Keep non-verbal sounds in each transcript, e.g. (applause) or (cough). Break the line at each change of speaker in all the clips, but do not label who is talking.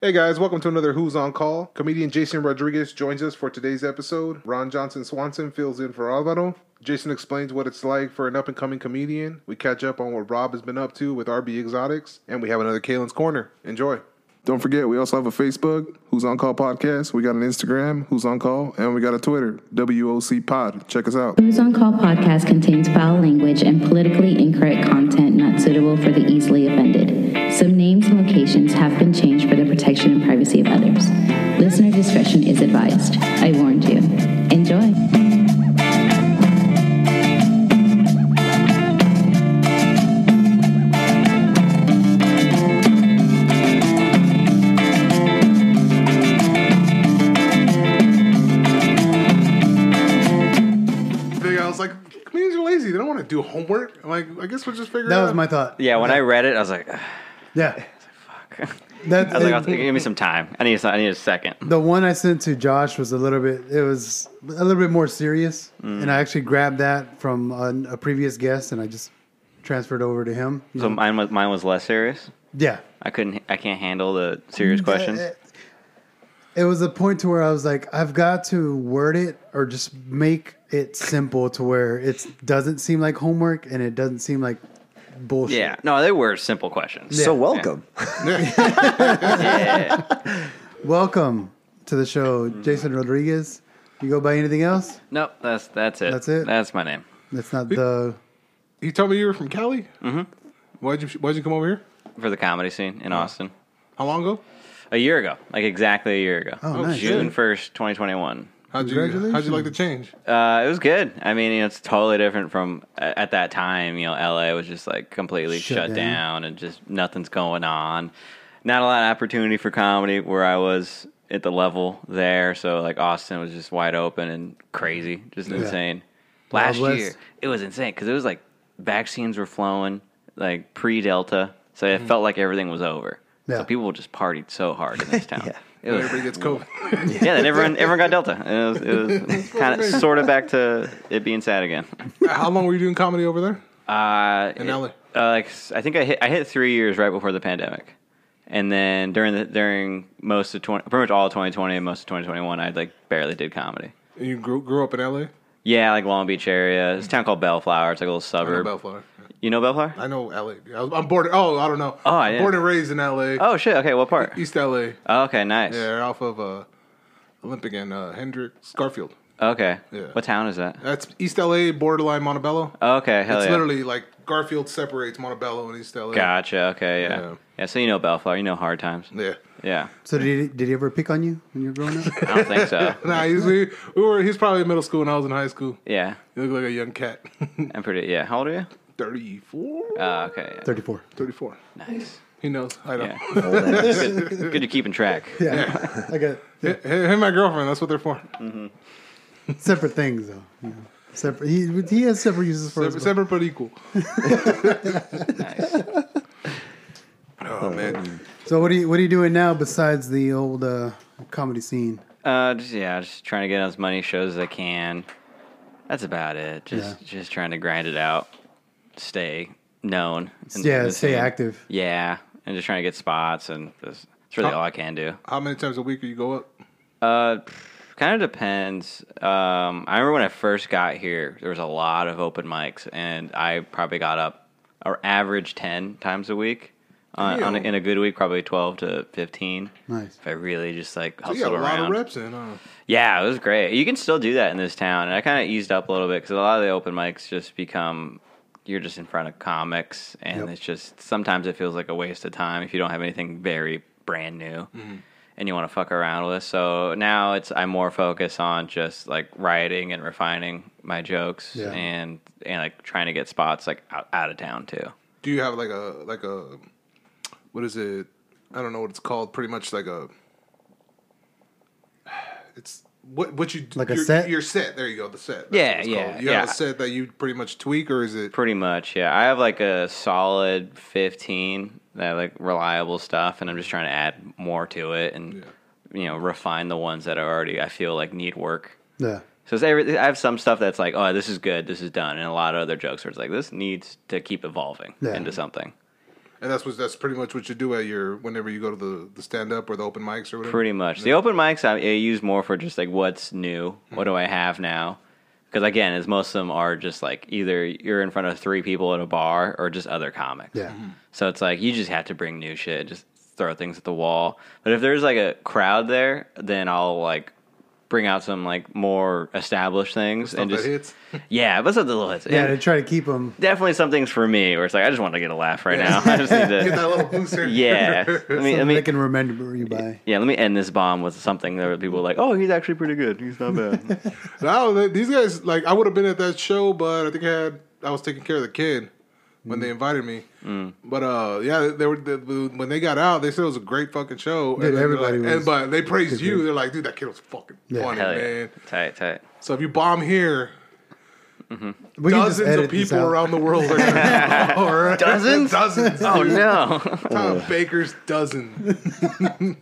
Hey guys, welcome to another Who's on Call. Comedian Jason Rodriguez joins us for today's episode. Ron Johnson Swanson fills in for Alvaro. Jason explains what it's like for an up and coming comedian. We catch up on what Rob has been up to with RB Exotics, and we have another Kalen's Corner. Enjoy. Don't forget, we also have a Facebook, Who's On Call Podcast. We got an Instagram, Who's On Call, and we got a Twitter, WOC Pod. Check us out.
Who's on Call podcast contains foul language and politically incorrect content not suitable for the easily offended. Some names and locations have been changed for the protection and privacy of others. Listener discretion is advised. I warned you. Enjoy.
Thing I was like, comedians are lazy. They don't want to do homework. I'm like, I guess we'll just figure it
That
out.
was my thought.
Yeah, when I read it, I was like, "Ugh."
Yeah.
I
That,
was like, I was like, give me some time. I need, some- I need a second.
the one I sent to Josh was a little bit. It was a little bit more serious,
Mm.
and I actually grabbed that from a, a previous guest, and I just transferred over to him.
So mine was mine was less serious.
Yeah,
I couldn't, I can't handle the serious questions.
It, it was a point to where I was like, I've got to word it or just make it simple to where it doesn't seem like homework and it doesn't seem like bullshit.
Yeah, no, they were simple questions.
So welcome.
(laughs)
Yeah.
Welcome to the show,
Mm.
Jason Rodriguez. You go by anything else?
nope, that's that's it.
That's it?
That's my name.
That's not the.
He told me you were from Cali. Mm-hmm. Why'd you Why'd you come over here?
for the comedy scene
Oh.
in Austin
How long ago?
a year ago, like exactly a year ago.
Oh, nice.
June first, twenty twenty one.
How'd you How'd you like the change?
(laughs) Uh, it was good. I mean, you know, it's totally different from a- at that time. You know, LA was just like completely
Shut
shut,
down.
down. and just nothing's going on. Not a lot of opportunity for comedy where I was at the level there. So like Austin was just wide open and crazy, just insane. Last
Wild West.
year it was insane because it was like vaccines were flowing like pre Delta, so it felt like everything was over.
Mm-hmm. Yeah.
So people just partied so hard in
(laughs)
this town.
Yeah.
It was
Everybody gets COVID.
yeah, then everyone everyone got Delta. And It was, it was kind of sort of back to it being sad
(laughs)
again.
(laughs) How long were you doing comedy over there?
Uh,
In
it-
LA.
uh, like s- I think I hit I hit three years right before the pandemic, and then during the during most of twenty pretty much all of twenty twenty and most of twenty twenty one, I like barely did comedy.
And you grew, grew up in LA?
Yeah, like Long Beach area. It's a town called Bellflower. It's like a little
I know
suburb.
Bellflower.
you know Bellflower?
I know LA. I was, I'm born. Oh, I don't know.
Oh,
I'm
yeah.
Born and raised in LA.
oh shit! Okay, what part?
East LA.
Oh, okay, nice.
Yeah, off of uh, Olympic and uh, Hendrick Scarfield.
Okay.
Yeah.
What town is that?
That's East LA, borderline Montebello.
Okay, Oh, hell
it's
yeah.
literally like Garfield separates Montebello and East LA.
Gotcha. Okay, yeah.
Yeah.
yeah. so you know Bellflower. You know hard times.
Yeah.
Yeah.
So did he, did he ever pick on you when you were growing up?
I don't
(laughs)
think so.
Nah, he's, we, we were, he's probably in middle school and I was in high school.
Yeah.
You look like a young cat. (laughs)
I'm pretty. Yeah. How old are you?
34?
Uh, okay. yeah.
Thirty-four.
34.
Nice.
He knows. I don't. (laughs)
Yeah.
Old ass.
Good, good you're keeping track.
Yeah, (laughs) I got
Hey, hey, hey, my girlfriend. That's what they're for.
Mm-hmm.
separate things though. you know. Separate. He, he has separate uses for
Separate,
his.
separate but equal.
Nice.
Oh, man.
So what are you what are you doing now besides the old uh, comedy scene?
Uh, just, yeah, just trying to get as many shows as I can. That's about it. Just
Yeah.
just trying to grind it out, stay known. in
Yeah,
the
stay
scene.
active.
Yeah, and just trying to get spots, and that's, that's really
How-
all I can do.
How many times a week do you go up?
Uh, kind of depends. Um, I remember when I first got here, there was a lot of open mics, and I probably got up or average ten times a week. On, on a,
Damn.
in a good week, probably twelve to fifteen.
Nice.
If I really just like
You got
hustled
a
around.
lot of reps in. Huh?
Yeah, it was great. You can still do that in this town, and I kind of eased up a little bit because a lot of the open mics just become you're just in front of comics, and
Yep.
it's just sometimes it feels like a waste of time if you don't have anything very brand new
Mm-hmm.
and you want to fuck around with. So now it's I'm more focused on just like writing and refining my jokes
Yeah.
and and like trying to get spots like out, out of town too.
Do you have like a like a what is it? I don't know what it's called. Pretty much like a it's what what you
Like a
your,
set?
Your set. There you go. The set. That's
Yeah,
what it's
yeah,
called. You have
yeah.
a set that you pretty much tweak, or is it?
Pretty much, yeah. I have like a solid fifteen that like reliable stuff, and I'm just trying to add more to it and you know refine the ones that are already I feel like need work.
Yeah.
So it's every, I have some stuff that's like, oh, this is good, this is done, and a lot of other jokes where it's like, this needs to keep evolving
Yeah.
into something.
And that's what that's pretty much what you do at your whenever you go to the, the stand up or the open mics or whatever.
Pretty much. The open mics I, I use more for just like what's new, what do I have now? Because again, as most of them are just like either you're in front of three people at a bar or just other comics.
Yeah.
So it's like you just have to bring new shit, just throw things at the wall. But if there's like a crowd there, then I'll like bring out some like more established things
Stuff
and
that
just
hits.
(laughs) yeah, but something little hits.
Yeah, to
And
try to keep them.
definitely some things for me where it's like I just want to get a laugh right now. I just
(laughs)
need
Get
to
that little booster. (laughs)
(laughs) yeah. Let me let
they
me
can remember you by.
yeah, let me end this bomb with something that people are like, oh, he's actually pretty good. He's
(laughs)
not bad.
No, th- these guys like I would have been at that show, but I think I had I was taking care of the kid when
Mm.
they invited me.
Mm.
But uh, yeah, they, they were they, when they got out, they said it was a great fucking show.
Dude,
then they're
everybody
like,
was-
and, but they praised you. They're like, dude, that kid was fucking funny,
Hell yeah.
man.
Tight, tight.
So if you bomb here,
We can just
dozens
edit
of
this
people
out.
around the world are gonna
(laughs)
know, right?
Dozens?
dozens.
Oh,
dude. (laughs)
no. (laughs)
Tom Baker's dozen.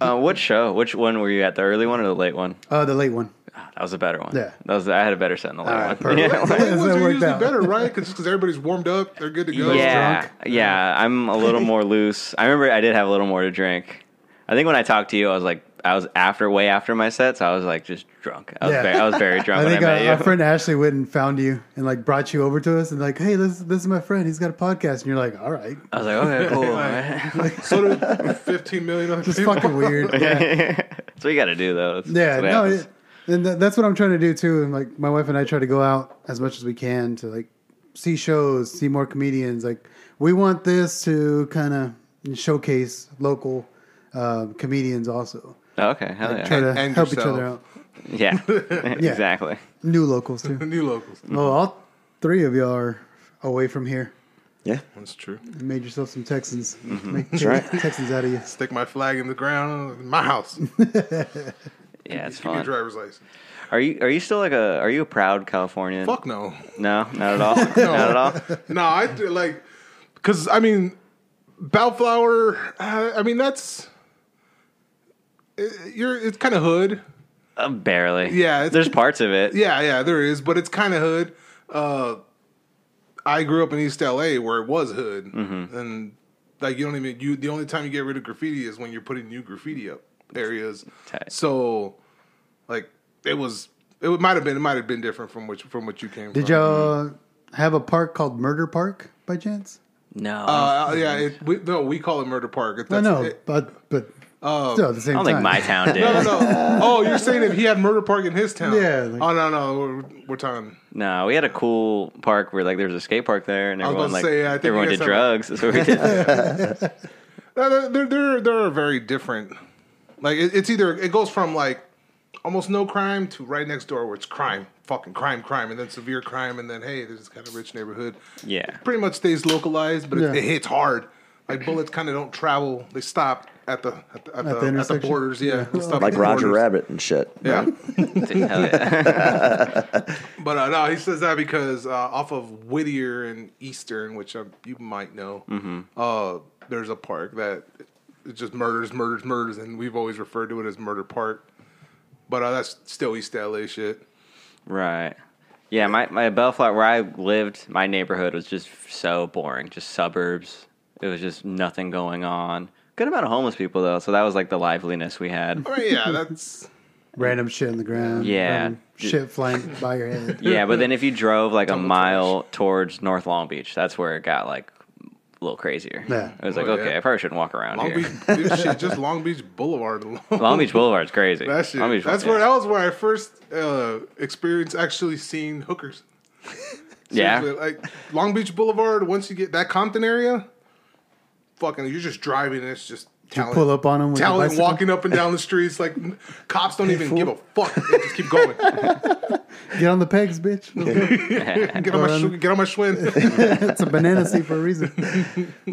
uh, what show? Which one were you at? The early one or the late one?
Uh, the late one.
Ah, That was a better one.
Yeah.
That was, I had a better set than the late
right,
one.
perfect.
Yeah. (laughs)
The late
(laughs) that
ones are
worked
usually
out.
better, right? Because everybody's warmed up, they're good to go.
Yeah,
drunk.
yeah. I'm a
(laughs)
little more loose. I remember I did have a little more to drink. I think when I talked to you, I was like, I was after, way after my set, so I was like just drunk. I was,
Yeah.
very, I was very
(laughs)
drunk
I
when I
think
met
our,
you.
our friend Ashley went and found you and like brought you over to us and like, hey, this this is my friend. He's got a podcast, and you're like, all right,
I was like,
(laughs)
okay, cool. all right.
So do 15 million other (laughs)
it's
people.
fucking weird. Yeah,
(laughs) That's what you got to do, though. That's,
yeah
that's what
no,
happens.
it, and tha- that's what I'm trying to do too. And like, my wife and I try to go out as much as we can to like see shows, see more comedians. Like, we want this to kind of showcase local uh, comedians also.
Oh, okay, hell yeah.
Try to
And- and
help each
yourself.
other out.
Yeah,
(laughs)
(laughs) exactly.
New locals
(laughs)
too.
New locals.
Well, all three of y'all are away from here.
Yeah.
That's true.
You made yourself some Texans.
Mm-hmm.
Make
right.
(laughs) Texans out of you.
Stick my flag in the ground. in My house. Give
Yeah, it's
me a
fun.
driver's license.
Are you are you still like a are you a proud Californian?
Fuck no.
No, not
(laughs)
at all. Not at all.
No, I do, like because I mean, Bellflower. Uh, I mean that's uh, you're. It's kind of hood.
Uh, barely.
Yeah, it's-
there's parts of it.
Yeah, yeah, there is, but it's kind of hood. Uh, I grew up in East LA where it was hood, and like you don't even you. The only time you get rid of graffiti is when you're putting new graffiti up areas.
Tight.
So, like it was. It might have been. It might have been different from which from what you came.
Did
from.
y'all have a park called Murder Park by chance?
No,
Uh, yeah, it, we, no, we call it Murder Park. It-
I
That's,
know,
it- Oh.
but but still at the same
I
time.
don't think my
(laughs)
town did.
no, no, no. oh, you're saying if he had Murder Park in his town?
Yeah, like-
oh no, no, we're, we're talking.
No, we had a cool park where like there was a skate park there, and
was
everyone
about
like
to say, I think you
everyone
guys
did
have-
drugs. (laughs) So we
(laughs)
did.
No, no, They're they're they're very different. Like it, it's either it goes from like almost no crime to right next door where it's crime, fucking crime, crime, and then severe crime, and then hey, there's this kind of rich neighborhood.
yeah,
Pretty much stays localized, but
Yeah.
it, it hits hard. Like bullets kind of don't travel; they stop at the at the at,
the
the, at the
intersection? Oh,
borders. Yeah, they stop at
Like
the
Roger
borders.
(laughs)
Rabbit and shit.
Yeah.
Dude, hell yeah.
But uh, no, he says that because uh, off of Whittier and Eastern, which uh, you might know,
Mm-hmm.
uh, there's a park that it just murders, murders, murders, and we've always referred to it as Murder Park. But uh, that's still East LA shit.
(laughs) right. Yeah, my my Bellflower where I lived, my neighborhood was just so boring, just suburbs. It was just nothing going on. Good amount of homeless people though, so that was like the liveliness
(laughs)
we had.
But Oh,
(laughs)
yeah, that's
Random shit on the ground.
Yeah.
random Shit flying by your
(laughs)
head.
Yeah, but then if you drove like a mile towards North Long Beach, that's where it got like a little crazier.
Yeah.
It was like,
Oh,
okay,
yeah.
I probably shouldn't walk around
Long
here.
Beach. dude, shit, just Long Beach Boulevard alone.
Long Beach Boulevard's crazy.
(laughs) that shit.
Long Beach,
that's where
yeah.
that was where I first uh, experienced actually seeing hookers.
Yeah.
Seriously, like Long Beach Boulevard. Once you get that Compton area, fucking, you're just driving. And it's just
You
talent.
pull up on them with your
talent
bicycle.
walking up and down the streets. Like n- cops don't even give a fuck. They just keep
(laughs)
going.
Get on the pegs, bitch.
(laughs)
Let's go.
Get on my sh- get on my
(laughs)
Schwinn.
it's a banana seat for
(laughs)
a reason.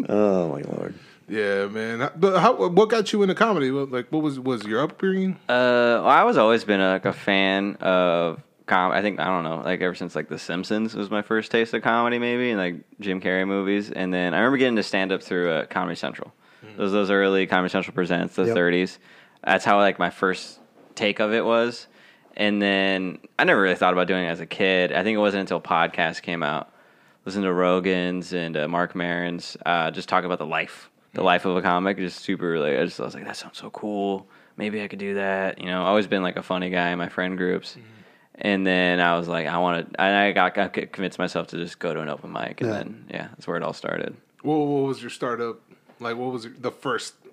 Oh my lord.
yeah, man. But how? What got you into comedy? What, like, what was was your upbringing?
(laughs) Uh, well, I was always been like a fan of com. I think I don't know, like ever since like The Simpsons was my first taste of comedy, maybe, and like Jim Carrey movies. And then I remember getting to stand up through uh, Comedy Central. Those those early Comedy Central presents the
Yep.
'30s. That's how like my first take of it was. And then I never really thought about doing it as a kid. I think it wasn't until podcasts came out listen to Rogan's and uh, Mark Maron's. Uh, just talk about the life, the life of a comic. Just super. Like, I just I was like, that sounds so cool. Maybe I could do that. You know, I've always been like a funny guy in my friend groups. And then I was like, I want to. I got, got convinced myself to just go to an open mic, and
Yeah.
then yeah, that's where it all started.
What, what was your startup? Like, what was your, the first, uh,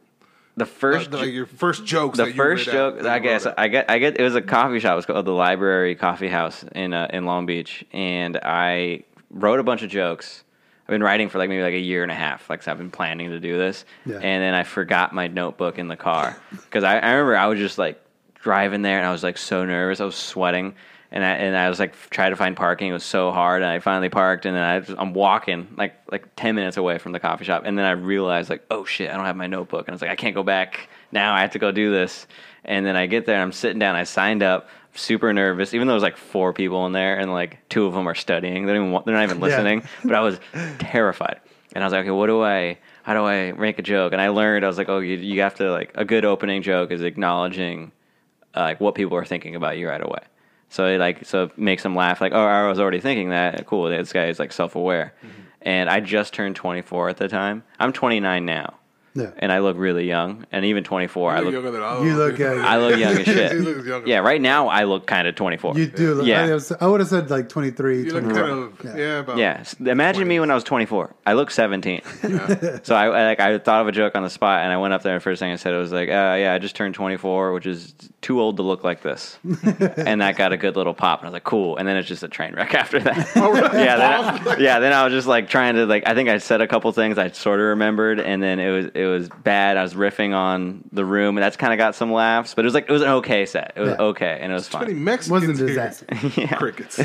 The first,
like Oh, your first jokes?
the
that you
first
read out-
joke
that
i
you
guess
wrote out?
i get i get it was a coffee shop it was called the library coffee house in uh, in long beach and i wrote a bunch of jokes i've been writing for like maybe like a year and a half like so i've been planning to do this
Yeah.
and then i forgot my notebook in the car because I, I remember i was just like driving there and i was like so nervous i was sweating and I, and I was like trying to find parking. It was so hard, and I finally parked. And then I just, I'm walking like like ten minutes away from the coffee shop, and then I realized like, oh shit, I don't have my notebook, and I was like, I can't go back now. I have to go do this. And then I get there, and I'm sitting down. I signed up, super nervous, even though there's like four people in there, and like two of them are studying. They don't even want, they're not even listening. (laughs) But I was terrified, and I was like, okay, what do I? How do I make a joke? And I learned I was like, oh, you, you have to like a good opening joke is acknowledging uh, like what people are thinking about you right away. So it like so it makes them laugh like oh I was already thinking that cool this guy is like self aware,
Mm-hmm.
and I just turned 24 at the time. I'm 29 now,
Yeah.
and I look really young. And even 24, I
You look
look
younger than all
You
of
look
us, dude.
younger.
I
(laughs)
look young as
He looks
shit.
younger.
Yeah, right now I look kind of 24.
You do. Look,
Yeah.
I, was- I would have said like 23.
You look kind
24.
of yeah. about
Yeah, s- imagine me when I was 24. I looked 17. (laughs) so I, I like I thought of a joke on the spot, and I went up there. and First thing I said, I was like, uh, "Yeah, I just turned 24, which is too old to look like this." and that got a good little pop, and I was like, "Cool." And then it's just a train wreck (laughs) after that. (laughs) yeah, then I, yeah. Then I was just like trying to like I think I said a couple things I sort of remembered, and then it was it was bad. I was riffing on the room, and that's kind of got some laughs, but it was like it was an okay set. It was
Yeah.
okay, and it was
Many
fun.
Mexicans
Wasn't a
here.
disaster.
(laughs)
Crickets.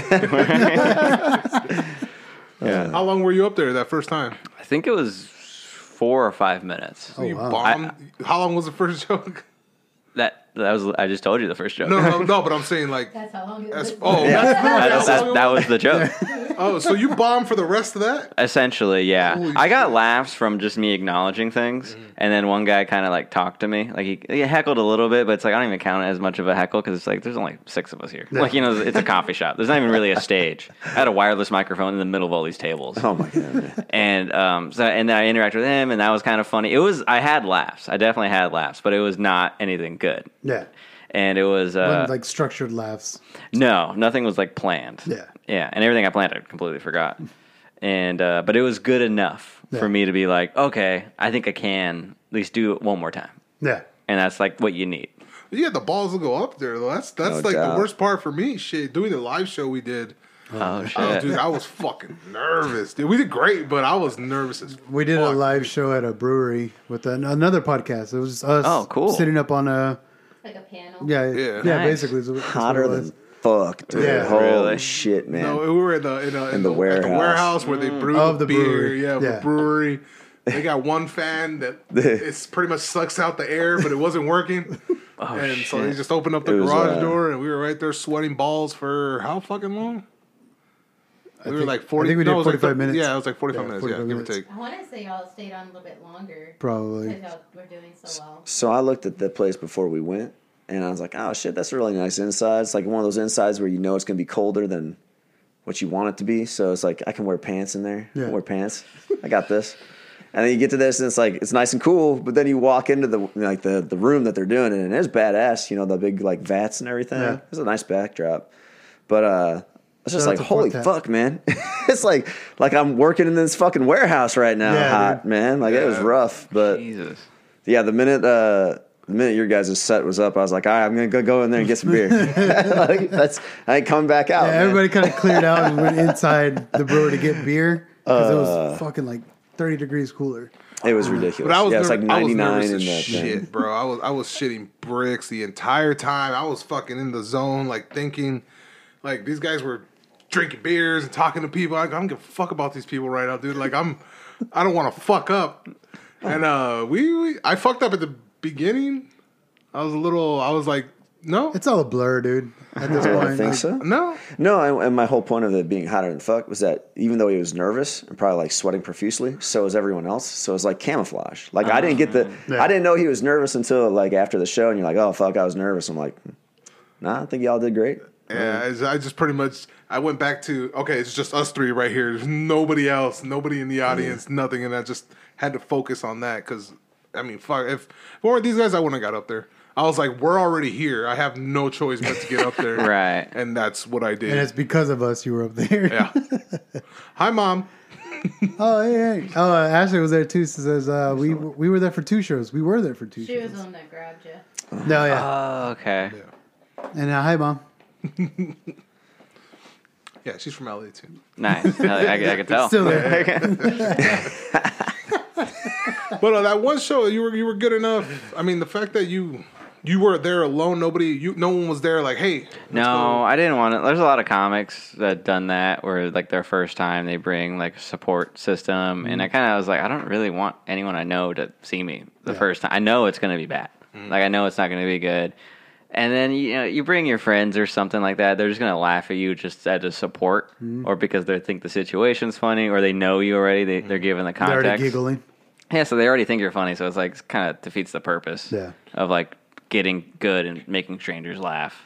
Yeah.
How long were you up there that first time?
I think it was four or five minutes.
you
Oh, wow.
bombed. How long was the first (laughs) joke?
That that was I just told you the first joke.
No, no, no. But I'm saying like,
That's how long it
that's,
was.
(laughs) oh,
(laughs)
(laughs)
That-
that's,
that's- that, that was the joke.
oh, so you bombed for the rest of that?
(laughs) Essentially, yeah.
Holy
I got
shit.
laughs from just me acknowledging things, and then one guy kind of like talked to me, like he, he heckled a little bit, but it's like I don't even count it as much of a heckle because it's like there's only six of us here. Like you know, it's a coffee shop. There's not
(laughs)
even really a stage. I had a wireless microphone in the middle of all these tables.
Oh my god.
(laughs) and um, so and then I interacted with him, and that was kind of funny. It was I had laughs. I definitely had laughs, but it was not anything good.
Yeah.
And it was uh,
Wasn't, like structured laughs.
No, nothing was like planned.
Yeah.
Yeah. And everything I planned, I completely forgot. And, uh, but it was good enough
Yeah.
for me to be like, okay, I think I can at least do it one more time.
Yeah.
And that's like what you need.
You had the balls to go up there. Though. That's that's
No
like the
doubt.
worst part for me. Shit, doing the live show we did.
Oh, shit.
Oh, dude, I was fucking nervous. Dude, we did great, but I was nervous as
We did
fuck.
a live show at a brewery with an, another podcast. It was just us.
Oh, cool.
Sitting up on a
Like a panel.
yeah
Yeah.
yeah,
Nice.
basically is what- is what it
Hotter
was.
than fuck, dude.
Yeah.
Holy
Really?
shit, man.
No, we were in the in, a, in, the, at
the
the
warehouse.
warehouse where they brew
Mm. Of
the
the
beer.
brewery.
Yeah, the
Yeah. (laughs)
brewery. They got one fan
(laughs)
that it's pretty much sucks out the air, but it wasn't
(laughs)
working. and so they
shit.
just opened up the
Oh, It was,
garage
uh,
door, and we were right there sweating balls for how fucking long? We were
think-
like forty.
I think we
no,
did
it was like
45
thir-
minutes.
Yeah, it was like forty-five
Yeah,
minutes.
45
yeah,
minutes.
give or take.
I want to say y'all stayed on a little bit longer
probably.
because y'all were doing so well.
So I looked at the place before we went, and I was like, "Oh shit, that's a really nice inside." It's like one of those insides where you know it's gonna be colder than what you want it to be. So it's like I can wear pants in there.
Yeah.
I wear pants. I got this. And then you get to this, and it's like it's nice and cool. But then you walk into the like the the room that they're doing, in, and it's badass. You know the big like vats and everything.
Yeah.
It's a nice backdrop. But uh, it's just
Shout out
like
to
holy
Fortet.
fuck, man. (laughs) it's like like I'm working in this fucking warehouse right now.
Yeah,
hot
dude.
man. Like it was
Yeah.
rough, but
Jesus.
yeah, the minute uh, the minute your guys' set was up, I was like, all right, I'm gonna go, go in there and get
(laughs)
some beer. like, that's I ain't coming back out.
Yeah,
Oh, man.
everybody
(laughs)
kind of cleared out and went inside the brewer to get beer because it
Uh,
was fucking like 30 degrees cooler.
It was ridiculous.
But I was
yeah, it was like
nerv- I was
99
nervous
in
as
that
shit,
thing.
bro. I was I was shitting bricks the entire time. I was fucking in the zone, like thinking, like these guys were drinking beers and talking to people. I, I don't give a fuck about these people right now, dude. Like I'm, I don't want to fuck up. And uh, we, we, I fucked up at the beginning. I was a little. I was like, no,
It's all a blur, dude. At this
(laughs) I
point,
don't think
Like,
so.
no.
No, and, and my whole point of it being hotter than fuck was that even though he was nervous and probably like sweating profusely, so was everyone else. So it was like camouflage. Like I didn't get the,
Ah. Yeah.
I didn't know he was nervous until like after the show, and you're like, oh fuck, I was nervous. I'm like, nah, I think y'all did great.
Yeah, I just- I just pretty much I went back to okay, it's just us three right here. There's nobody else, nobody in the audience, nothing, and I just had to focus on that because I mean, fuck, if, if it weren't these guys, I wouldn't have got up there. I was like, we're already here. I have no choice but to get up there,
Right.
And that's what I
And it's
did.
because of us you were up there.
Yeah. Hi, mom.
(laughs) Oh, yeah. yeah. Oh, uh, Ashley was there too. She says uh, we we were there for two shows. We were there for two
She was
shows.
the one that grabbed you.
No, yeah.
Uh,
Oh, okay.
and uh, hi, mom.
Yeah, she's from LA too.
Nice. I,
(laughs)
I, I could tell.
Still there.
But uh, that one show, you were you were good enough. I mean, the fact that you you were there alone, nobody, you, no one was there. Like, hey,
No, I didn't want to. There's a lot of comics that done that where like their first time they bring like a support system, and I kind of was like, I don't really want anyone I know to see me the first time. I know it's gonna be bad. Like I know it's not gonna be good. And then you know you bring your friends or something like that. They're just gonna laugh at you just as a support, or because they think the situation's funny, or they know you already. They, They're given the
They're
context.
already giggling.
Yeah, so they already think you're funny, so it's like kind of defeats the purpose.
Yeah.
Of like getting good and making strangers laugh.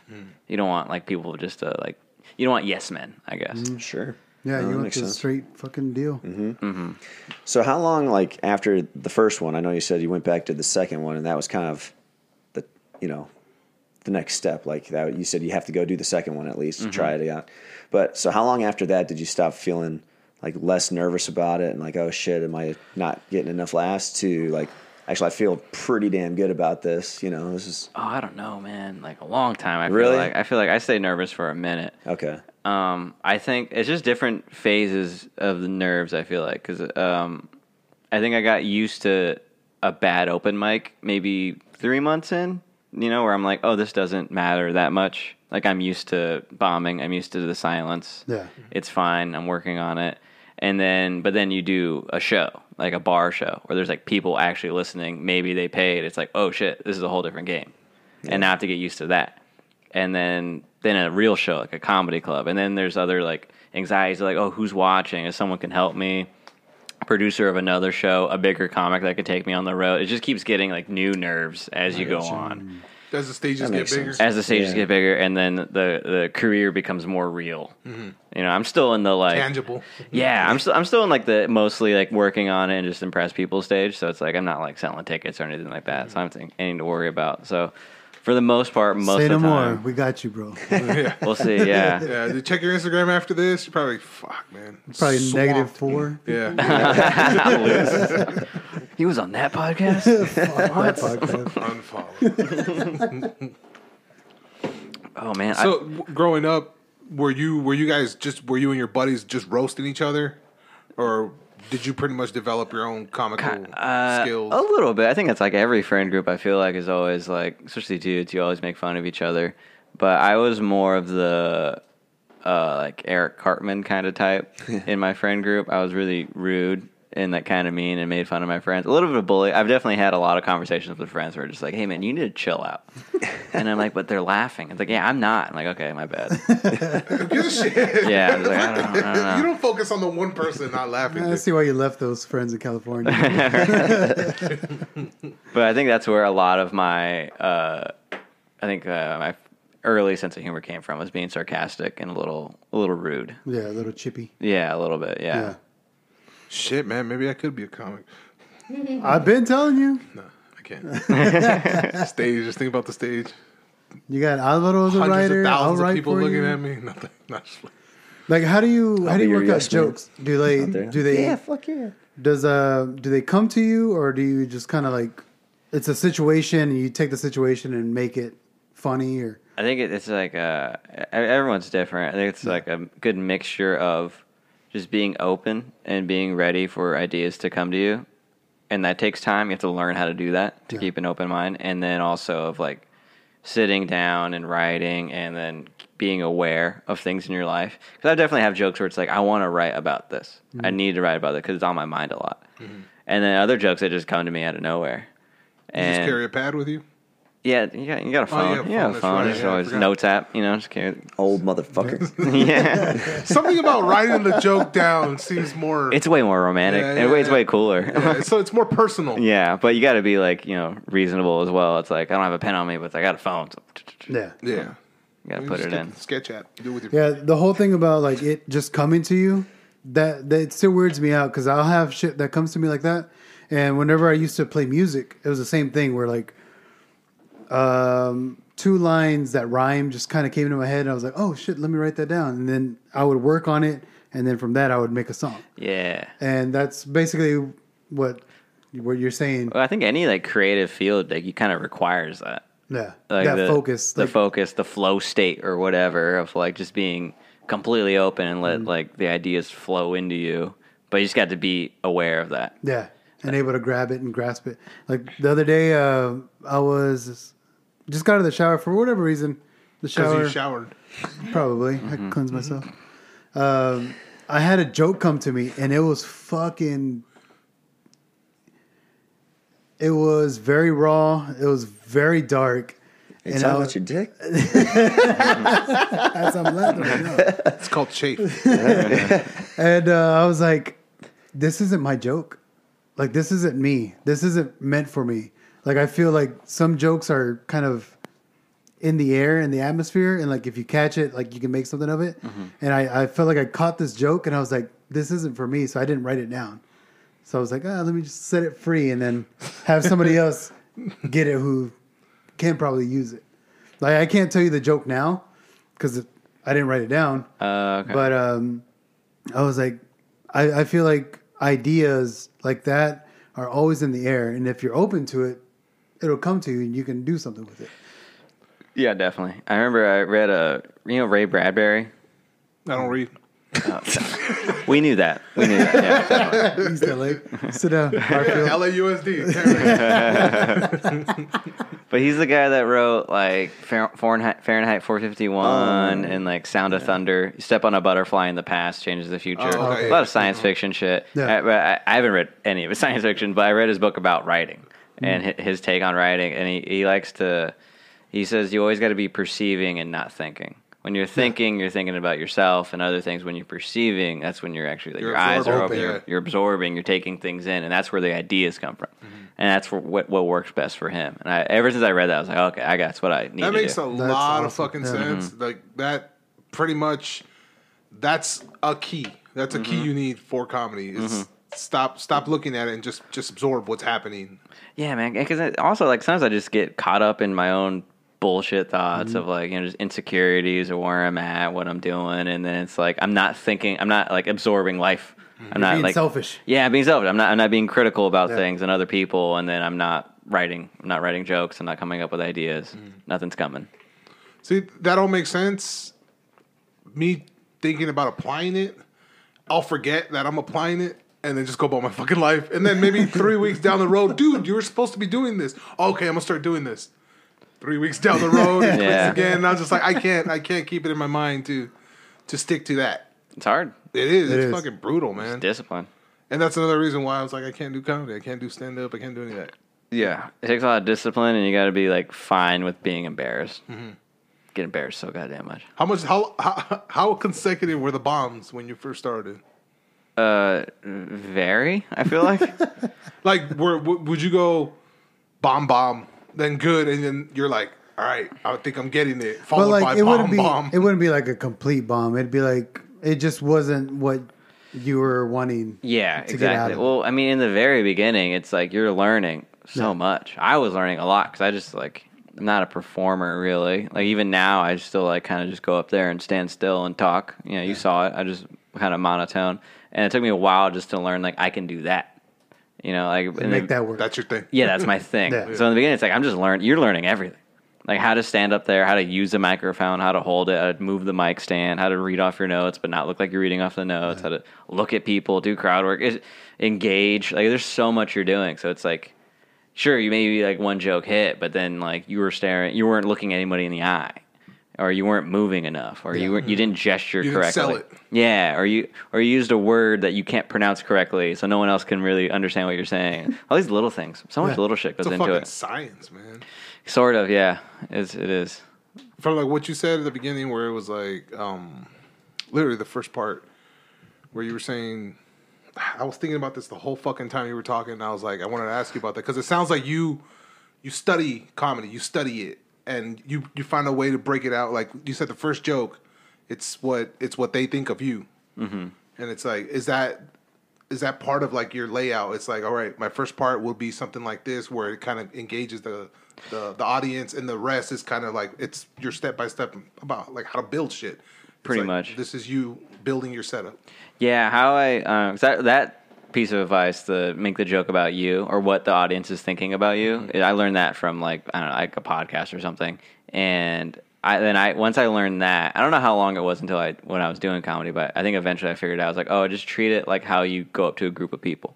You don't want like people just to like you don't want yes men, I guess.
Sure.
Yeah,
No,
you
that
went
makes
to the
sense. Mm-hmm.
straight fucking deal.
So how long like after the first one? I know you said you went back to the second one, and that was kind of the you know the next step. Like that, you said you have to go do the second one at least to try it out. But so how long after that did you stop feeling like less nervous about it and like oh shit, am I not getting enough laughs? To like actually, I feel pretty damn good about this. You know, this is
Oh, I don't know, man. Like a long time. I
Really?
feel like I feel like I stay nervous for a minute.
okay.
Um, I think it's just different phases of the nerves. I feel like because um, I think I got used to a bad open mic maybe three months in. You know, where I'm like, oh, this doesn't matter that much. Like I'm used to bombing. I'm used to the silence.
Yeah.
it's fine. I'm working on it. And then, but then you do a show, like a bar show, where there's like people actually listening. Maybe they paid. It's like, oh shit, this is a whole different game. And now I have to get used to that and then then a real show like a comedy club and then there's other like anxieties like oh who's watching if someone can help me producer of another show a bigger comic that could take me on the road it just keeps getting like new nerves as you go on
does the stages
That
get
makes
bigger?
sense.
as the stages
Yeah.
get bigger and then the the career becomes more real
Mm-hmm.
you know i'm still in the like
Tangible.
yeah, I'm still I'm still in like the mostly like working on it and just impress people stage. So it's like I'm not like selling tickets or anything like
Mm-hmm.
that. So I'm thinking, anything to worry about. So for the most part, most
Say
of the
no
time,
more. We got you,
(laughs)
bro. Probably
we'll see.
(laughs)
Yeah, (laughs)
Yeah, you check your Instagram after this. You're probably like, fuck, man.
negative
Swamped.
(laughs)
four.
(laughs)
Yeah,
He was on that podcast.
That
(laughs)
podcast.
unfollow.
oh man,
So w- growing up, were you were you guys just were you and your buddies just roasting each other, or did you pretty much develop your own comical
I, uh,
skills? (laughs)
a little bit. I think it's like every friend group. I feel like is always like, especially dudes, you always make fun of each other. But I was more of the uh, like Eric Cartman kind of type in my friend group. I was really rude and like kind of mean and made fun of my friends. A little bit of bully. I've definitely had a lot of conversations with friends where it's just like, "Hey man, you need to chill out," and I'm like, "But they're laughing." It's like, "Yeah, I'm not." I'm like, "Okay, my bad."
Gives a
(laughs)
shit.
Yeah, I was like, I don't, I don't know.
(laughs) you don't focus on the one person not laughing.
I see why you left those friends in
(laughs)
California.
but I think that's where a lot of my, uh, I think uh, my early sense of humor came from was being sarcastic and a little, a little rude.
yeah, a little chippy.
Yeah, a little bit. Yeah.
Yeah.
Shit, man. Maybe I could be a comic.
I've been telling you.
No, I can't. (laughs)
(laughs)
stage. Just think about the stage.
You got Alvaro as a
Hundreds
writer.
of
I'll
thousands of
write
people
for
looking
you.
at me. (laughs) Nothing. Not just like-
Like, how do you how
I'll
do
be
you
your
work out
yes man
jokes? Do they
out there.
do they
Yeah, fuck yeah.
does uh do they come to you or do you just kind of like it's a situation and you take the situation and make it funny or
I think it, it's like uh, e- everyone's different. I think it's like a good mixture of just being open and being ready for ideas to come to you, and that takes time. You have to learn how to do that to
Yeah.
keep an open mind, and then also of like sitting down and writing, and then being aware of things in your life. Because I definitely have jokes where it's like I want to write about this. I need to write about it because it's on my mind a lot. And then other jokes that just come to me out of nowhere.
You
and
just carry a pad with you.
yeah, you got you got a
Oh,
phone.
you got a
yeah,
phone, that's
phone.
right,
There's
yeah, I
always
forgot.
notes app. You know, just carry.
Old motherfucker.
(laughs)
(laughs)
Yeah,
Something about writing the joke down seems more.
it's way more romantic.
Yeah,
and
yeah,
it's
yeah.
way cooler. Yeah. (laughs)
Yeah, so it's more personal.
but you got to be like you know reasonable as well. It's like I don't have a pen on me, but I got a phone. So
yeah
Yeah.
You gotta
You
put
just
it
get
in.
the Sketch app. Do it with your (laughs)
Yeah, the whole thing about like it just coming to you that that still weirds me out because I'll have shit that comes to me like that, and whenever I used to play music, it was the same thing where like um, two lines that rhyme just kind of came into my head, and I was like, oh shit, let me write that down, and then I would work on it, and then from that I would make a song,
Yeah.
and that's basically what what you're saying.
Well, I think any like creative field like you kind of requires that.
Yeah,
Like
that
the,
focus,
the
like,
focus, the flow state or whatever of like just being completely open and
Mm.
let like the ideas flow into you. But you just got to be aware of that.
Yeah, and able to grab it and grasp it. Like the other day, uh, I was just got out of the shower for whatever reason. The
because
shower,
you showered.
probably. I could cleanse myself. Um, I had a joke come to me, and it was fucking. It was very raw. It was very dark.
Are you
And
talking
I'll-
about
(laughs)
your dick?
As I'm laughing, right now.
It's called chafe.
And uh, I was like, this isn't my joke. Like, this isn't me. This isn't meant for me. Like, I feel like some jokes are kind of in the air, in the atmosphere. And, like, if you catch it, like, you can make something of it.
Mm-hmm.
And I, I felt like I caught this joke and I was like, this isn't for me. So I didn't write it down. So I was like, ah, let me just set it free and then have
(laughs)
somebody else get it who can probably use it. Like, I can't tell you the joke now because I didn't write it down.
Uh, okay.
But um, I was like, I, I feel like ideas like that are always in the air, and if you're open to it, it'll come to you, and you can do something with it.
yeah, definitely. I remember I read a you know Ray Bradbury.
I don't (laughs) read.
We knew that. We knew that.
(laughs)
Yeah, definitely.
He's that
(laughs)
like, sit down,
(laughs)
Garfield.
LAUSD.
But he's the guy that wrote like Fahr- Fahrenheit, Fahrenheit 451
Oh.
and like Sound of Thunder. You step on a butterfly in the past, changes the future.
Oh, okay.
A lot of science fiction shit.
Yeah.
I, but I, I haven't read any of his (laughs) science fiction, but I read his book about writing
Mm.
and hi- his take on writing. And he, he likes to, he says you always got to be perceiving and not thinking. When you're thinking, you're thinking about yourself and other things. When you're perceiving, that's when you're actually like,
You're
your eyes are
absorbing.
open.
Yeah.
You're, you're absorbing, you're taking things in, and that's where the ideas come from,
Mm-hmm.
and that's where, what what works best for him. And I, ever since I read that, I was like, okay, I that's what I need.
that
to
makes a
do.
lot of
awesome.
fucking
Yeah.
sense.
Mm-hmm.
Like that, pretty much. That's a key. That's a
Mm-hmm.
key you need for comedy. Is stop stop looking at it and just just absorb what's happening.
yeah, man. Because also like sometimes I just get caught up in my own bullshit thoughts
Mm-hmm.
of like you know just insecurities or where I'm at, what I'm doing, and then it's like I'm not thinking, I'm not like absorbing life.
Mm-hmm.
I'm not
being
like
selfish.
Yeah, being selfish. I'm not. I'm not being critical about things and other people, and then I'm not writing. I'm not writing jokes. I'm not coming up with ideas.
Mm-hmm.
Nothing's coming.
See, that all makes sense. Me thinking about applying it, I'll forget that I'm applying it and then just go about my (laughs) fucking life. And then maybe three weeks down the road, dude, you were supposed to be doing this. Okay, I'm gonna start doing this. Three weeks down the road, it clicks
Yeah.
again. And I was just like, I can't, I can't keep it in my mind to to stick to that.
It's hard.
It is.
It
it's
is.
fucking brutal, man.
Discipline.
And that's another reason why I was like, I can't do comedy. I can't do stand up. I can't do any of that.
Yeah, it takes a lot of discipline, and you got to be like fine with being embarrassed.
Mm-hmm.
Get embarrassed so goddamn much.
How much? How, how how consecutive were the bombs when you first started?
Uh, very. I feel
(laughs)
like
Like, were w- would you go bomb bomb, then good, and then you're like, all right, I think I'm getting it,
But
followed
like,
by
it
bomb
wouldn't be,
bomb.
it wouldn't be like a complete bomb. It'd be like it just wasn't what you were wanting.
yeah,
to get out
exactly.
of it.
Well, I mean, in the very beginning, it's like you're learning so much. I was learning a lot because I just like I'm not a performer really. Like even now, I still like kind of just go up there and stand still and talk. You know, you saw it. I just kind of monotone, and it took me a while just to learn like I can do that. You know, like and
Make
then-
that work.
That's your thing.
Yeah, that's my thing.
Yeah.
So in the beginning, it's like I'm just learning. You're learning everything, like how to stand up there, how to use the microphone, how to hold it, how to move the mic stand, how to read off your notes but not look like you're reading off the notes, how to look at people, do crowd work, is- engage. Like there's so much you're doing. So it's like, sure, you may be like one joke hit, but then like you were staring, you weren't looking anybody in the eye. Or you weren't moving enough, or you weren't, you didn't gesture
You didn't
correctly.
sell it.
Yeah, or you or you used a word that you can't pronounce correctly, so no one else can really understand what you're saying. All these little things, so much
Yeah.
little shit goes
It's a
into
fucking
it.
science, man.
Sort of, yeah. It's it is.
From like what you said at the beginning, where it was like, um, literally the first part, where you were saying, I was thinking about this the whole fucking time you were talking. And I was like, I wanted to ask you about that because it sounds like you you study comedy, you study it, and you you find a way to break it out. Like you said, the first joke, it's what it's what they think of you, mm-hmm. and it's like is that is that part of like your layout? It's like all right, my first part will be something like this, where it kind of engages the the the audience, and the rest is kind of like it's your step by step about like how to build shit. It's
Pretty
like,
much.
this is you building your setup.
Yeah, how I um, 'cause that that piece of advice, the make the joke about you or what the audience is thinking about you.
Mm-hmm.
I learned that from like I don't know, like a podcast or something. And I then I once I learned that I don't know how long it was until I when I was doing comedy, but I think eventually I figured out I was like, oh, just treat it like how you go up to a group of people.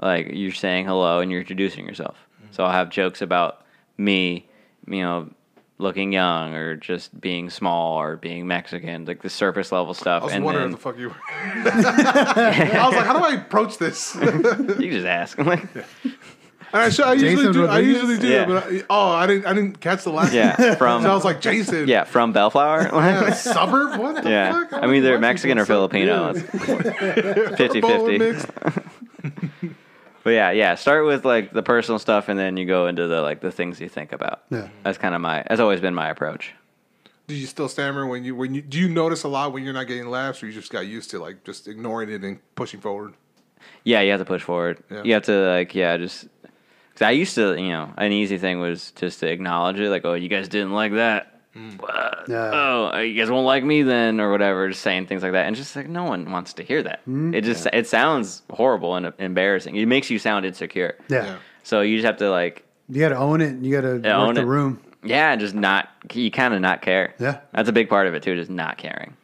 Like you're saying hello and you're introducing yourself.
Mm-hmm.
So I'll have jokes about me, you know, looking young or just being small or being Mexican, like the surface level stuff.
I was
and
wondering
then,
the fuck you
(laughs)
were. I was like, how do I approach this? (laughs) and
You can just ask.
(laughs)
I'm like,
I, should, I usually
Jason
do. I
Rodriguez?
usually do.
Yeah.
But I, oh, I didn't. I didn't catch the last.
yeah,
(laughs)
from
So I was like, Jason.
yeah, from Bellflower. Like,
Yeah, suburb? What the
yeah,
fuck?
I mean they're
Why
Mexican or
people so-
Filipino. It's
(laughs)
50-50.
mixed.
But yeah, yeah, start with like the personal stuff, and then you go into the like the things you think about.
Yeah.
that's kind of my. That's always been my approach.
Do you still stammer when you when you do you notice a lot when you're not getting laughs or you just got used to like just ignoring it and pushing forward?
Yeah, you have to push forward.
Yeah.
You have to like, yeah, just. Cause I used to, you know, an easy thing was just to acknowledge it, like, oh, you guys didn't like that. Uh,
Yeah.
Oh, you guys won't like me then, or whatever. Just saying things like that, and just like no one wants to hear that. It just it sounds horrible and embarrassing. It makes you sound insecure.
Yeah.
Yeah.
So you just have to like,
You got to own it. and You got to
Yeah,
work
own
the
it.
room.
yeah, just not. You kind of not care.
Yeah.
that's a big part of it too, just not caring.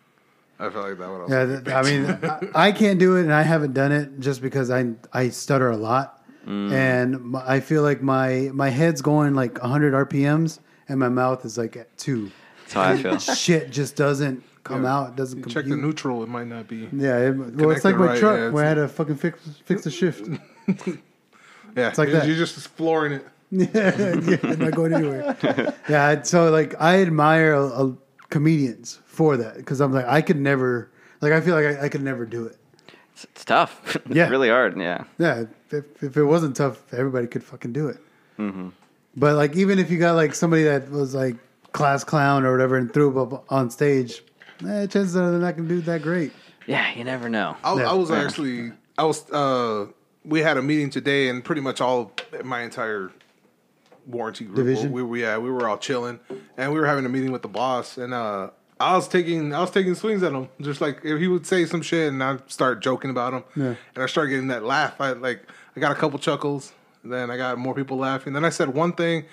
I feel like that one. I was
Yeah,
like,
th- I mean, I, I can't do it, and I haven't done it just because I I stutter a lot, and my, I feel like my my head's going like 100 RPMs, and my mouth is like at two.
That's how I feel.
Shit just doesn't come out. Doesn't
check the
compute.
neutral, it might not be.
yeah, it, well, it's
Connected
like my
right,
truck
yeah, it's-
where I had to fucking fix fix
(laughs)
the shift. (laughs)
Yeah,
like
you're,
that.
you're just exploring it.
yeah, I'm not going anywhere. yeah, and so like I admire uh, comedians for that because I'm like I could never like I feel like I, I could never do it.
It's, it's tough. (laughs) it's
Yeah.
really hard. Yeah,
Yeah, if, if it wasn't tough, everybody could fucking do it. But like, even if you got like somebody that was like class clown or whatever and threw up on stage, eh, chances are they're not gonna do that great.
yeah, you never know.
I,
Yeah.
I was actually I was uh we had a meeting today and pretty much all my entire warranty group
Division?
we we yeah, we were all chilling and we were having a meeting with the boss and uh I was taking I was taking swings at him just like if he would say some shit and I'd start joking about him
Yeah.
and I started getting that laugh I like I got a couple chuckles then I got more people laughing then I said one thing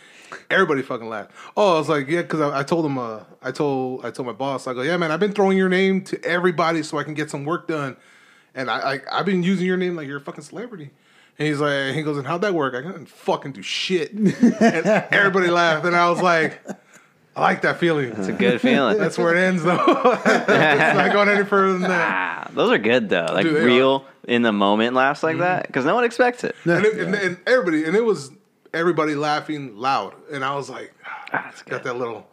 everybody fucking laughed oh I was like yeah because I, I told him uh I told I told my boss I go yeah man I've been throwing your name to everybody so I can get some work done and I, I I've been using your name like you're a fucking celebrity. And he's like, he goes, and how'd that work? I couldn't fucking do
(laughs)
shit. and everybody laughed, and I was like, I like (laughs) that feeling.
It's a good feeling.
That's where it ends, though. (laughs) it's not going any further than that.
ah, those are good though. Like
Dude, they
real in the moment laughs like that, because no one expects it.
And, it, and, and everybody, and it was everybody laughing loud, and I was like, (sighs)
Ah, That's
got
good.
that little,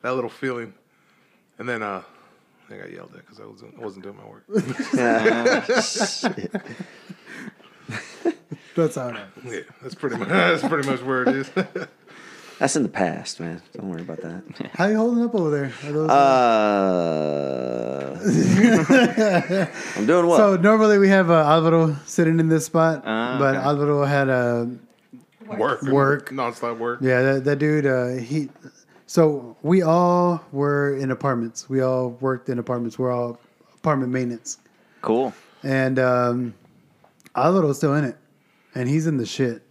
that little feeling. And then uh, I think I yelled at because I wasn't, I wasn't doing my
(laughs)
work.
That's how. It is.
yeah, that's pretty much (laughs) that's pretty much where it
(laughs)
is.
That's in the past, man. Don't worry about that.
(laughs) How you holding up over there? Are those-
Uh, I'm doing well.
so normally we have uh, Alvaro sitting in this spot, but
okay.
Alvaro had uh,
work,
Work.
nonstop work.
yeah that, that dude uh, he. So we all were in apartments. We all worked in apartments. We're all apartment maintenance.
Cool.
and um, Alvaro's still in it, and he's in the shit,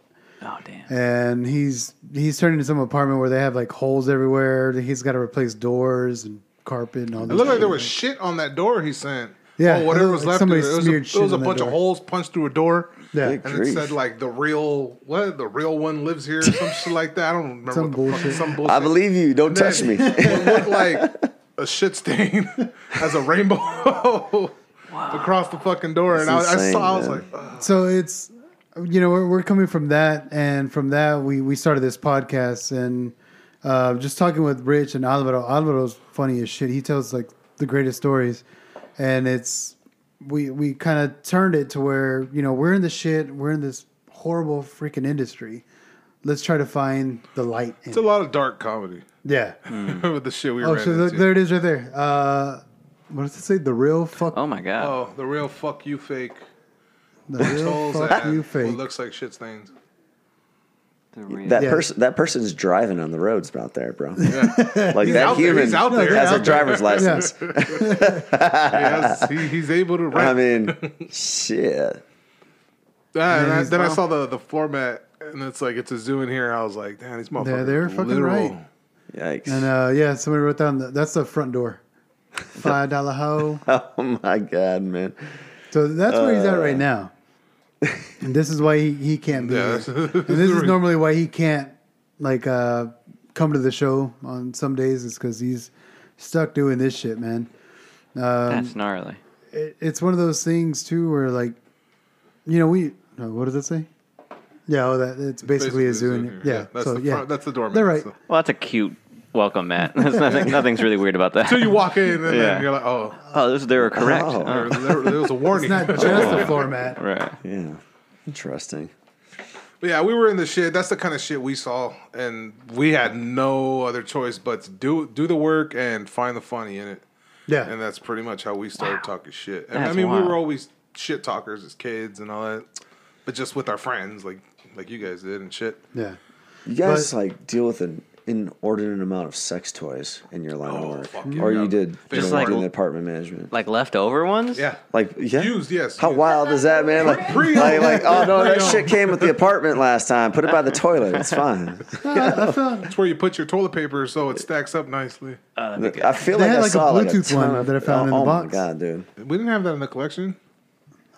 Oh damn.
and he's he's turned into some apartment where they have like holes everywhere. He's got to replace doors and carpet and all.
It looked like there was shit on that door he sent.
Yeah,
or whatever
it
was
looked like
left. of
somebody
it. It was a,
smeared
it
shit
was a
on that
bunch of
door.
holes punched through a door,
yeah,
Big
and it
grief.
said like the real what the real one lives here, or
(laughs)
some shit like that. I don't remember
Some
what the fuck.
bullshit.
Some bullshit.
I believe you. Don't
And then
touch me.
It looked
(laughs)
like a shit stain (laughs) as a rainbow across the fucking door, and I,
That's
I saw. I was
insane,
like,
man.
"Ugh."
so it's you know we're, we're coming from that, and from that we we started this podcast and. Uh, just talking with Rich and Alvaro. Alvaro's funny as shit. He tells like the greatest stories, and it's we we kind of turned it to where you know we're in the shit. We're in this horrible freaking industry. let's try to find the light. In
It's a lot of dark comedy (laughs)
it. Yeah.
with the shit we
Oh,
ran
so look,
into.
there it is right there. Uh, what does it say? The real fuck.
Oh my god.
oh, the real fuck you fake.
the real
Souls
fuck
that
you
What
fake.
looks like shit
(laughs)
stains.
The real-
That
Yeah.
person, that person's driving on the roads out there, bro. (laughs) Like
out
that
there,
human
he's out there.
has
Out (laughs)
a driver's license.
He has- he- he's able to rap.
I mean, shit.
Yeah, and I-
he's
then I
dumb.
saw the, the format, and it's like it's a zoo in here. And I was like, damn, these motherfuckers.
Yeah, they're fucking
literal.
right.
Yikes.
And uh, yeah, somebody wrote down the, that's the front
(laughs)
door. Five dollar hoe.
(laughs) Oh my god, man.
So that's where he's at right now. And this is why he, he can't be
Uh. (laughs) Yeah.
here. And this is normally why he can't like uh, come to the show on some days is because he's stuck doing this shit, man.
That's gnarly.
It, it's one of those things too where like, you know, we no, what does it say? Yeah, oh, that it's basically, a zoo. in
here.
here. Yeah,
that's
so
the
yeah,
front, that's the doormat.
They're right.
So,
Well, that's a cute welcome, Matt. (laughs) There's nothing, nothing's really weird about that.
so you walk in, and
Yeah.
then you're like, oh,
(laughs) oh, those they were correct.
Oh.
there, there- there was a warning. (laughs)
It's not just the floor mat.
Oh, right.
Yeah. Interesting.
But yeah, we were in the shit. That's the kind of shit we saw, and we had no other choice but to do do the work and find the funny in it.
Yeah,
And that's pretty much how we started talking shit. And, I
That's
mean, we
wild.
were always shit talkers as kids and all that, but just with our friends, like like you guys did and shit. (laughs)
yeah.
You guys like deal with an inordinate amount of sex toys in your line
Oh,
of
fuck
work,
yeah.
or you did
Just
just
like-
in the apartment management.
Like leftover ones?
Yeah,
Like yeah,
Used, yes,
How
used.
wild is that, man? Like,
Pre-owned.
like, like, oh no, that
Pre-owned.
shit came with the apartment last time. Put it by the toilet. It's
(laughs)
fine.
that's where you put your toilet paper so it stacks up nicely.
Oh,
I feel
They
like
had,
I
like, a
saw like a
Bluetooth one
ton of-
that I found in
oh,
the
Oh my
box.
god, dude,
We didn't have that in the collection.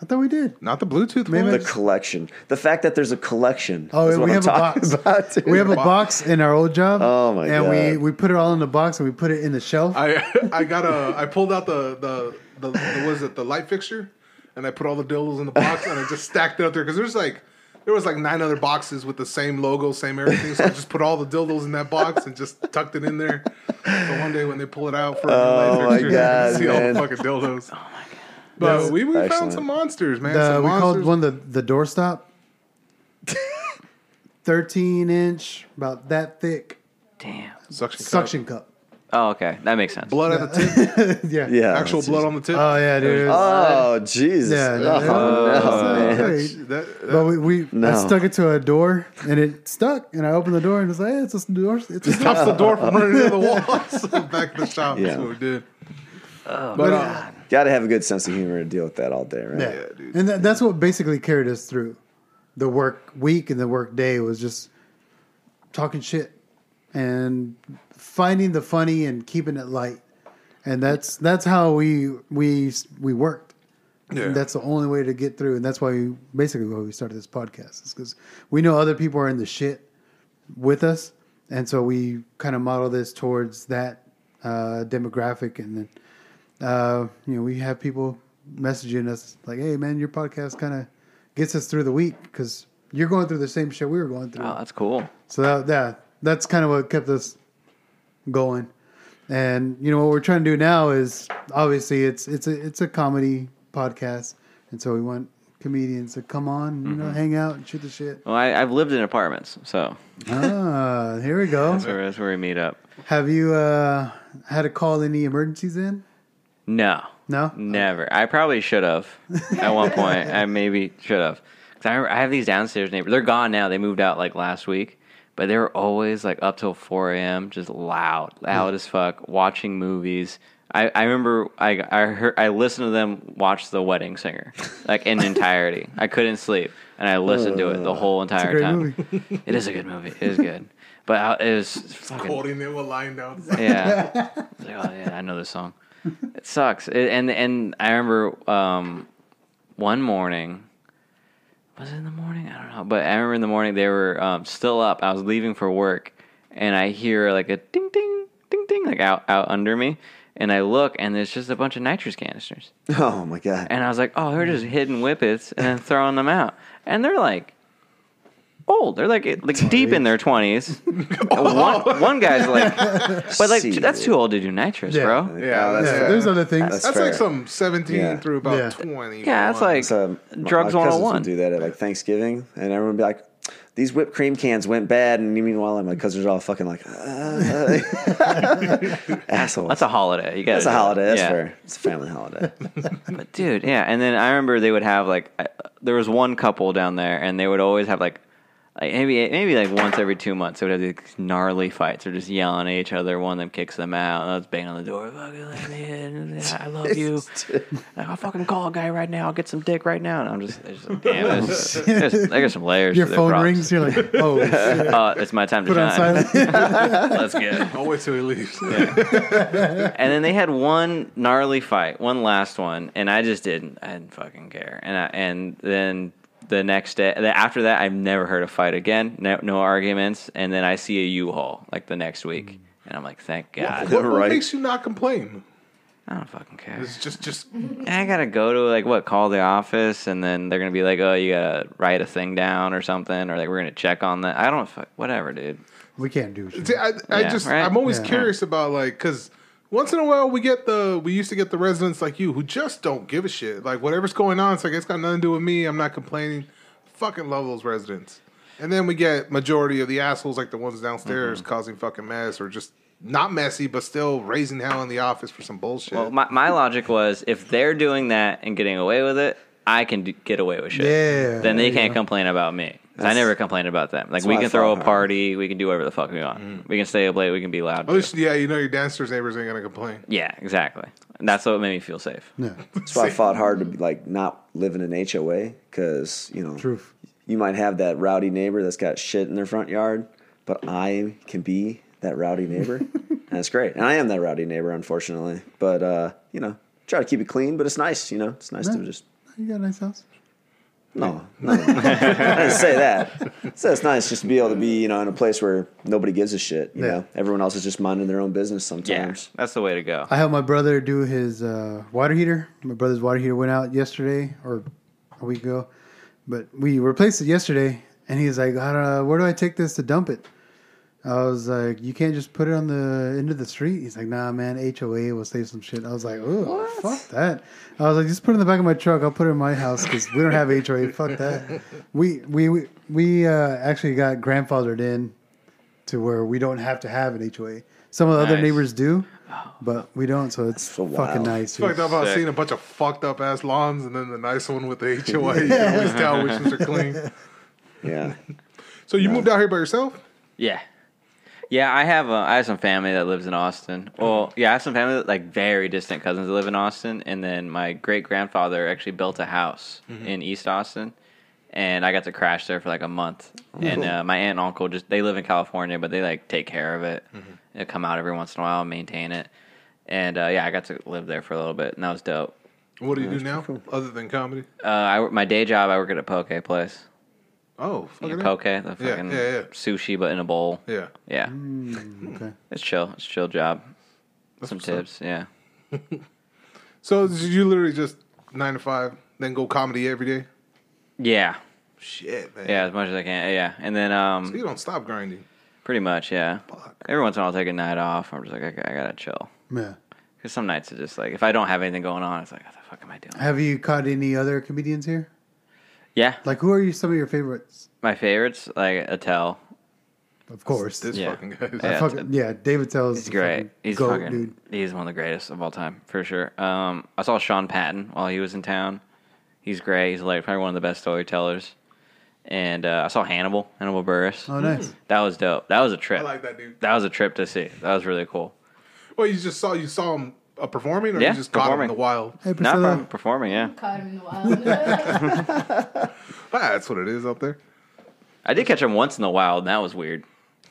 I thought we did.
Not the Bluetooth
Maybe
one.
the collection. The fact that there's a collection.
Oh,
is
we
what
have a
I'm
(laughs)
talking
box.
(laughs)
About, dude.
We have a box in our old job.
Oh, my
and And we
God.
we put it all in the box and we put it in the shelf.
I (laughs) I got a I pulled out the the the, the was it the light fixture, and I put all the dildos in the box and I just stacked it up there because there's like there was like nine other boxes with the same logo, same everything. So I just put all the dildos in that box and just tucked it in there. So one day when they pull it out for a new
Oh
light
my
fixture, you
God,
can see all
man.
the fucking dildos. Oh my god! But we, we found
excellent.
some monsters, man.
The-
some
Uh, we
monsters.
called one the the
(laughs)
doorstop. Thirteen inch, about that thick
Damn.
suction,
suction cup.
Oh, okay. That makes sense.
blood at the tip,
yeah.
yeah,
actual
it's
blood
just-
on the tip.
Oh yeah, dude.
Oh Jesus!
yeah. no,
Oh,
it was- it was great.
That- that-
But we, we I
No.
stuck it to a door and it stuck and I opened the door and it's like hey, it's a door it's a door.
stops the door from running into the wall. so (laughs) back to the shop.
Yeah.
That's what we did. Oh,
But,
but,
uh,
uh,
Got to have a good sense of humor to deal with that all day, right?
yeah.
yeah, dude.
and that, that's what basically carried us through the work week and the work day was just talking shit and finding the funny and keeping it light and that's that's how we we we worked
yeah.
And that's the only way to get through and that's why we basically why we started this podcast is because we know other people are in the shit with us and so we kind of model this towards that uh, demographic and then uh, you know we have people messaging us like hey man your podcast kind of gets us through the week because you're going through the same shit we were going through
Oh, that's cool.
so that, that that's kind of what kept us going. And you know what we're trying to do now is obviously it's it's a it's a comedy podcast, and so we want comedians to come on, you
Mm-hmm.
know, hang out and shoot the shit.
Well, I, I've lived in apartments, so
ah, here we go.
that's where, that's where we meet up.
Have you uh had to call any emergencies in?
No.
No.
Never. I probably should have at one point. I maybe should have. 'Cause I, remember- I have these downstairs neighbors. They're gone now. They moved out like last week, but they were always like up till 4 a.m., just loud, loud as fuck, watching movies. I, I remember I I heard I listened to them watch The Wedding Singer like in entirety. I couldn't sleep and I listened to it the whole entire
great
time. It is a good movie. It is good, but I, it was fucking
Holding it with lying down. Like,
yeah. It's like, oh yeah, I know this song. It sucks. It, and and I remember um, one morning. Was it in the morning? I don't know. But I remember in the morning they were um, still up. I was leaving for work, and I hear like a ding ding ding ding like out out under me, and I look, and there's just a bunch of nitrous canisters.
Oh my god.
And I was like, oh, they're just hitting whippets and then throwing them out. And they're like old. They're like like deep in their 20s. one, one guy's like, but like,
Shit.
that's too old to do nitrous,
Yeah.
bro.
Yeah,
that's
yeah.
fair.
There's other things.
That's
that's like
fair.
some 17
Yeah.
through about
Yeah.
20.
Yeah, that's like
So, my-
drugs
my cousins would
101.
do that at like Thanksgiving, and everyone would be like, these whipped cream cans went bad, and meanwhile, my cousins are all fucking like,
(laughs)
uh, (laughs) assholes.
That's a holiday. You
That's a holiday. That's
fair.
fair. It's a family holiday.
But dude, yeah. And then I remember they would have like I, there was one couple down there, and they would always have like, like maybe maybe like once every two months they would have these gnarly fights. They're just yelling at each other. One of them kicks them out. And I was banging on the door. Fucking let me in. (laughs) I love
(laughs)
(laughs)
you. Like, I'll fucking call a guy right now. I'll get some dick right now. And I'm just,
(laughs)
it's just like, damn. There's, there's, there's some layers.
Your
to their
phone rings.
problems.
You're like, oh,
(laughs)
shit.
Uh, it's my time to
put on
shine.
silent. (laughs)
Let's get.
I'll wait till
(laughs)
he leaves.
and then they had one gnarly fight, one last one, and I just didn't. I didn't fucking care. And I, and then the next day, the- after that, I've never heard a fight again. No, no arguments. And then I see a U-Haul like the next week, and I'm like, thank God.
What, what
Right.
makes you not complain?
I don't fucking care.
It's just, just
I gotta go to like what call the office, and then they're gonna be like, oh, you gotta write a thing down or something, or like we're gonna check on that. I don't fuck whatever, dude.
we can't do shit.
See,
(laughs)
I, I
Yeah,
just
right?
I'm always
Yeah.
curious about like because once in a while we get the we used to get the residents like you who just don't give a shit like whatever's going on it's like it's got nothing to do with me I'm not complaining fucking love those residents and then we get majority of the assholes like the ones
Mm-hmm.
downstairs causing fucking mess or just not messy but still raising hell in the office for some bullshit
Well, my my logic was if they're doing that and getting away with it. I can do, get away with shit.
Yeah,
then
there
they
you
can't
go.
complain about me. 'Cause I
That's-
never complain about them. Like we
why I
can throw
follow
a
her.
party, we can do whatever the fuck we want.
Mm.
We can stay up late, we can be loud.
at least yeah you know your downstairs neighbors ain't gonna complain
yeah, exactly. And that's what made me feel safe.
No,
That's why I fought hard to be like not live in an HOA because you know
truth.
you might have that rowdy neighbor that's got shit in their front yard, but I can be that rowdy neighbor, and it's great. And I am that rowdy neighbor, unfortunately. But uh, you know, try to keep it clean. But it's nice, you know. It's nice to just
You got a nice house.
no, no. I didn't say that. So it's nice just to be able to be you know in a place where nobody gives a shit. You
Yeah.
know, everyone else is just minding their own business
Yeah,
sometimes.
that's the way to go.
I helped my brother do his uh, water heater. My brother's water heater went out yesterday or a week ago, but we replaced it yesterday. And he's like, I don't know, where do I take this to dump it? I was like, you can't just put it on the end of the street. He's like, nah, man, HOA will save some shit. I was like, oh, fuck that. I was like, just put it in the back of my truck. I'll put it in my house because we don't have HOA. Fuck that. We we we, we uh, actually got grandfathered in to where we don't have to have an HOA. Some of the other
Nice.
neighbors do, but we don't. So it's
so
fucking
wild.
nice.
It's fucked
dude.
up. I was
Sick.
seeing a bunch of fucked up ass lawns, and then the nice one
(laughs)
with the HOA. You can always tell which ones are clean.
Yeah,
So you moved out here by yourself?
Yeah, yeah. I have uh, I have some family that lives in Austin.
Mm-hmm.
Well, yeah, I have some family that, like very distant cousins that live in Austin, and then my great grandfather actually built a house
Mm-hmm.
in East Austin, and I got to crash there for like a month. And uh, my aunt and uncle just they live in California, but they like take care of it.
Mm-hmm.
They come out every once in a while, and maintain it, and uh, yeah, I got to live there for a little bit, and that was dope.
What do you do now, other than comedy?
Uh, I my day job I work at a poke place.
Oh,
Yeah,
fucking
poke, the fucking
yeah, yeah.
sushi, but in a bowl.
Yeah.
Yeah.
Mm, okay.
It's chill. It's a chill job. Some tips, yeah.
So did you literally just nine to five, then go comedy every day?
Yeah.
Shit, man.
Yeah, as much as I can. Yeah. And then
You
um
don't stop grinding.
pretty much, yeah.
Fuck.
Every once in a while I'll take a night off. I'm just like, okay, I gotta chill.
Yeah.
Because some nights it's just like if I don't have anything going on, it's like, what the fuck am I doing?
Have you caught any other comedians here?
Yeah.
Like, who are you? Some of your favorites,
My favorites, like Attell.
of course.
This
Yeah.
fucking guy.
Yeah.
Yeah.
Fucking- yeah, David tells.
He's great. He's
goat,
fucking he's one of the greatest of all time, for sure. Um I saw Sean Patton while he was in town. He's great. He's like probably one of the best storytellers. And uh, I saw Hannibal, Hannibal Burris.
Oh, nice.
That was dope. That was a
(laughs)
trip.
I like that dude.
That was a trip to see. That was really cool.
Well, you just saw you saw him uh, performing, or
Yeah,
you just caught him in
performing.
the wild.
Hey,
Not
Priscilla.
from performing, yeah.
Caught him in the wild. (laughs)
Ah, that's what it is up there.
I did catch him once in the wild, and that was weird.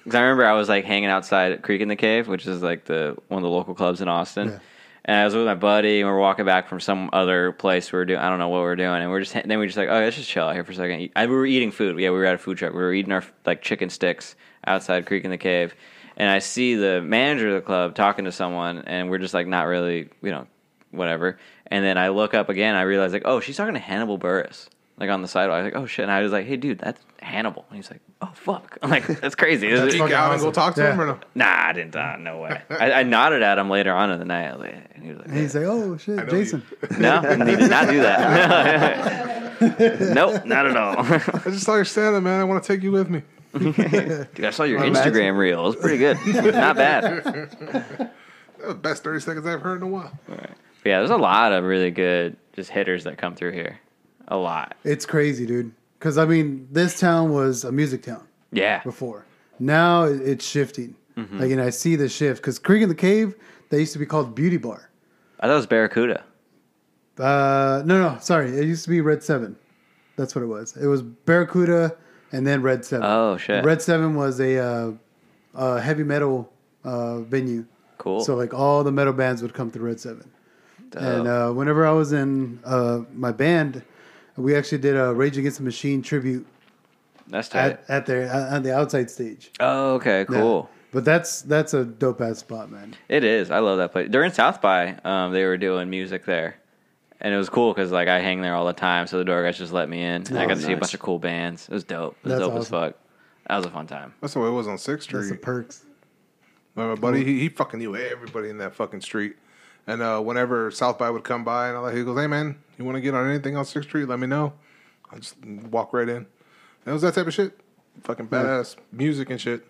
Because I remember I was like hanging outside at Creek in the Cave, which is like the one of the local clubs in Austin.
Yeah.
And I was with my buddy, and we are walking back from some other place. We were doing, I don't know what we were doing, and we are just then we were just like, oh, let's just chill out here for a second. I, we were eating food. Yeah, we were at a food truck. We were eating our like chicken sticks outside Creek in the Cave, and I see the manager of the club talking to someone, and we're just like not really, you know, whatever. And then I look up again, I realize like, oh, she's talking to Hannibal Burris, like on the sidewalk. I was like, oh shit, and I was like, hey dude, that's Hannibal. And he's like, oh fuck, I'm like, that's crazy. This is-
Geek
fucking
out and
awesome.
go talk to
Yeah.
him, or no?
Nah, I didn't. Uh,
(laughs)
no way. I, I nodded at him later on in the night, I was like- and he was like, (laughs)
And he's like, oh
I
(laughs) shit,
know
Jason.
"No, he did not do that." (laughs) nope, not at all.
I just saw your stand man. I want to take you with me.
Dude, I saw your
Imagine.
Instagram reel. It was pretty good.
(laughs)
Not bad. But
That was the best 30 seconds I've heard in a while.
yeah, there's a lot of really good just hitters that come through here. A lot.
It's crazy, dude. Because I mean, this town was a music town
Yeah.
before. Now it- it's shifting.
Mm-hmm.
Like, and I see the shift. Because Creek in the Cave, they used to be called Beauty Bar.
I thought it was Barracuda.
Uh, no, no, sorry. It used to be Red Seven. That's what it was. It was Barracuda and then Red Seven.
Oh,
(laughs)
shit.
Red Seven was a, uh, a heavy metal uh, venue.
Cool.
So like all the metal bands would come through Red Seven. And uh, whenever I was in uh, my band, we actually did a Rage Against the Machine tribute
That's tight.
at, at their at- on the outside stage.
oh, okay,
Yeah.
cool.
But that's that's a dope ass spot, man.
It is. I love that place. During South by, um, they were doing music there, and it was cool because like I hang there all the time, so the door guys just let me in, and I
Oh,
got to see a
nice.
bunch of cool bands. It was dope. It was
That's
dope as
awesome.
fuck. That was a fun time.
That's the way it was on 6th Street.
That's the perks.
My buddy, he, he fucking knew everybody in that fucking street. And uh, whenever South by would come by and all that, he goes, "Hey man, you want to get on anything on Sixth Street? Let me know." I just walk right in. And it was that type of shit, fucking badass music and shit.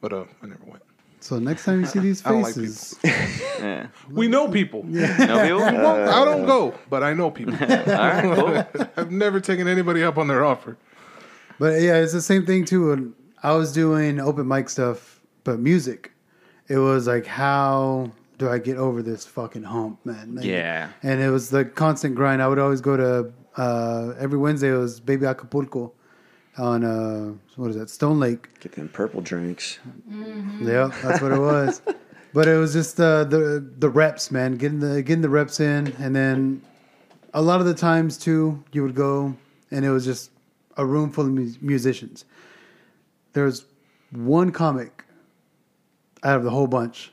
But uh, I never went.
So next time you see
(laughs)
these
I don't like
faces,
Yeah.
We know people.
No people.
(laughs)
All
I don't go, but I know
(laughs)
people.
right, cool.
(laughs) I've never taken anybody up on their offer.
But yeah, it's the same thing too. When I was doing open mic stuff, but music, it was like, how do I get over this fucking hump, man? Like,
Yeah.
And it was the constant grind. I would always go to uh, every Wednesday. It was Baby Acapulco on uh, what is that Stone Lake?
Get them purple drinks.
Yep, that's what it
(laughs)
was. but it was just uh, the the reps, man, getting the getting the reps in, and then a lot of the times too, you would go and it was just a room full of mu- musicians. There was one comic out of the whole bunch,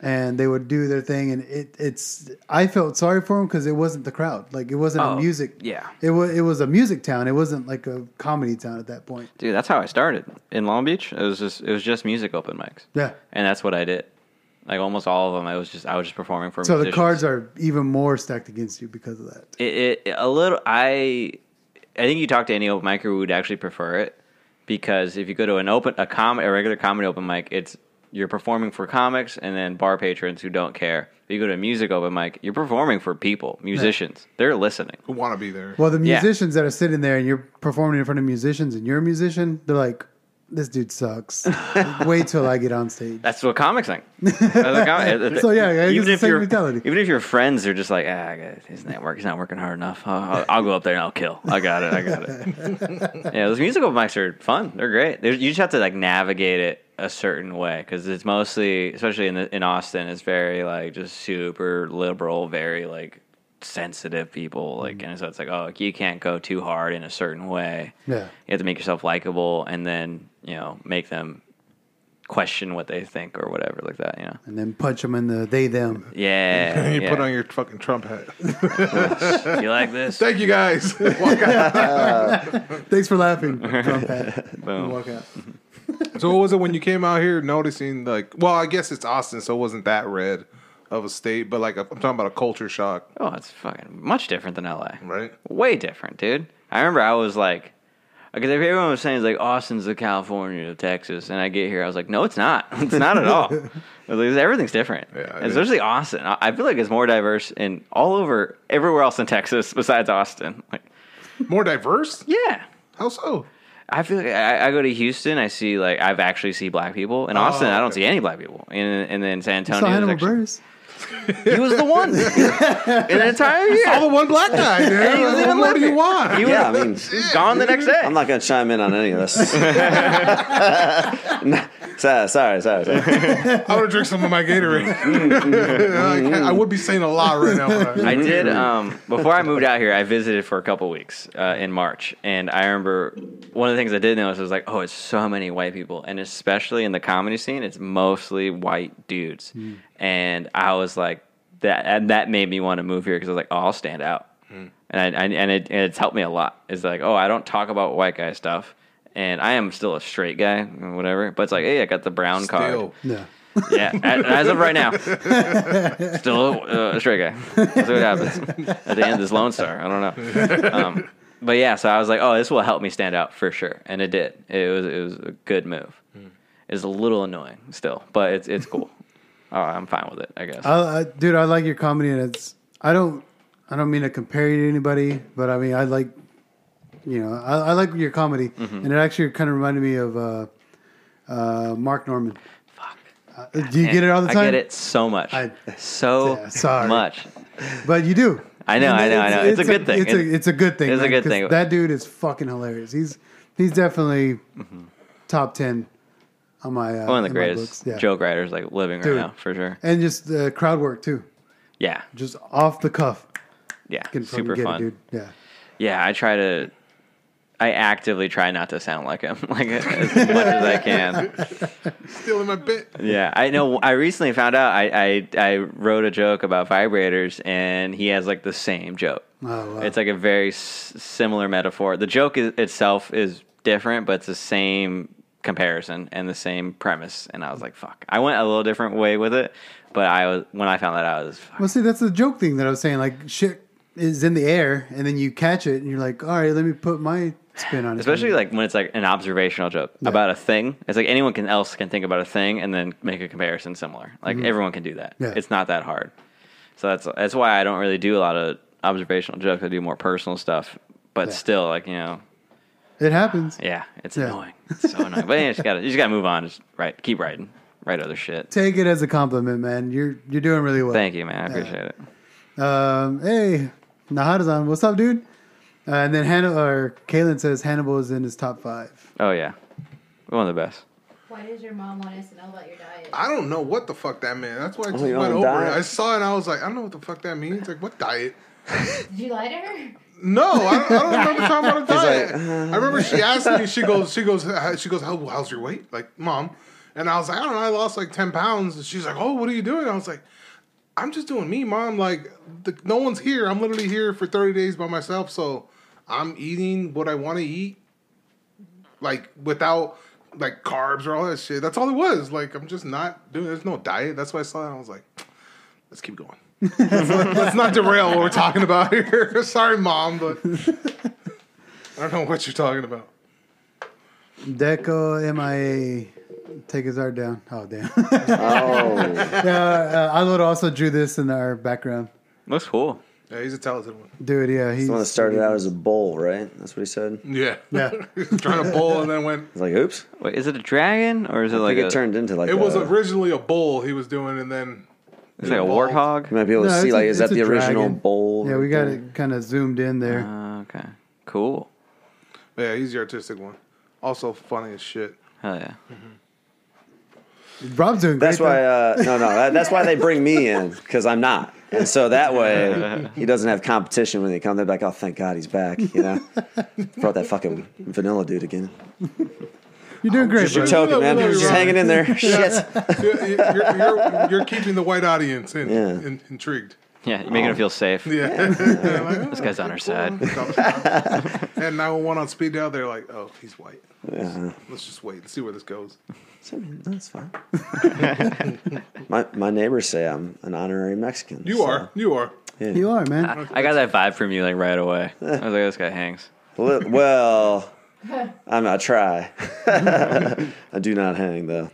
and they would do their thing, and it it's I felt sorry for them because it wasn't the crowd, like it wasn't
Oh,
a music.
yeah.
it was it was a music town. It wasn't like a comedy town at that point.
Dude, that's how I started in Long Beach. It was just it was just music open mics.
Yeah.
and that's what I did. Like almost all of them, I was just I was just performing for.
So
musicians.
the cards are even more stacked against you because of that.
it, it a little i i think you talk to any open micer who would actually prefer it because if you go to an open a com a regular comedy open mic it's you're performing for comics and then bar patrons who don't care if you go to a music open mic you're performing for people musicians they're listening
Who want to be there?
Well, the
Yeah.
musicians that are sitting there and you're performing in front of musicians and you're a musician, they're like, this dude
(laughs)
sucks. Wait till I get on stage.
that's what comics (laughs) think That's what com-
So, yeah, I guess it's the same
your-
mentality.
even if your friends are just like ah isn't that work he's not working hard enough I'll, I'll- I'll go up there and I'll kill I got it I got it
(laughs)
Yeah, those musical mics are fun. They're great. There's, you just have to like navigate it a certain way because it's mostly, especially in the, in Austin, it's very like just super liberal, very like sensitive people. Like,
Mm.
and so it's like, oh, you can't go too hard in a certain way.
Yeah.
you have to make yourself likable, and then you know make them question what they think or whatever like that. You know,
And then punch them in the they, them.
yeah,
(laughs) you
yeah.
put on your fucking Trump hat.
you like this?
(laughs) Thank you guys. Walk out.
Thanks for
(laughs)
laughing, Trump hat. And Walk out.
so what was it when you came out here noticing like? Well, I guess it's Austin, so it wasn't that red of a state, but like i I'm talking about a culture shock,
Oh, it's fucking much different than LA.
right?
way different, dude. I remember I was like, because everyone was saying it's like Austin's the California of Texas, and I get here, I was like, no, it's not. (laughs) It's not at
(laughs)
all. I was like, everything's different,
Yeah, it
especially Austin. I I feel like it's more diverse in all over everywhere else in Texas besides Austin. Like,
More diverse?
yeah.
How so?
I feel like I, I go to Houston, I see like I've actually see black people. In Austin, I don't see any black people. And and then San
So
Antonio,
Hannibal
there's actually-
Buress.
he was the one in the entire year.
All the one black guy, dude.
(laughs) he was even
what do you
living.
want?
He was,
Yeah, I mean,
he was gone the next day.
I'm not going to chime in on any of this. (laughs) No, sorry, sorry, sorry. sorry.
I want to drink some of my
(laughs)
Gatorade. (laughs) I,
Mm-hmm.
can't- I would be saying a lot right now. but I-
I did. Um, before I moved out here, I visited for a couple weeks uh, in March, and I remember one of the things I did notice was like, oh, it's so many white people, and especially in the comedy scene, it's mostly white dudes, and I was like, that and that made me want to move here because I was like, oh, I'll stand out, and I, I and it and it's helped me a lot. It's like, oh, I don't talk about white guy stuff. And I am still a straight guy, whatever. But it's like, hey, I got the brown card.
Still.
No.
Yeah, a- as of right now, still uh, a straight guy. Let's see what happens at the end. This Lone Star, I don't know. Um, but yeah, so I was like, oh, this will help me stand out for sure, and it did. It was it was a good move. It's a little annoying still, but it's it's cool. oh, I'm fine with it, I guess.
I, I, dude, I like your comedy, and it's I don't I don't mean to compare you to anybody, but I mean I like you know I, I like your comedy,
Mm-hmm.
and it actually kind of reminded me of uh, uh, Mark Norman.
Fuck.
Uh, do you get it all the time?
I get it so much,
I-
so
Yeah, sorry.
much.
but you do.
I know,
And
I know, I know. It's a good thing.
It's a, it's a good thing.
It's a
man,
good
'cause
thing.
That dude is fucking hilarious. He's he's definitely top ten on my uh,
One of the
in my books.
greatest
Yeah.
joke writers like living
Dude.
right now for sure.
and just uh, crowd work too,
Yeah,
just off the cuff.
yeah,
Can fucking
super
get
fun.
It, dude. Yeah.
Yeah, I try to. I actively try not to sound like him, (laughs) like as much as I can.
Still in my bit.
Yeah, I know. I recently found out. I, I I wrote a joke about vibrators, and he has like the same joke.
Oh, wow.
It's like a very s- similar metaphor. The joke is, itself is different, but it's the same comparison and the same premise. And I was like, "Fuck!" I went a little different way with it, but I was when I found that out, I was fuck.
Well, see, that's the joke thing that I was saying. Like, shit is in the air, and then you catch it, and you're like, all right, let me put my spin on it.
especially like when it's like an observational joke about a thing. It's like anyone can else can think about a thing and then make a comparison similar. Like everyone can do that.
Yeah.
It's not that hard. So that's that's why I don't really do a lot of observational jokes. I do more personal stuff. But
Yeah.
still, like you know,
it happens.
yeah, it's
Yeah.
annoying. It's so annoying. But yeah, you just gotta you just gotta move on. Just write, keep writing, write other shit.
Take it as a compliment, man. You're you're doing really well.
Thank you, man. I appreciate it.
Um, hey, Nahada's on. What's up, dude? Uh, and then Hannibal or Kalen says Hannibal is in his top five.
Oh yeah, one of the best.
Why does your mom want us to know about your diet?
I don't know what the fuck that meant. That's why I just
you
went
on
over
diet?
it. I saw it and I was like, I don't know what the fuck that means. Like, what diet?
Did you lie to her?
No, I don't, I don't remember talking about a diet. I remember she asked me. She goes, she goes, "How- she goes. How, how's your weight, like mom? And I was like, I don't know. I lost like ten pounds. And she's like, Oh, what are you doing? I was like, I'm just doing me, mom. Like, the, no one's here. I'm literally here for thirty days by myself. So I'm eating what I want to eat, like without like carbs or all that shit. That's all it was. Like, I'm just not doing. There's no diet. That's why I saw that. and I was like, Let's keep going. Let's not derail what we're talking about here. (laughs) Sorry, mom, but I don't know what you're talking about.
Deco MIA. Take his art down. Oh damn! (laughs)
Oh,
uh, I would also drew this in our background,
Looks cool.
Yeah, he's a talented one.
dude. Yeah, he's
the one that started out as a bowl, right? That's what he said.
Yeah. (laughs)
Yeah.
Trying to bowl and then went.
He's like, oops.
Wait, is it a dragon or is it
Like
like
it
a,
turned into like
It was
a,
originally a bowl he was doing, and then
It's like a
evolved.
warthog.
You might be able to
No,
see
it's
like
a-
is that
it's a
the original
dragon.
bowl?
yeah. We got
thing?
it kind of zoomed in there.
Uh-huh. Okay, cool.
Yeah, he's the artistic one. Also funny as shit.
Hell yeah.
Rob's doing great.
(laughs) That's why. Uh, no, no. That, that's why they bring me in because I'm not, and so that way he doesn't have competition when they come. They're like, oh, thank God he's back.
(laughs)
You know, brought that fucking vanilla dude again.
though. you're doing great.
Just your
Bro.
token,
Look,
man.
look,
Just
Ryan.
hanging in there. (laughs) Shit.
You're, you're, you're, you're keeping the white audience in,
Yeah.
in, intrigued.
Yeah, you're making it feel safe.
(laughs) Yeah. "Oh,
This guy's on our side.
(laughs) and now one on speed dial, they're like, oh, he's white.
Yeah,
Let's just wait and see where this goes.
So, that's fine. my my neighbors say I'm an honorary Mexican.
You
so-
are. You are.
You are
(laughs)
man.
I got that vibe from you like right away. I was like, this guy hangs.
Li-
(laughs)
Well, I'm I try. (laughs) I do not hang though.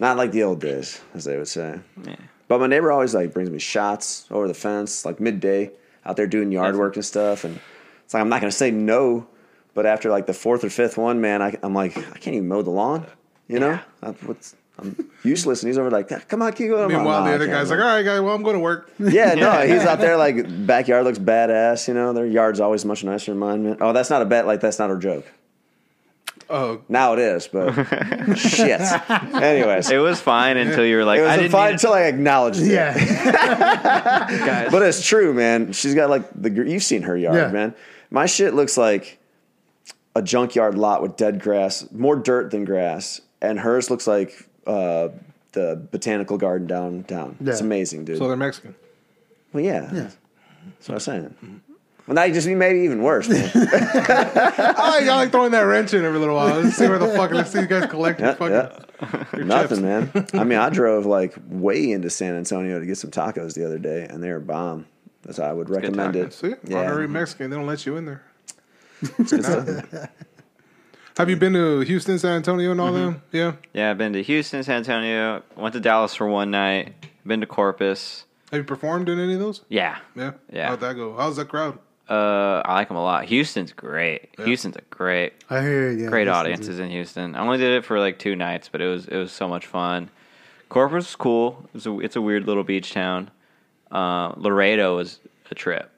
Not like the old days, as they would say.
Yeah.
But my neighbor always like brings me shots over the fence, like midday, out there doing yard work and stuff. And it's like I'm not gonna say no, but after like the fourth or fifth one, man, I, am like I can't even mow the lawn. You know, I, what's, I'm useless. And he's over like, come on, keep going. I'm like,
Meanwhile,
"Nah,
the
I
other
can't
guy's
mow."
like, all right, guy, well, I'm going to (laughs) work.
Yeah, no, he's out there like backyard looks badass. You know, their yard's always much nicer than mine. Man. Oh, that's not a bet. Like that's not a joke.
Oh,
Now it is, but
(laughs)
shit. Anyways,
It
it
was fine until you were like, I
was
didn't
fine
need to
until I acknowledged it.
Yeah.
guys.
But it's true, man. She's got like the gr- you've seen her yard,
Yeah.
man. My shit looks like a junkyard lot with dead grass, more dirt than grass, and hers looks like uh, the botanical garden downtown. It's
Yeah.
amazing, dude.
so they're Mexican.
well, yeah,
Yeah.
that's what I'm saying. Well, now you just made it even worse. Man.
(laughs) I like, I like throwing that wrench in every little while. Let's see where the fuck. Let's see you guys collect your
Yeah,
fucking.
yeah. Nothing, man.
(laughs)
I mean, I drove like way into San Antonio to get some tacos the other day, and they were bomb. That's how I would recommend
tacos.
it.
See,
Yeah.
honorary Mexican. They don't let you in there.
It's good stuff.
(laughs) Have you been to Houston, San Antonio, and all them? Yeah.
Yeah, I've been to Houston, San Antonio. Went to Dallas for one night. Been to Corpus.
Have you performed in any of those?
Yeah.
Yeah.
Yeah.
How'd that go? How's that crowd?
Uh, I like them a lot. Houston's great. Houston's a great,
I hear you. Yeah,
great
this is
audiences in Houston. I only did it for like two nights, but it was it was so much fun. Corpus was cool. It's a it's a weird little beach town. Uh, Laredo was a trip.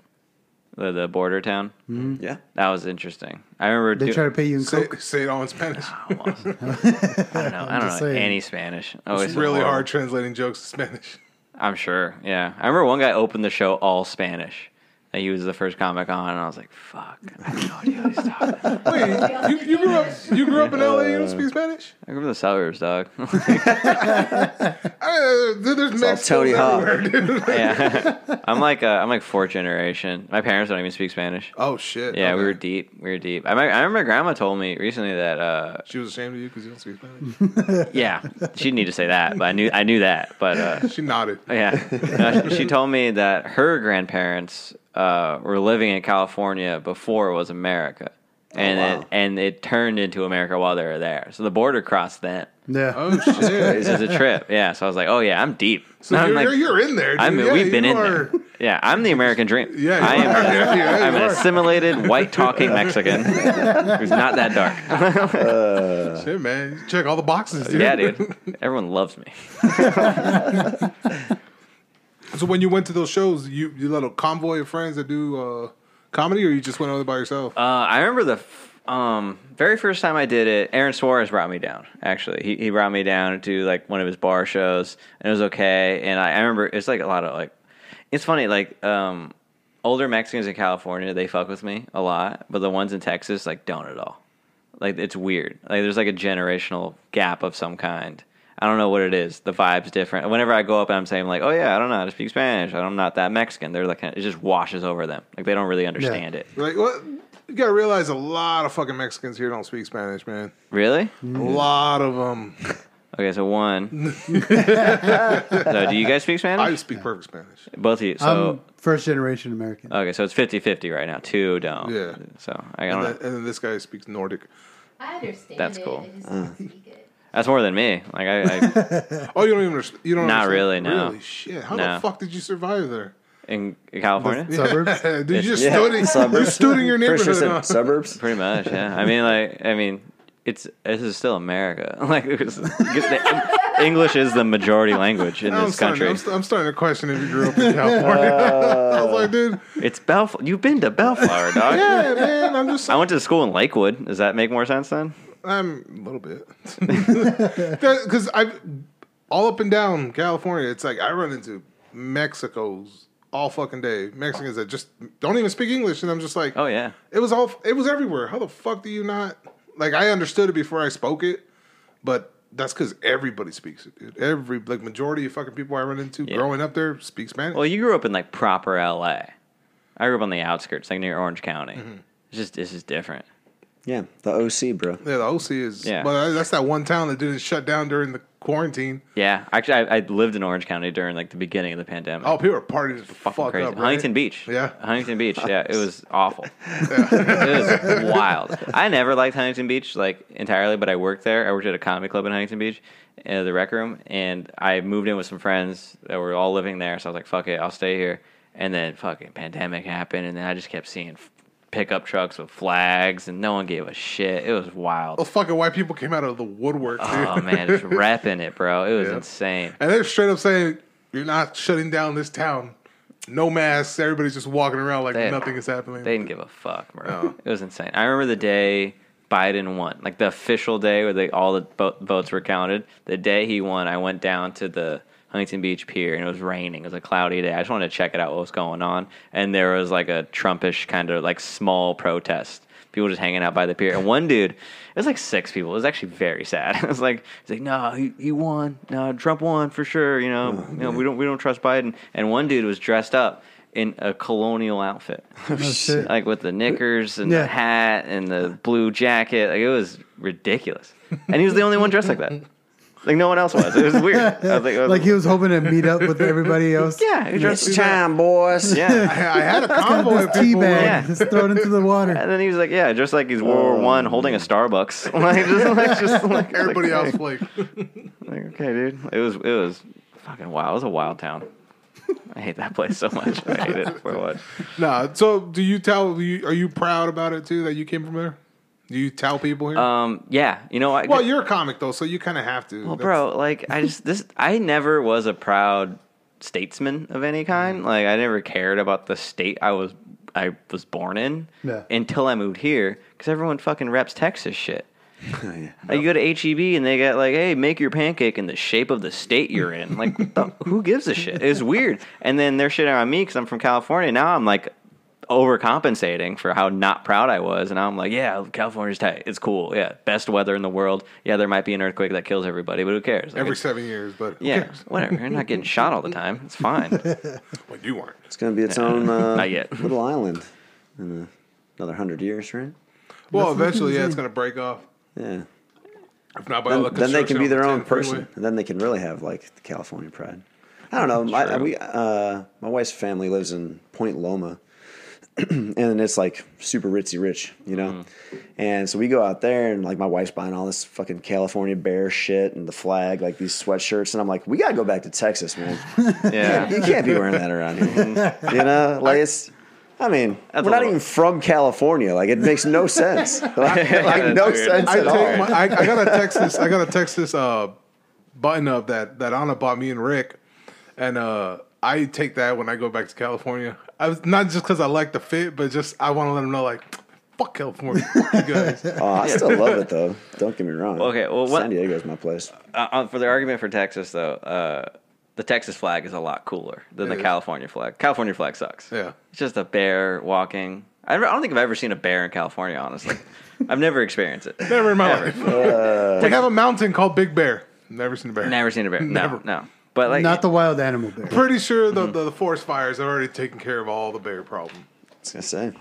The, the border town
Yeah.
that was interesting. I remember
it. They
do-
try to pay you in
Say,
coke.
say it all in
(laughs)
Spanish.
Almost. I don't know. I
(laughs) I'm
don't know
just saying.
any Spanish. Oh,
It's really hard translating jokes to Spanish.
I'm sure. Yeah, I remember one guy opened the show all Spanish. And he was the first comic on, and I was like,
(laughs)
"Fuck, I have no idea what he's talking." about.
(laughs) Wait, you, you grew up you grew up in LA. You don't speak Spanish?
I grew up in the suburbs, dog. (laughs)
Uh, dude, there's
all
Mexicans
Tony Hawk.
everywhere, dude. (laughs)
yeah, (laughs) I'm like uh, I'm like fourth generation. My parents don't even speak Spanish.
Oh shit.
Yeah, we
Okay.
were deep. We were deep. I, mi- I remember my grandma told me recently that uh,
She was ashamed of you because you don't speak Spanish.
yeah, she didn't need to say that, but I knew I knew that. But uh,
She nodded. (laughs)
Yeah. No, she, she told me that her grandparents uh, were living in California before it was America.
Oh,
And
wow.
it, and it turned into America while they were there. So the border
(laughs)
crossed then.
Yeah.
Oh shit.
(laughs) This is a trip. Yeah. So I was like, oh, yeah, I'm deep.
So
I'm
you're,
like,
you're- you're in there. Dude.
I'm,
yeah,
we've been
you
in
are-
there. Yeah, I'm the American dream.
(laughs) Yeah, you
I am.
are. (laughs) Yeah, yeah,
I'm
you
an
are.
assimilated, white talking
(laughs)
Mexican who's not that dark.
Shit, man. Check all the boxes, dude.
yeah, dude. Everyone loves me.
(laughs) So when you went to those shows, you you little convoy of friends that do uh, comedy, or you just went over by yourself?
Uh, I remember the f- um, very first time I did it. Aaron Suarez brought me down. Actually, he he brought me down to like one of his bar shows, and it was okay. And I, I remember it's like a lot of like, it's funny like um, older Mexicans in California they fuck with me a lot, but the ones in Texas like don't at all. Like it's weird. Like there's like a generational gap of some kind. I don't know what it is. The vibe's different. Whenever I go up and I'm saying like, "Oh yeah, I don't know how to speak Spanish. I'm not that Mexican," they're like, it just washes over them. Like they don't really understand it.
like what? You gotta realize a lot of fucking Mexicans here don't speak Spanish, man.
Really?
A lot of them.
Okay, so one. so do you guys speak
I
Spanish?
speak perfect Spanish.
Both of you.
I'm
So
first generation American.
okay, so it's 50-50 right now. Two don't.
Yeah.
So I
And
don't know.
then, and then this guy speaks Nordic.
I understand.
That's
it,
cool.
I just
Mm.
don't speak it.
That's more than me. Like I, I
Oh, you don't even underst- you don't
Not
understand?
really, no.
Really, shit. How
No.
the fuck did you survive there?
in California.
Suburbs.
(laughs) Dude, you just
Yeah,
stood in, you (laughs)
suburbs.
stood in your
Pretty sure
neighborhood.
it's in
huh? (laughs)
suburbs.
Pretty much, yeah. I mean, like, I mean, it's this is still America. (laughs) Like, it was, the, English is the majority language in
I'm
this
starting,
country.
I'm, st- I'm starting to question if you grew up in California. (laughs) I was like, dude,
It's Belf. You've been to Bellflower, dog.
yeah, man. I'm just,
I went to school in Lakewood. Does that make more sense then?
I'm a little bit. (laughs) Because I, all up and down California, it's like I run into Mexico's all fucking day. Mexicans that just don't even speak English, and I'm just like,
Oh yeah.
It was all. It was everywhere. How the fuck do you not? Like I understood it before I spoke it, but that's because everybody speaks it, dude. Every like majority of fucking people I run into growing up there speak Spanish.
Well, you grew up in like proper LA. I grew up on the outskirts, like near Orange County. It's just this is different.
Yeah, the OC, bro.
yeah, the OC is.
Yeah.
Yeah. But that's that one town that didn't shut down during the quarantine.
Yeah, actually, I, I lived in Orange County during like the beginning of the pandemic.
Oh, people are partying as fuck
Fucking
up.
crazy.
Right?
Huntington Beach.
Yeah.
Huntington
(laughs)
Beach. Yeah, it was awful. (laughs) it was wild. I never liked Huntington Beach like entirely, but I worked there. I worked at a comedy club in Huntington Beach, uh, the Rec Room, and I moved in with some friends that were all living there. So I was like, "Fuck it, I'll stay here." And then fucking pandemic happened, and then I just kept seeing f- pickup trucks with flags, and no one gave a shit. It was
The
wild.
fucking white people came out of the woodwork, dude.
Oh
(laughs)
man, just repping it, bro. It was
Yeah.
insane.
And they're straight up saying, "You're not shutting down this town. No masks. Everybody's just walking around like
They-
nothing is happening."
They didn't give a fuck, bro. It was insane. I remember the day Biden won, like the official day where they, all the bo- votes were counted. The day he won, I went down to the Huntington Beach Pier and it was raining. It was a cloudy day. I just wanted to check it out what was going on, and there was like a Trumpish kind of like small protest. People just hanging out by the pier, and one dude, it was like six people. It was actually very sad. (laughs) It was like, it's like, no, he, he won. No, Trump won for sure. You know, you know, we don't we don't trust Biden. And one dude was dressed up in a colonial outfit
Oh, shit.
like with the knickers and
Yeah.
the hat and the blue jacket. Like it was ridiculous. And he was the only one dressed like that. Like no one else was. It was weird. I was like,
like he was hoping to meet up with
(laughs)
everybody else.
yeah, he dressed-
It's
(laughs)
time, boys.
(laughs) yeah.
(laughs) I had a convoy
This
of
tea
people.
bag,
Yeah.
just throw it into the water.
(laughs) And then he was like, yeah, just like he's World
Oh.
War One holding a Starbucks. (laughs) Like just
(laughs)
like just like
Everybody
like,
else flaked.
Like, okay, dude. It was it was fucking wild. It was a wild town. I hate that place so much. I hate it for what?
Nah. So, do you tell? do you- Are you proud about it too that you came from there? Do you tell people here?
Um, yeah, you know what?
well, you're a comic though, so you kind of have to.
Well, bro, like I just this I never was a proud statesman of any kind. Like I never cared about the state I was I was born in
Yeah.
until I moved here because everyone fucking reps Texas shit.
Oh, Yeah.
Like you go to HEB and they got like, hey, make your pancake in the shape of the state you're in. Like, what the, (laughs) who gives a shit? It's weird. And then they're shitting on me because I'm from California. Now I'm like overcompensating for how not proud I was. And now I'm like, yeah, California's tight. It's cool. Yeah, best weather in the world. Yeah, there might be an earthquake that kills everybody, but who cares? Like,
every
it's-
seven years, but (laughs) who
yeah,
cares?
whatever. You're not getting shot all the time.
(laughs)
It's fine.
Well, you weren't.
It's gonna be its own
(laughs)
uh,
Not yet.
little island in uh, another hundred years, right?
Well, eventually, yeah, it's gonna break off.
Yeah.
If not by all
Then,
the
then they
construction
can be
on
their
the
own
10 freeway.
person. And then they can really have like the California pride. I don't know. My, we, uh, my wife's family lives in Point Loma, (clears throat) and it's like super ritzy rich, you know.
Mm-hmm.
And so we go out there, and like my wife's buying all this fucking California bear shit and the flag, like these sweatshirts, and I'm like, we gotta go back to Texas, man.
(laughs)
(laughs)
Yeah. Mm-hmm.
you can't be wearing that around here. you know, like it's. I mean,
That's a
we're not
little-
even from California. Like it makes
(laughs)
no sense. Like, like, no
weird.
sense
I
at all.
take my, I, I got a text this. I got a text this uh, button up that that Anna bought me and Rick, and uh, I take that when I go back to California. I was not just because I like the fit, but just I want to let them know like, fuck California, fuck you guys.
(laughs) Oh, I still love
(laughs)
it though. Don't get me wrong.
Okay, well, what-
San Diego's my place.
uh, uh, for the argument for Texas though, uh, the Texas flag is a lot cooler than
It
the
is.
California flag. California flag sucks.
Yeah.
it's just a bear walking. I don't I don't think I've ever seen a bear in
(laughs)
California. Honestly, I've never experienced it.
Never in my life. we have a mountain called Big Bear. Never seen a bear.
Never seen a bear. No,
Never.
no. But like,
Not the wild animal bear.
Pretty sure the, the, the forest fires have already taken care of all the bear problem.
I was gonna say.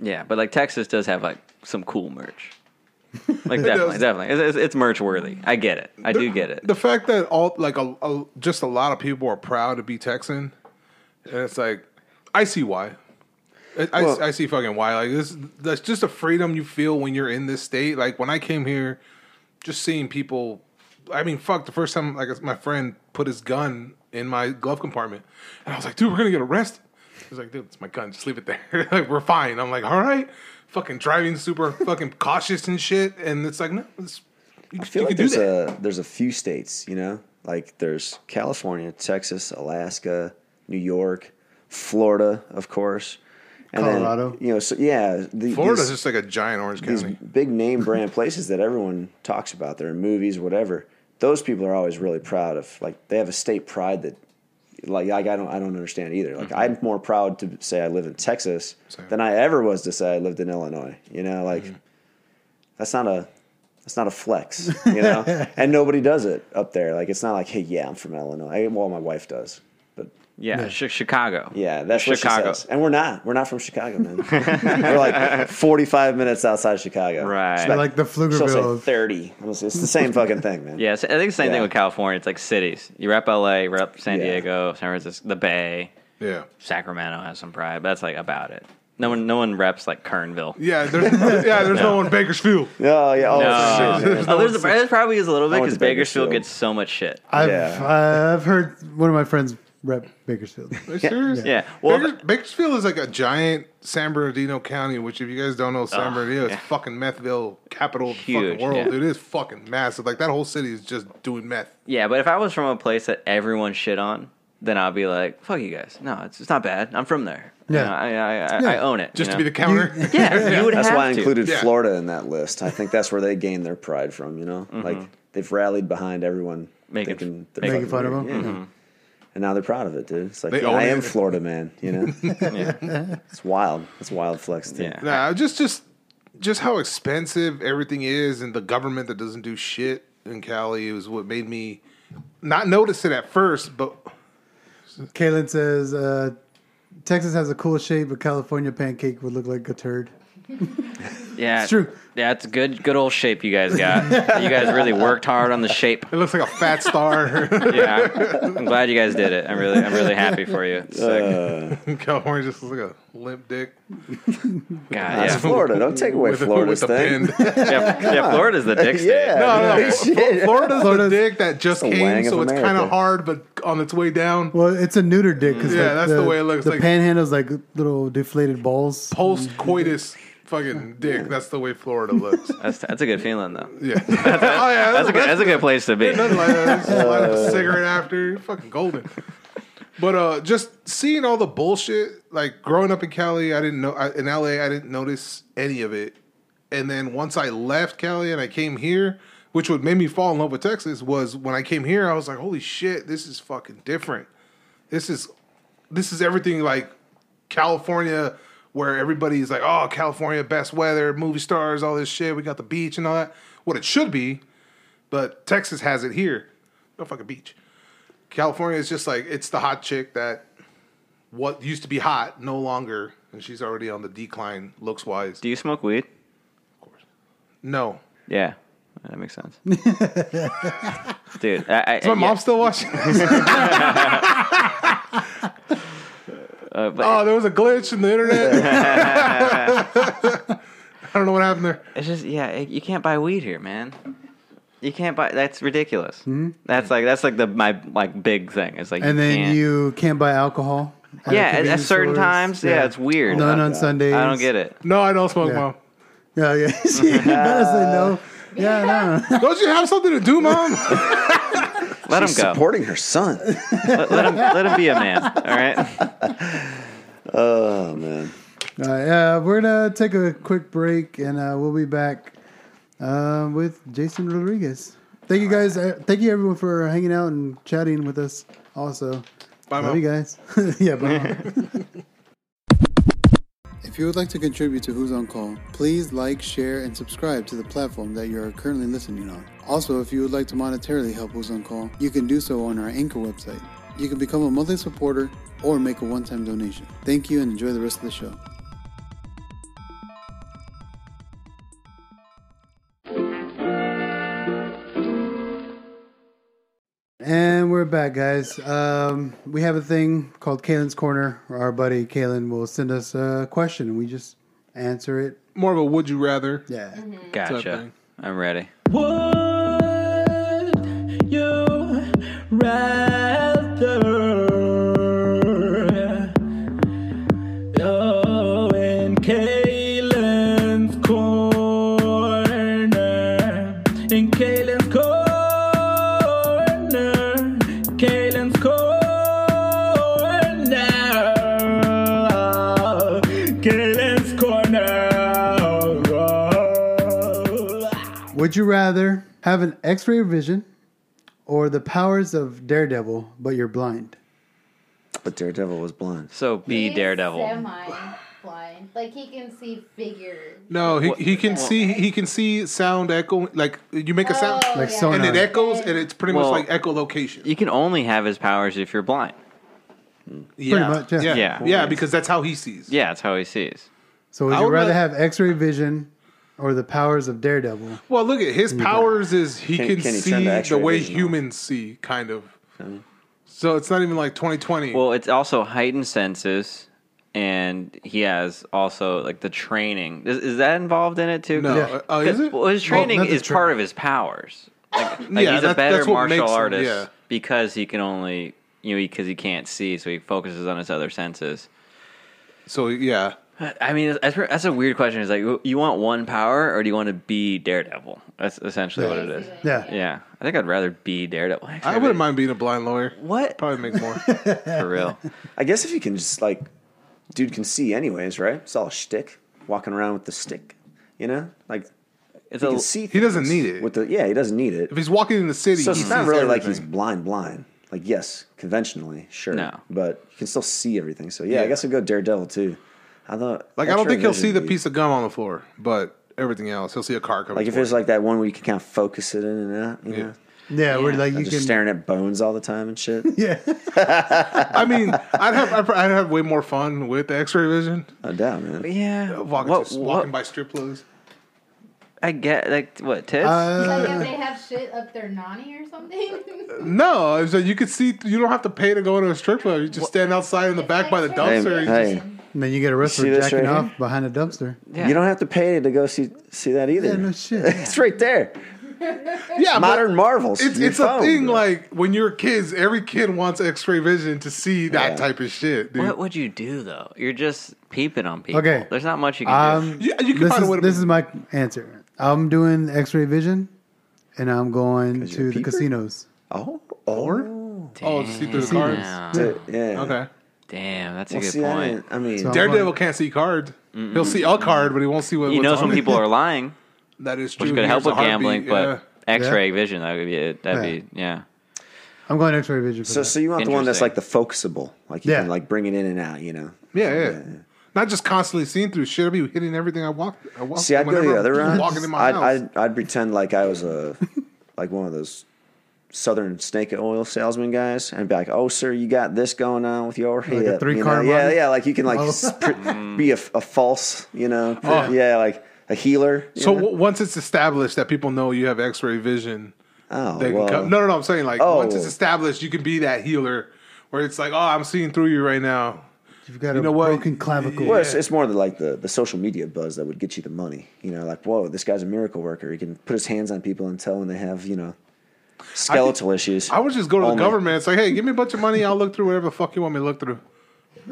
yeah, but like Texas does have like some cool merch.
(laughs)
Like definitely,
does.
definitely, it's, it's, it's merch worthy. I get it. I do get it.
The fact that all like a, a- just a lot of people are proud to be Texan, and it's like I see why. I, I-
Well-
I, see fucking why. Like this, that's just a freedom you feel when you're in this state. Like when I came here, just seeing people. I mean, fuck. The first time, like my friend put his gun in my glove compartment, and I was like, dude, we're gonna get arrested. He's like, dude, it's my gun. Just leave it there. (laughs) like we're fine. I'm like, all right. Fucking driving super fucking cautious and shit, and it's like, no, it's, you,
I feel
you
like
can do
there's
that.
a there's a few states, you know, like there's California, Texas, Alaska, New York, Florida, of course, and then,
Colorado.
you know, so yeah, the,
Florida's
these-
just like a giant orange
these
county.
big name brand places that everyone talks about, they're in movies, whatever. Those people are always really proud of. Like they have a state pride that, like, like I don't, I don't understand either. Like I'm more proud to say I live in Texas
Same.
than I ever was to say I lived in Illinois. You know, like that's not a. That's not a flex, you know, and nobody does it up there. Like it's not like, hey, yeah, I'm from Illinois. Well, my wife does, but
yeah, Chi- Chicago.
yeah, that's Chicago.
Chicago.
And we're not. We're not from Chicago, man. we're like 45 minutes outside Chicago.
Right.
She's
We're
like the
she'll say
Pflugerville of-
30. I'm gonna say, It's the same fucking thing,
(laughs)
man.
Yeah, so I think it's the same
Yeah.
thing with California. It's like cities. You rep LA, you rep San
Yeah.
Diego, San Francisco, the Bay,
Yeah.
Sacramento has some pride. But that's like about it. No one, no one reps like Kernville.
Yeah, there's yeah, there's no one in Bakersfield.
Oh, yeah. Oh,
No.
shit, man.
(laughs) oh, there's, there's probably is a little bit
I went
because
to Bakersfield.
Bakersfield gets so much shit.
I've
Yeah.
I've heard one of my friends rep
(laughs)
Bakersfield.
Are you serious?
Yeah. Well,
Bakers- Bakersfield is like a giant San Bernardino County, which if you guys don't know, San Bernardino
Oh, yeah.
is fucking methville capital of the
Huge,
fucking world.
yeah.
It is fucking massive. Like that whole city is just doing meth.
yeah, but if I was from a place that everyone shit on, then I'll be like, "Fuck you guys." No, it's, it's not bad. I'm from there. You
Yeah.
know, I, I, I, I
Yeah.
own it.
Just
you
to
know?
be the counter. (laughs)
yeah, you would
That's
have
why I
to.
included
Yeah.
Florida in that list. I think that's where they gained their pride from, you know?
Mm-hmm.
Like they've rallied behind everyone
Making-
thinking they're
making
fucking
fun of
weird.
them?
Yeah.
Mm-hmm.
And now they're proud of it, dude. It's like,
They
yeah,
own
I am
it.
Florida, man, you
(laughs)
know? It's wild. It's wild flex, dude.
Yeah.
Nah, just just just how expensive everything is, and the government that doesn't do shit in Cali is what made me not notice it at first, but
Kalen says uh, Texas has a cool shape, but California pancake would look like a turd.
Yeah,
It's true.
Yeah, it's good, good old shape you guys got. (laughs) you guys really worked hard on
(laughs)
the shape.
It looks like a fat
(laughs)
star.
Yeah, I'm glad you guys did it. I'm really, I'm really happy for
(laughs)
you.
Uh,
It's like,
(laughs) California just looks like a limp dick. (laughs)
(laughs)
God,
That's
yeah.
Florida. Don't take away
With a-
Florida's
with a
thing. (laughs)
pin.
yeah, yeah, Florida's the
(laughs)
dick state.
yeah.
No, no,
Shit.
Florida's the dick that just
the wang
came,
of
so it's kind
America.
of hard, but on its way down.
Well, it's a neuter dick. Cause
Mm. Yeah,
like,
that's the way it looks,
The
like-
panhandle's like little deflated balls.
Post coitus fucking dick. That's the way Florida looks.
That's that's a good feeling though.
Yeah. oh yeah.
(laughs) That's a good, that's a good place to be.
Nothing like that. Just light up a cigarette after. You're fucking golden. But uh, just seeing all the bullshit, like growing up in Cali, I didn't know. I, in LA, I didn't notice any of it. And then once I left Cali and I came here, which what made me fall in love with Texas was when I came here, I was like, holy shit, this is fucking different. This is this is everything like California, where everybody's like, oh, California, best weather, movie stars, all this shit. We got the beach and all that. What it should be, but Texas has it here. No fucking beach. California is just like it's the hot chick that what used to be hot no longer, and she's already on the decline looks wise.
Do you smoke weed?
no,
Yeah, that makes
(laughs)
sense. Dude, I, I,
is my
yeah,
mom still watching? (laughs) this?
uh, but-
oh, there was a glitch in the internet. (laughs) I don't know what happened there.
It's just yeah, you can't buy weed here, man. You can't buy. That's ridiculous. That's like that's like the my like big thing. It's like
Hmm? And then
can't-
you can't buy alcohol. at
yeah at, at
convenience
certain
stores.
times yeah, it's weird.
None on
I
Sundays.
don't get it.
No, I don't smoke,
Yeah.
mom.
Yeah, (laughs) yeah. she better say
(laughs)
no. Yeah, no.
Don't you have something to do, mom?
Let him
She's
go.
supporting her son. (laughs)
Let, let him let him be a man. All
(laughs)
right.
Oh man.
All right, uh, we're gonna take a quick break, and uh, we'll be back uh, with Jason Rodriguez. Thank you guys. Uh, thank you everyone for hanging out and chatting with us. Also,
Bye,
love
Mom.
you guys. (laughs) yeah, bye. If you would like to contribute to Who's On Call, please like, share, and subscribe to the platform that you are currently listening on. Also, if you would like to monetarily help Who's On Call, you can do so on our Anchor website. You can become a monthly supporter or make a one time donation. Thank you and enjoy the rest of the show. And we're back, guys. Um, we have a thing called Kalen's Corner. Our buddy Kalen will send us a question and we just answer it.
More of a would you rather.
Yeah.
Mm-hmm. Gotcha.
thing.
I'm ready.
Would you rather? Oh, in Kalen's corner, in Kalen's corner, Kalen's corner, Kalen's corner.
Would you rather have an x ray vision or the powers of Daredevil, but you're blind?
But Daredevil was blind.
So be
He's
daredevil.
Semi blind, like he can see figures.
No, he, he can see he can see sound echo like you make a sound
Oh,
Like
yeah.
sonar.
and it echoes and it's pretty
Well-
much like echolocation.
You can only have his powers if you're blind.
Yeah.
much, yeah.
yeah.
Yeah.
Yeah, because that's how he sees.
Yeah, that's how he sees.
So would
I
you
would
rather
like-
have x ray vision or the powers of Daredevil?
Well, look at his powers is he
Can-
can,
can he turn
see
the
the,
X-ray
way
vision on?
humans see, kind of. So it's not even like 2020.
Well, it's also heightened senses, and he has also like the training. Is, is that involved in it too?
no,
Yeah.
uh, is it?
Well, his training
not the
is
tra-
part of his powers. Like, like
Yeah,
he's a
that-
better
that's what
martial
makes him,
artist
yeah.
because he can only you know because he can't see, so he focuses on his other senses.
so yeah,
I mean, that's, that's a weird question. It's like you- you want one power, or do you want to be Daredevil? That's essentially what it is.
Basically.
Yeah.
Yeah, I think I'd rather be Daredevil. Actually,
I wouldn't mind being a blind lawyer. (laughs)
What
Probably make more.
for real?
I guess if you can just like, dude can see anyways, right? It's all shtick, walking around with the stick, you know, like
It's
he
a,
can see.
he doesn't
things
need it.
With the yeah, he doesn't need it.
if he's walking in the city,
So
he
it's not
sees
really like he's
everything.
blind, blind. Like yes, conventionally, sure,
No.
but you can still see everything. So yeah,
Yeah.
I guess I'd go Daredevil too. I thought
like I don't think he'll
X-ray
see the
vision,
piece of gum on the floor, but everything else he'll see a car coming.
Like if
towards
it's like that one where you can kind of focus it in and out, you
Yeah.
know,
Yeah, where
Yeah.
like
Not
you
just
can.
staring at bones all the time
(laughs)
and shit.
(laughs) Yeah.
I mean, I'd have I'd, pr- I'd have way more fun with X-ray vision.
I doubt, man.
Yeah,
Walking,
What-
to- walking
what-
by strip clubs.
I get like what tits.
Like
Uh,
if they have shit up their nanny or something. (laughs)
No, so you could see. You don't have to pay to go to a strip club. You just stand outside in the back by the dumpster. and
Hey,
just-
and then you get arrested
See
for
this
jacking
right
off
here?
behind a dumpster.
Yeah.
You don't have to pay to go see see that either.
Yeah, no shit.
it's right there.
yeah, but
Modern marvels.
It's
Your
it's a
phone,
thing.
bro.
Like when you're kids, every kid wants X-ray vision to see that
Yeah.
type of shit. Dude.
what would you do though? You're just peeping on people.
Okay.
There's not much you can do.
Um,
You- you can
this
find a
is,
way to
this
be-
is my answer. I'm doing X-ray vision, and I'm going
'Cause you're
to
a
the
peeper?
casinos.
oh,
Or oh, to see through the cards.
Damn,
to- yeah.
Okay,
Damn, that's a
Well,
good
see, I,
point.
didn't- I mean,
So-
Daredevil can't see cards. He'll see a card, but he won't see what.
He
what's
knows
on
when
it.
people are lying,
(laughs) That is true.
which could help
Here's
with
a heartbeat,
gambling,
yeah.
but X-ray vision that would be that'd be yeah.
I'm going X-ray vision. For
so
that.
so you want the one that's
Interesting.
like the focusable, like you
Yeah.
can like bring it in and out, you know.
Yeah, yeah. Not just constantly seeing through shit. I'd be hitting everything I walk. I walk
See, I'd go
whenever
the other
I'm
route.
Walking in my
I'd,
house.
I'd I'd pretend like I was a (laughs) like one of those southern snake oil salesman guys, and be like, "Oh, sir, you got this going on with your hip." you
three-car
know? yeah,
run?
yeah. Like you can like
Oh.
s-
(laughs)
pr- be a, a false, you know, yeah, like a healer. you
Oh. so
know?
w- once it's established that people know you have X-ray vision,
Oh,
they
well.
can come. No, no, no. I'm saying like
Oh.
once it's established, you can be that healer where it's like, oh, I'm seeing through you right now.
You've got
you
a
know what?
broken clavicle.
Well, it's, it's more the, like the, the social media buzz that would get you the money. You know, like, whoa, this guy's a miracle worker. He can put his hands on people and tell when they have, you know, skeletal issues.
I would just go to the
Only-
government. It's like, hey, give me a bunch of money. I'll look through whatever the fuck you want me to look through.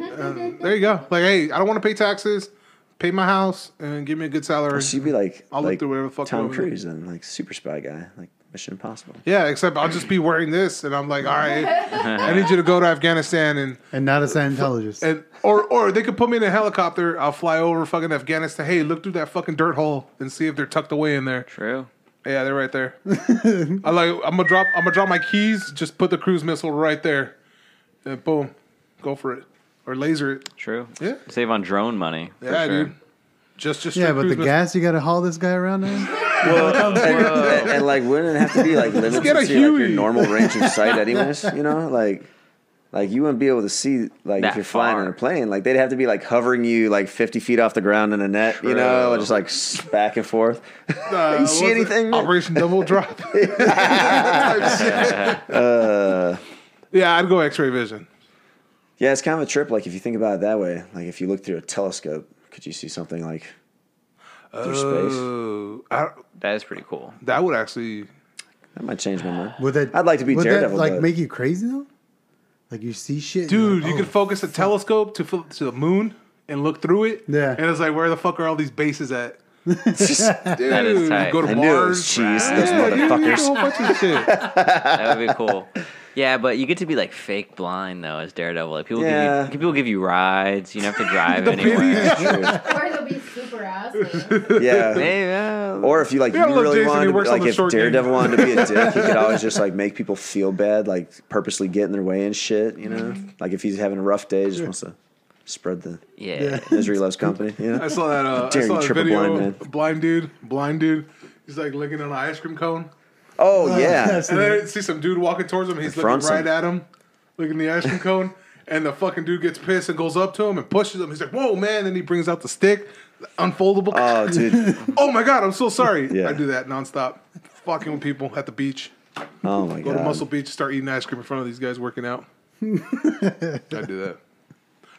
And there you go. Like, hey, I don't want to pay taxes. Pay my house and give me a good salary.
She'd be like,
I'll look
like
through whatever the fuck you
Tom
want me to-
Cruise and like super spy guy, like Mission Impossible.
Yeah, except I'll just be wearing this, and I'm like, all right, (laughs)
(laughs)
I need you to go to Afghanistan and
and not a Scientologist.
and or or they could put me in a helicopter. I'll fly over fucking Afghanistan. Hey, look through that fucking dirt hole and see if they're tucked away in there.
True.
Yeah, they're right
(laughs)
there. I like. I'm gonna drop. I'm gonna drop my keys. Just put the cruise missile right there, and boom, go for it or laser it.
True.
Yeah.
Save on drone money. For
yeah,
sure.
dude. Just just
yeah,
straight
but the
cruise
gas you got to haul this guy around now.
and, and, like, wouldn't it have to
(laughs)
be like limited
get
to
a
like, your
Huey.
normal range of
(laughs)
sight, anyways? You know, like. Like you wouldn't be able to see like
That
if you're
far.
flying in a plane, like they'd have to be like hovering you like 50 feet off the ground in a net, you know,
True.
just like s- back and forth.
missile. Uh,
You
what
see
was it?
anything?
Operation Double Drop.
(laughs)
(laughs)
Uh.
yeah, I'd go X-ray vision.
Yeah, it's kind of a trip. Like if you think about it that way, like if you look through a telescope, could you see something like through space?
Oh, I,
That is pretty cool.
that would actually.
That might change my mind.
Would that?
(laughs) I'd like to be
would
Daredevil,
That, like
(laughs)
but-
make you crazy though. Like you see shit, and you're
Dude,
like,
you
oh.
could focus a telescope to fl- to the moon and look through it.
Yeah.
and it's like, where the fuck are all these bases at? Dude,
is
you
tight.
Go to
(laughs) I knew it was
Mars.
cheese. Those
Yeah, dude, you do a whole
motherfuckers.
bunch of shit.
That would be cool. Yeah, but you get to be like fake blind though as Daredevil. Like people
Yeah.
give you people give you rides. You
(laughs)
don't have to drive anywhere.
or they'll be super assholes.
(laughs)
Yeah.
Hey, yeah.
Or if you like,
Yeah,
you
look, Jason,
really
he
wanted to be,
works on
like
the
if
short game.
Daredevil wanted to be a
(laughs)
dick, he could always just like make people feel bad, like purposely get in their way and shit. You know, like if he's having a rough day, he just wants to spread the
Yeah.
misery loves company.
(laughs)
You
I
know,
saw that. Uh, I
Dare
saw
you
a
trip a
video.
blind
Blind,
man.
dude, blind dude. He's like licking on an ice cream cone,
oh
(laughs)
yeah,
yes.
and then I see some dude walking towards him. He's looking
fronts
right
him.
at him, looking at the ice cream cone, and the fucking dude gets pissed and goes up to him and pushes him. He's like, "Whoa, man!" And he brings out the stick, unfoldable.
oh dude,
oh my god, I'm so sorry.
Yeah.
I do that nonstop, fucking with people at the beach.
oh my
Go to Muscle
god,
Beach, start eating ice cream in front of these guys working out. I do that.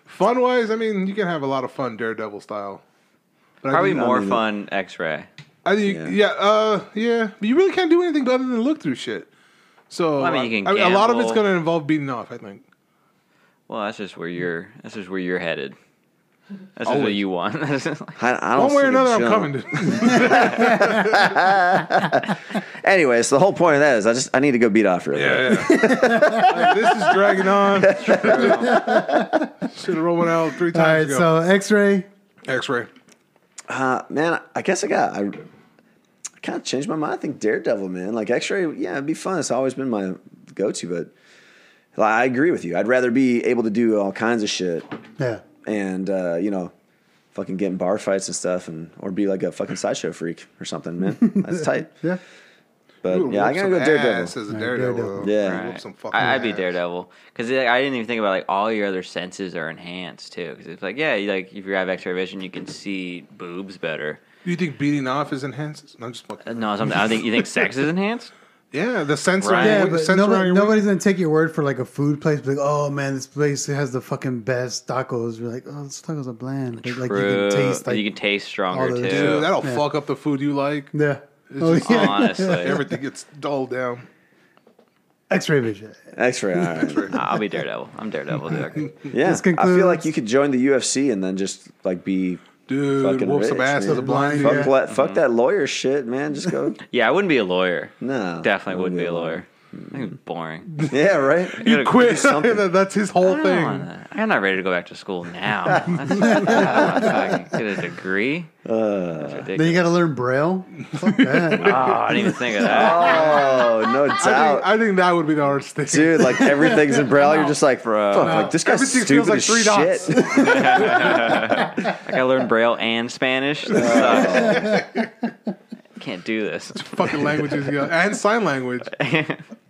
Fun wise, I mean, you can have a lot of fun Daredevil style. But I
Probably
think-
more
mean-
fun X-ray.
I think, yeah,
Yeah.
uh, yeah. But you really can't do anything other than look through shit. So uh,
I mean, you can
a lot of it's
gamble.
going to involve beating off. I think.
Well, that's just where you're. That's just where you're headed. That's just what
Always.
you want. (laughs) That's just like-
I, I don't
One way
see
or
the
another, I'm
jump. (laughs)
coming. dude.
Anyways, the whole point of that is I just I need to go beat off really.
yeah, yeah. Like, this is dragging
(laughs)
on. Should have rolled one out three
All right,
times ago.
so X-ray.
X-ray.
Uh, man, I guess I got I, kind of changed my mind. I think Daredevil, man, like X-ray, yeah, it'd be fun. It's always been my go-to, but like, I agree with you. I'd rather be able to do all kinds of shit
Yeah,
and uh, you know, fucking get in bar fights and stuff, and or be like a fucking sideshow freak or
(laughs)
something, man. That's tight.
yeah.
But
You would
yeah, I
whoop some
gotta go Daredevil.
ass as a
Right,
Daredevil.
Daredevil.
Yeah.
Whoop
Right.
some fucking
I, I'd be
ass.
Daredevil because I didn't even think about like all your other senses are enhanced too. Because it's like yeah, you, like if you have X-ray vision, you can see boobs better. Uh,
You think beating off is enhanced? No, I'm just fucking.
No, something. I think you think sex is enhanced.
Yeah, the sense
Right.
around
Yeah,
Yeah,
your-
but
sense around
nobody,
your-
nobody's gonna take your word for like a food place. Be like, oh man, this place has the fucking best tacos. You're like, oh, those tacos are bland. But, like you can
True.
taste like
you can taste stronger
all the-
too.
Dude, that'll
Yeah.
fuck up the food you like.
yeah.
It's
Oh,
just-
yeah.
(laughs)
Honestly,
Everything gets dulled down.
(laughs) X-ray vision.
X-ray. All
(laughs)
right.
(laughs) I'll be Daredevil. I'm Daredevil. dude.
(laughs) Yeah,
This concludes-
I feel like you could join the UFC and then just like be
Dude,
Fucking
whoop some
rich,
ass
man.
as a blind.
fuck,
dude.
la-
Mm-hmm.
fuck that lawyer shit, man. Just
(laughs)
go.
Yeah, I wouldn't be a lawyer.
No,
Definitely wouldn't be a lawyer. I think it's boring.
(laughs) Yeah, right.
(laughs)
You (laughs)
Quit. (laughs)
something.
That's his whole
I don't
thing.
wanna- I'm not ready to go back to school now.
(laughs)
I don't wanna fucking Get a degree. That's
Uh, Then you
ridiculous.
got to learn Braille. Fuck (laughs) that.
Oh, I didn't even think of that.
Oh, no
I
doubt.
think, I think that would be the hardest thing.
Dude, like everything's in Braille. You're just like, bro. Fuck,
No.
like this guy's
Everything
stupid
feels like
as
three dots.
shit. (laughs)
Like I learned Braille and Spanish. This
Uh,
sucks.
(laughs)
Can't do this.
(laughs) Fucking languages you know, and sign
(laughs)
language.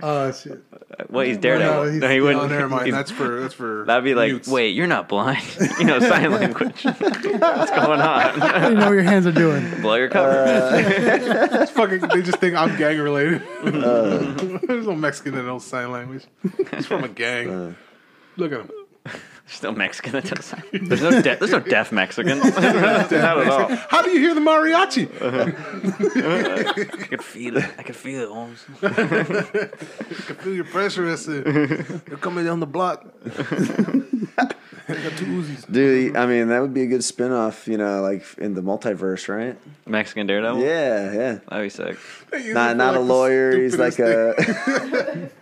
oh shit.
Well, he's Daredevil.
No,
No,
he's-
he wouldn't.
Oh, never mind.
He's-
That's for that's for.
that'd be like,
mutes.
wait, you're not blind. (laughs) you know
(laughs)
sign language. What's going on?
I don't know what your hands are doing.
Blow your cover.
Uh,
It's (laughs) fucking. They just think I'm gang
(laughs)
related. (laughs)
Uh.
There's no Mexican that knows sign language. He's from a gang.
Uh.
Look at him.
Still Mexican. That doesn't sign. There's no de- there's no deaf Mexican. (laughs) not at all.
(laughs)
How do you hear the mariachi?
I could feel it. I could feel it. Holmes.
I can feel your pressure. That's
(laughs)
it. They're coming down the block. I got two Uzis.
Dude, I mean, that would be a good spin off, you know, like in the multiverse, right?
Mexican Daredevil.
Yeah, yeah.
That'd be sick.
Not not a lawyer. He's like (laughs) a. (laughs)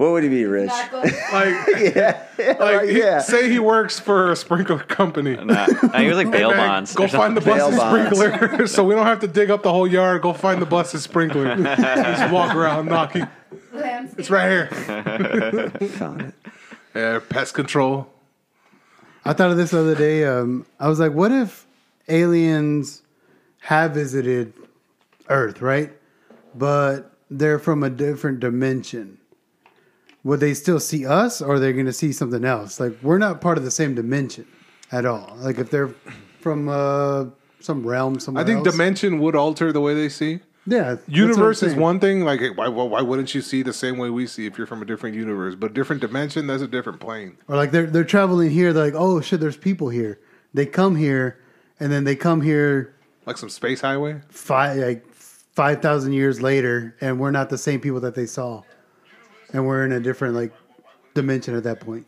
(laughs)
what would he be, Rich?
Tacos.
like,
yeah,
like he-
yeah.
say he works for a sprinkler company.
(laughs) Nah, nah, he was like bail
Hey, man,
bonds.
Go
or
find
(laughs)
the
something.
bus's
Bail bonds.
sprinkler, (laughs) so we don't have to dig up the whole yard. Go find the bus's sprinkler. Just walk around knocking.
Landscape.
It's right here.
Found it.
(laughs) Yeah, pest control.
I thought of this the other day. Um, I was like, what if aliens have visited Earth, right? But they're from a different dimension. Would they still see us or they're going to see something else? Like, we're not part of the same dimension at all. Like, if they're from uh, some realm somewhere
I think
else.
dimension would alter the way they see.
Yeah. that's what I'm
Universe is
saying.
one thing. Like, why, why, why wouldn't you see the same way we see if you're from a different universe? But different dimension, that's a different plane.
Or like they're they're traveling here. They're like, oh shit, there's people here. They come here, and then they come here
Like some space highway.
five like five thousand years later, and we're not the same people that they saw, and we're in a different like dimension at that point.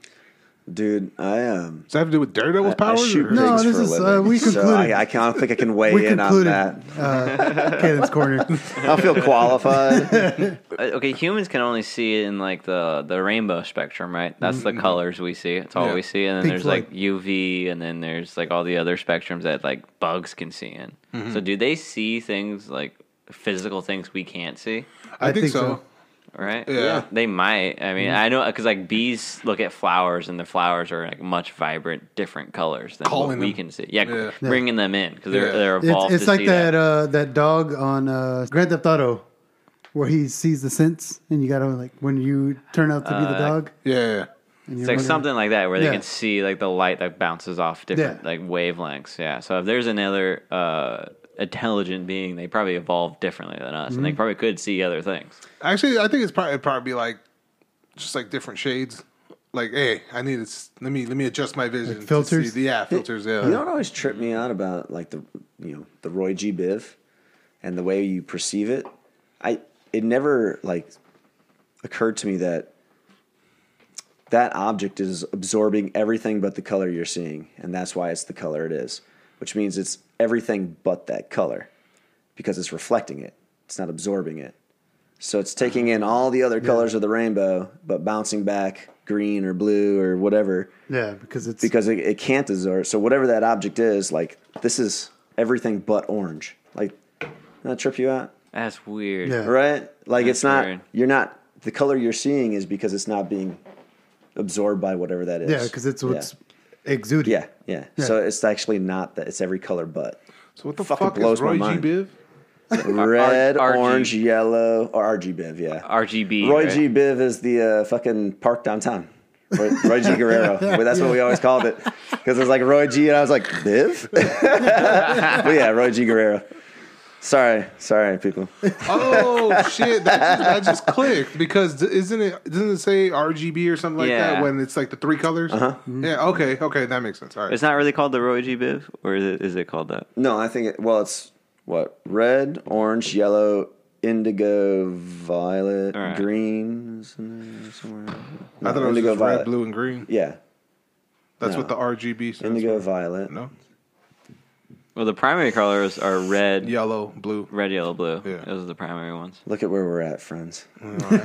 Dude, I um,
Does that have to do with Daredevil's
I
powers?
shoot
or-
pigs
No, this
for a
is, uh,
living,
we
So
concluded.
I, I can't I don't think I can weigh
We
in
concluded.
on that.
Caden's corner.
I feel
(laughs)
qualified.
Uh, Okay, humans can only see it in like the the rainbow spectrum, right? That's the colors we see. That's all
Mm-hmm. Yeah.
we see. And then
Pink
there's like
Floyd.
UV, and then there's like all the other spectrums that like bugs can see in.
Mm-hmm.
So do they see things like physical things we can't see?
I,
I
think,
think
so.
so.
Right?
Yeah. Mm-hmm.
They might. I mean, I know because like bees look at flowers, and the flowers are like much vibrant, different colors than
Calling
what we
them.
can see. Yeah,
Yeah.
bringing them in because they're
Yeah.
they're evolved.
It's, it's
to
like
see
that uh, that dog on uh, Grand Theft Auto, where he sees the sense, and you gotta like when you turn out to be the dog.
Yeah.
And
It's
you're
like
wondering-
something like that where they
Yeah.
can see like the light that bounces off different
Yeah.
like wavelengths. Yeah. So if there's another uh, intelligent being, they probably evolved differently than us,
Mm-hmm.
and they probably could see other things.
Actually, I think it's probably it'd probably be like just like different shades. Like, hey, I need to s- let me let me adjust my vision.
Like filters?
To see the, yeah, filters. Yeah.
You know what always tripped me out about like the you know the Roy G. Biv and the way you perceive it. I it never like occurred to me that that object is absorbing everything but the color you're seeing, and that's why it's the color it is, which means it's everything but that color because it's reflecting it. It's not absorbing it. So it's taking in all the other colors of the rainbow, but bouncing back green or blue or whatever
Yeah, because it's
because it, it can't absorb. So whatever that object is, like this is everything but orange. Like that trip you out,
That's weird.
Yeah.
right? Like it's
That's
not.
weird.
You're not. The color you're seeing is because it's not being absorbed by whatever that is.
yeah, because it's what's exuding.
Yeah. Yeah, yeah. So it's actually not that. It's every color but
so what the
fucking
fuck
blows
is
my
Roy G.
mind.
Biv?
red,
RG.
orange, yellow, or RGBiv. Yeah.
RGB.
Roy
right?
G. Biv is the uh, fucking park downtown. Roy, Roy
(laughs)
G. Guerrero. But that's what we always called it because it was like Roy G. and I was like Biv. (laughs) but yeah, Roy G. Guerrero. Sorry, sorry, people.
(laughs)
Oh shit! That just, that just clicked because d- isn't it? Doesn't it say RGB or something like
Yeah.
that when it's like the three colors? Uh-huh. Yeah. Okay. Okay. That makes sense. All right.
It's not really called the Roy G. Biv, or is it, is it called that?
No, I think it, well, it's what red, orange, yellow, indigo, violet,
All right.
green. Isn't there somewhere? No,
I thought it was just red, blue, and green.
Yeah,
That's
No.
what the RGB stands
indigo, violet.
for. No.
Well, the primary colors are red,
Yellow,
(laughs)
blue.
red, yellow, blue.
Yeah.
Those are the primary ones.
Look at where we're at, friends.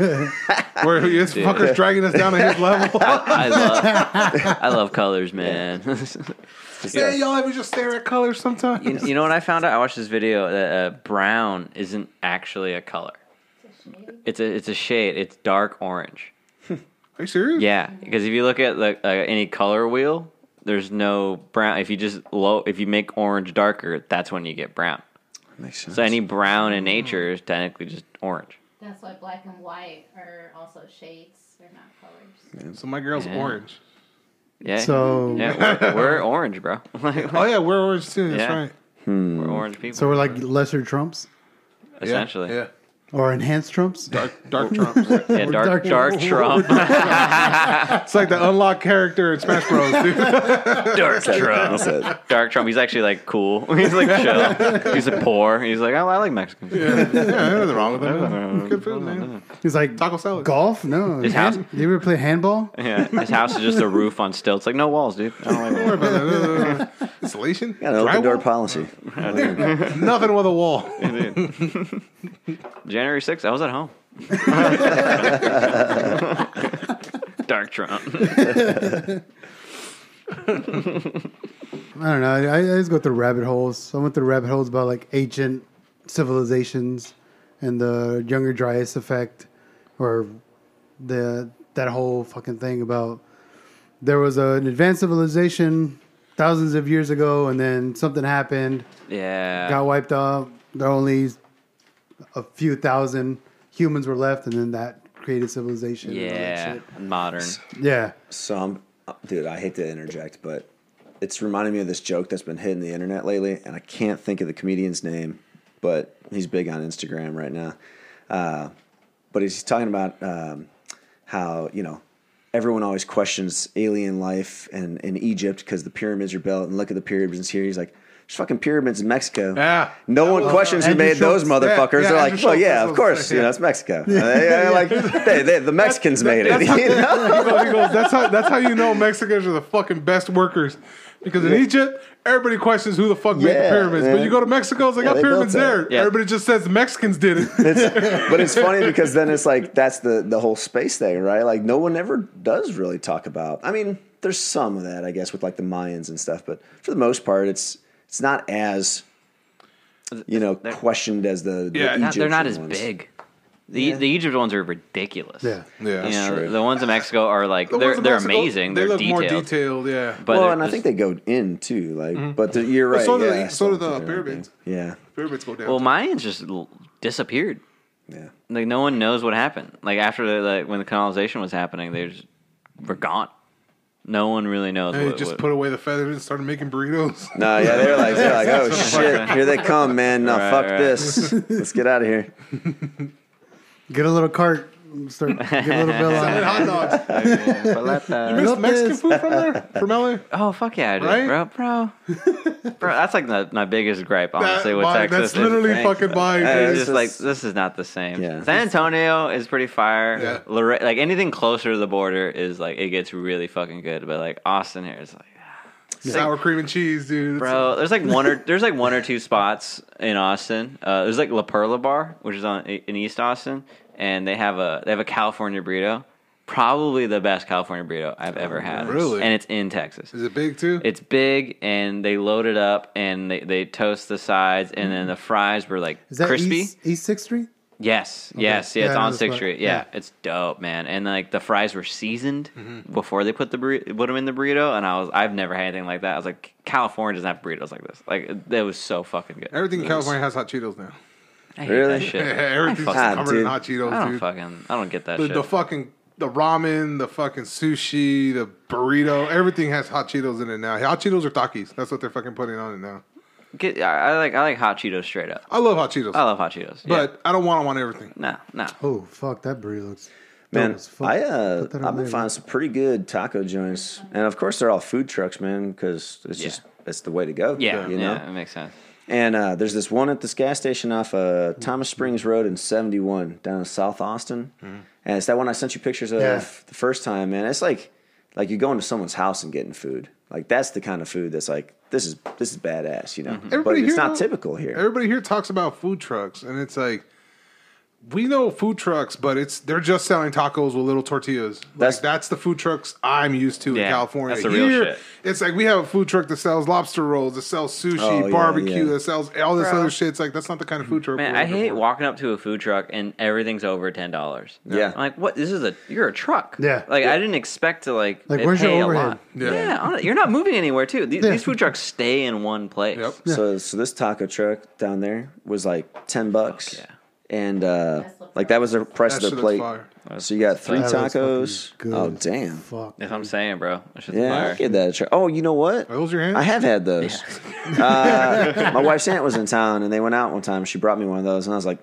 Where this fucker's dragging us down to his
(laughs)
level.
I love,
(laughs)
I love colors, man. (laughs)
Just
Yeah,
that-
y'all ever just stare at colors sometimes?
you, you know what I found out? I watched this video that uh, brown isn't actually a color. It's a it's a shade. It's dark orange.
Are you serious?
Yeah, because if you look at like uh, any color wheel, there's no brown. If you just low, if you make orange darker, that's when you get brown.
makes sense.
So any brown in nature is technically just orange.
That's why black and white are also shades. They're not colors.
So my girl's
Yeah.
orange.
Yeah.
So-
yeah, we're, we're orange, bro. (laughs) Like,
Oh yeah, we're orange too. That's
Yeah.
right.
we're orange people.
So we're like lesser Trumps
Yeah,
essentially.
Yeah.
or enhanced Trumps.
Dark,
(laughs)
dark Trump.
Yeah,
dark-
dark, dark Trump,
(laughs)
It's like the unlocked character in Smash Bros. Dude. (laughs)
dark Trump,
That's it.
dark Trump. He's actually like cool. (laughs) He's like chill. He's like poor. He's like, oh, I like Mexicans.
yeah, nothing wrong with that. Good food, man.
He's like
Taco salad.
golf. No,
His
hand-
house-
You ever play handball?
Yeah, his house is just a roof on stilts. Like no walls, dude. I don't like
Don't (laughs)
walls.
worry about that. Uh,
(laughs)
Insulation.
Got an open door
Drywall?
policy.
Nothing with a
(laughs)
wall.
January 6th, I was at home. Dark Trump.
I don't know. I, I just go through rabbit holes. I went through rabbit holes about like ancient civilizations and the Younger Dryas effect, or the that whole fucking thing about there was a, an advanced civilization thousands of years ago, and then something happened,
Yeah.
got wiped out. There were only a few thousand humans were left, and then that created civilization. and all that
yeah.
shit.
Modern.
yeah.
So I'm, dude, I hate to interject, but it's reminding me of this joke that's been hitting the internet lately, and I can't think of the comedian's name, but he's big on Instagram right now. Uh, but he's talking about um, how you know everyone always questions alien life and in Egypt because the pyramids are built, and look at the pyramids here. He's like. There's fucking pyramids in Mexico.
Yeah.
No one questions who
Andrew
made
Schultz.
those
Yeah,
motherfuckers.
yeah,
They're
Andrew
like, well,
Schultz,
yeah,
that's what
of
I'm
course.
saying,
You know,
(laughs)
it's Mexico. They- they- like, they, they, the Mexicans made it. (laughs) you know?
He goes, that's how that's how you know Mexicans are the fucking best workers. Because in Egypt, everybody questions who the fuck made the
Yeah,
pyramids. But
man.
you go to Mexico, it's like,
Yeah,
"Got
they built
pyramids
that.
there.
Yeah.
Everybody just says the Mexicans did it.
(laughs) It's- but it's funny because then it's like that's the the whole space thing, right? Like no one ever does really talk about. I mean, there's some of that, I guess, with like the Mayans and stuff, but for the most part, it's it's not as you know questioned as the, the
Yeah,
Not- they're not as
Egyptian ones.
big. The, the Egypt ones are ridiculous.
Yeah.
Yeah.
You
That's
know,
true.
The ones in Mexico are like,
The
they're,
ones in
they're
Mexico,
amazing.
They
They are
look
detailed.
more detailed, yeah.
But
well,
they're
and I
just-
think they go in too, like,
Mm-hmm.
but the, you're
But
right.
so do the-
yeah, I
so do
still don't
the
think they're that
pyramids.
big. Yeah,
pyramids go down.
Well, Mayans just l- disappeared.
yeah.
Like, no one knows what happened. Like, after the, like, when the colonization was happening, they just were gone. No one really knows
and they
what,
just
what-
put away the feathers and started making
(laughs)
burritos.
No, yeah, they're like, they're like, oh shit, here they come, man. No,
Right,
fuck
right.
this. Let's get out of here.
Get a little cart. Start get a little
(laughs)
bill
And
on.
hot dogs. You miss
Love
Mexican
this.
food from
(laughs)
there? From LA?
Oh fuck yeah, I do,
Right?
bro,
(laughs)
bro, bro. That's like the, my biggest gripe, honestly, with
That-
Texas.
that's
is
literally
thanks,
fucking
bro.
mine.
Hey,
dude.
It's
this
just like
is-
this is not the same.
Yeah.
San Antonio is pretty fire.
Yeah.
Lore- like anything closer to the border is like it gets really fucking good. But like Austin here is like,
Sour cream and cheese, dude.
bro, there's like one or there's like one or two spots in Austin. Uh, there's like La Perla Bar, which is on in East Austin, and they have a they have a California burrito, probably the best California burrito I've ever had.
Oh, really?
and it's in Texas.
Is it big too?
It's big, and they load it up, and they, they toast the sides, and
Mm-hmm.
then the fries were like
Is that
crispy.
East, East Sixth Street?
Yes, yes, yeah,
Yeah,
it's
I know
on
this
Sixth
part.
Street. Yeah,
Yeah.
it's dope, man. And like the fries were seasoned before they put the burrito, put them in the burrito, and I was I've never had anything like that. I was like, California doesn't have burritos like this. Like that was so fucking good.
Everything in California has hot Cheetos now.
I hate
Really?
that shit.
Yeah,
I
(laughs) everything's
fucking-
Ah,
covered in
dude.
hot Cheetos,
I don't
dude.
fucking I don't get that
The,
shit.
the fucking the ramen, the fucking sushi, the burrito, everything has hot Cheetos in it now. Hot Cheetos or Takis. That's what they're fucking putting on it now.
Get, I, I like I like hot Cheetos straight up.
I love hot Cheetos,
I love hot Cheetos.
but
But
I don't want them on everything.
no, no.
Oh fuck, that burrito looks. dope
Man,
as fuck.
I uh,
Put that on
I've been
there.
finding some pretty good taco joints, and of course they're all food trucks, man, because it's
Yeah.
just it's the way to go.
Yeah,
you know.
yeah, it makes sense.
And uh, there's this one at this gas station off uh, Thomas Springs Road in 71 down in South Austin.
Mm-hmm.
And it's that one I sent you pictures of
Yeah.
the first time, man. It's like like you're going to someone's house and getting food. Like that's the kind of food that's like this is this is badass, you know.
Mm-hmm.
But
Everybody
it's
here
not
knows-
typical here.
Everybody here talks about food trucks, and it's like we know food trucks, but it's they're just selling tacos with little tortillas.
That's-
like that's the food trucks I'm used to in
Yeah,
California.
that's the real
here,
shit.
it's like we have a food truck that sells lobster rolls, that sells sushi,
Oh, yeah,
barbecue,
yeah.
that sells all this other shit. It's like that's not the kind of food truck.
Man,
we're
I
looking
hate
for.
walking up to a food truck and everything's over ten dollars.
Yeah.
I'm like what? This is a you're a truck.
Yeah.
like I didn't expect to like
Like,
it
where's your
pay
overhead?
A lot.
Yeah.
Yeah, hon- you're not moving anywhere too. These,
Yeah.
these food trucks stay in one place.
Yep.
So so this taco truck down there was like 10 bucks.
yeah.
And uh,
That's the
like that was the price
That
of
shit
the
looks
plate.
fire.
So you got three
That looks fucking
tacos.
good
Oh
as
damn.
Fuck.
That's what I'm saying, bro. That shit's
Yeah,
fire.
I'll give that a try. Oh, you know what?
Are those your hands?
I have had those.
(laughs)
uh, my wife's aunt was in town, and they went out one time. She brought me one of those, and I was like,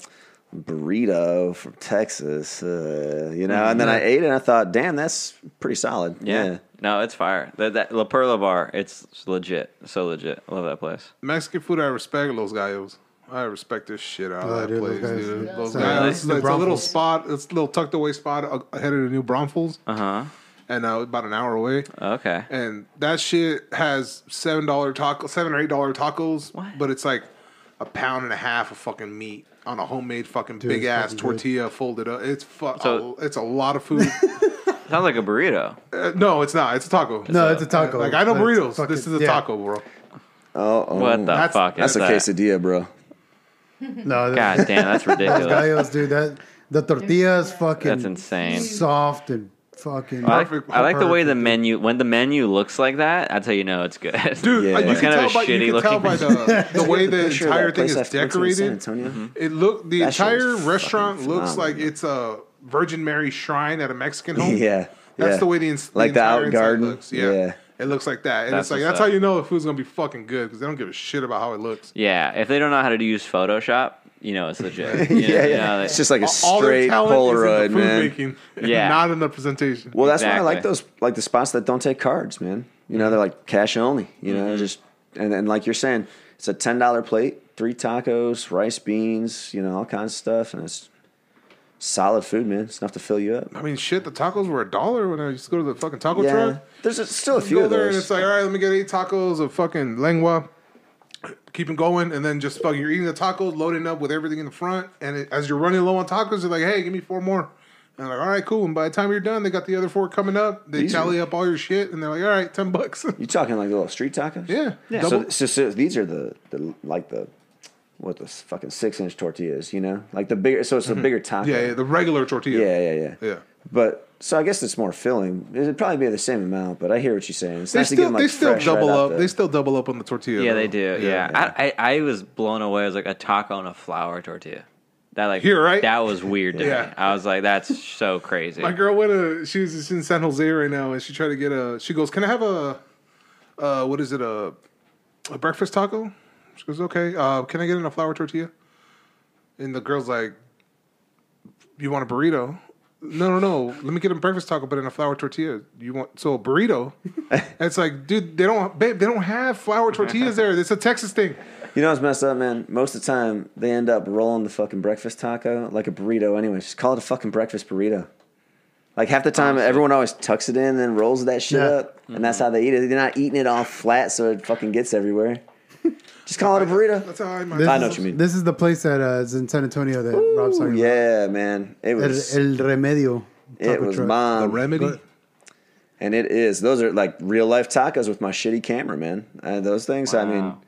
burrito from Texas, uh, you know. And then I ate it, and I thought, damn, that's pretty solid.
Yeah. No, it's fire. That, that La Perla Bar, it's legit. So legit. I love that place.
Mexican food, I respect Los Gallos. I respect this shit out
Oh,
of that
dude, Los
place,
Gallos.
dude.
Yeah.
Los
So,
Gallos.
Really?
It's,
New
it's a little
Braunfels.
spot. It's a little tucked away spot uh, ahead of the New Braunfels,
Uh huh.
and uh, about an hour away.
Okay.
and that shit has seven dollar taco, seven or eight dollar tacos,
What?
but it's like a pound and a half of fucking meat on a homemade fucking
Dude,
big
it's
ass
fucking good.
tortilla folded up. It's fuck,
So-
it's a lot of
(laughs)
food.
Sounds like a burrito.
Uh, no, it's not. It's a taco.
No, it's a taco.
Like I know
It's
burritos.
fucking-
this is a
yeah.
taco, bro.
Oh, oh.
What the
That's-
fuck is
That's a
that?
quesadilla, bro.
No, that,
God
(laughs)
damn, that's ridiculous.
gallos, dude. That the tortilla is fucking.
That's insane.
Soft and fucking.
I like,
Perfect.
I like the way the
Perfect.
menu when the menu looks like that. That's how you know it's good, (laughs)
Dude,
Yeah.
uh, you,
It's
can
kind
tell
of a
by, you can
shitty
tell
looking
by the, the way
(laughs)
the
Picture of that
entire thing
place I
is
have to go to in San
decorated.
Antonio.
Mm-hmm.
It look the
That shit
entire
was fucking
restaurant looks like
phenomenal.
it's a Virgin Mary shrine at a
(laughs)
Mexican home.
Yeah,
that's
(laughs) yeah.
the way the, ins-
Like the
entire
out
inside
garden.
looks. Yeah.
Yeah.
it looks like that, and
That's
it's like
what's
that's
up.
how you know the food's gonna be fucking good because they don't give a shit about how it looks.
(laughs) Yeah, if they don't know how to use Photoshop, you know
(laughs)
it's legit. You know,
Yeah, yeah.
you know, they-
It's just like a
All their
straight
talent
Polaroid,
is in the food
man.
making, (laughs)
Yeah.
not in the presentation.
Well, that's why I like
Exactly.
those, like the spots that don't take cards, man. You know, they're like cash only. You know, just and then like you're saying, it's a ten dollar plate, three tacos, rice beans, you know, all kinds of stuff, and it's solid food, man. It's enough to fill you up.
I mean, shit, the tacos were a dollar when I used to go to the fucking taco
Yeah,
truck.
there's a, still a few
Go
of
there and
those.
it's like, all right, let me get eight tacos of fucking lengua. Keep them going, and then just fucking you're eating the tacos, loading up with everything in the front, and it, as you're running low on tacos, you're like, hey, give me four more. And like, all right, cool. And by the time you're done, they got the other four coming up. They
These are-
tally up all your shit, and they're like, all right, ten bucks. (laughs)
you talking like little street tacos?
yeah,
So,
double.
so, so these are the, the like the what the fucking six inch tortillas, you know, like the bigger. So it's a bigger taco.
Mm-hmm. yeah, yeah, the regular tortilla.
yeah, yeah, yeah.
yeah.
But so I guess it's more filling. It'd probably be the same amount, but I hear what you're saying. It's
They
nice to
still,
get them, like,
they still
fresh right
double
out
up.
the-
They still double up on the tortilla.
yeah,
though.
they do. Yeah, I, I I was blown away. It was like a taco and a flour tortilla. That like
Here, right?
That was weird. To
Yeah.
me. I was like, that's so crazy.
My girl went to she was she's in San Jose right now, and she tried to get a. She goes, "Can I have a, uh, what is it a, a breakfast taco?" She goes, "Okay. Uh, can I get in a flour tortilla?" And the girl's like, "You want a burrito?" No, no, no. Let me get a breakfast taco, but in a flour tortilla. You want so a burrito? And it's like, dude, they don't, babe, they don't have flour tortillas there. It's a Texas thing.
You know what's messed up, man? Most of the time, they end up rolling the fucking breakfast taco like a burrito anyway. Just call it a fucking breakfast burrito. Like half the time, everyone always tucks it in and then rolls that shit
Yeah.
up, and that's how they eat it. They're not eating it all flat, so it fucking gets everywhere. Just call it a burrito.
That's how I.
This
I know
is-
what you mean.
This is the place that uh, is in San Antonio that Rob's talking about.
Yeah, man. It
El,
was
El Remedio.
it
taco
was
truck.
The
bomb.
remedy.
And it is. Those are like real life tacos with my shitty camera, man. Uh, those things. I mean,
Wow.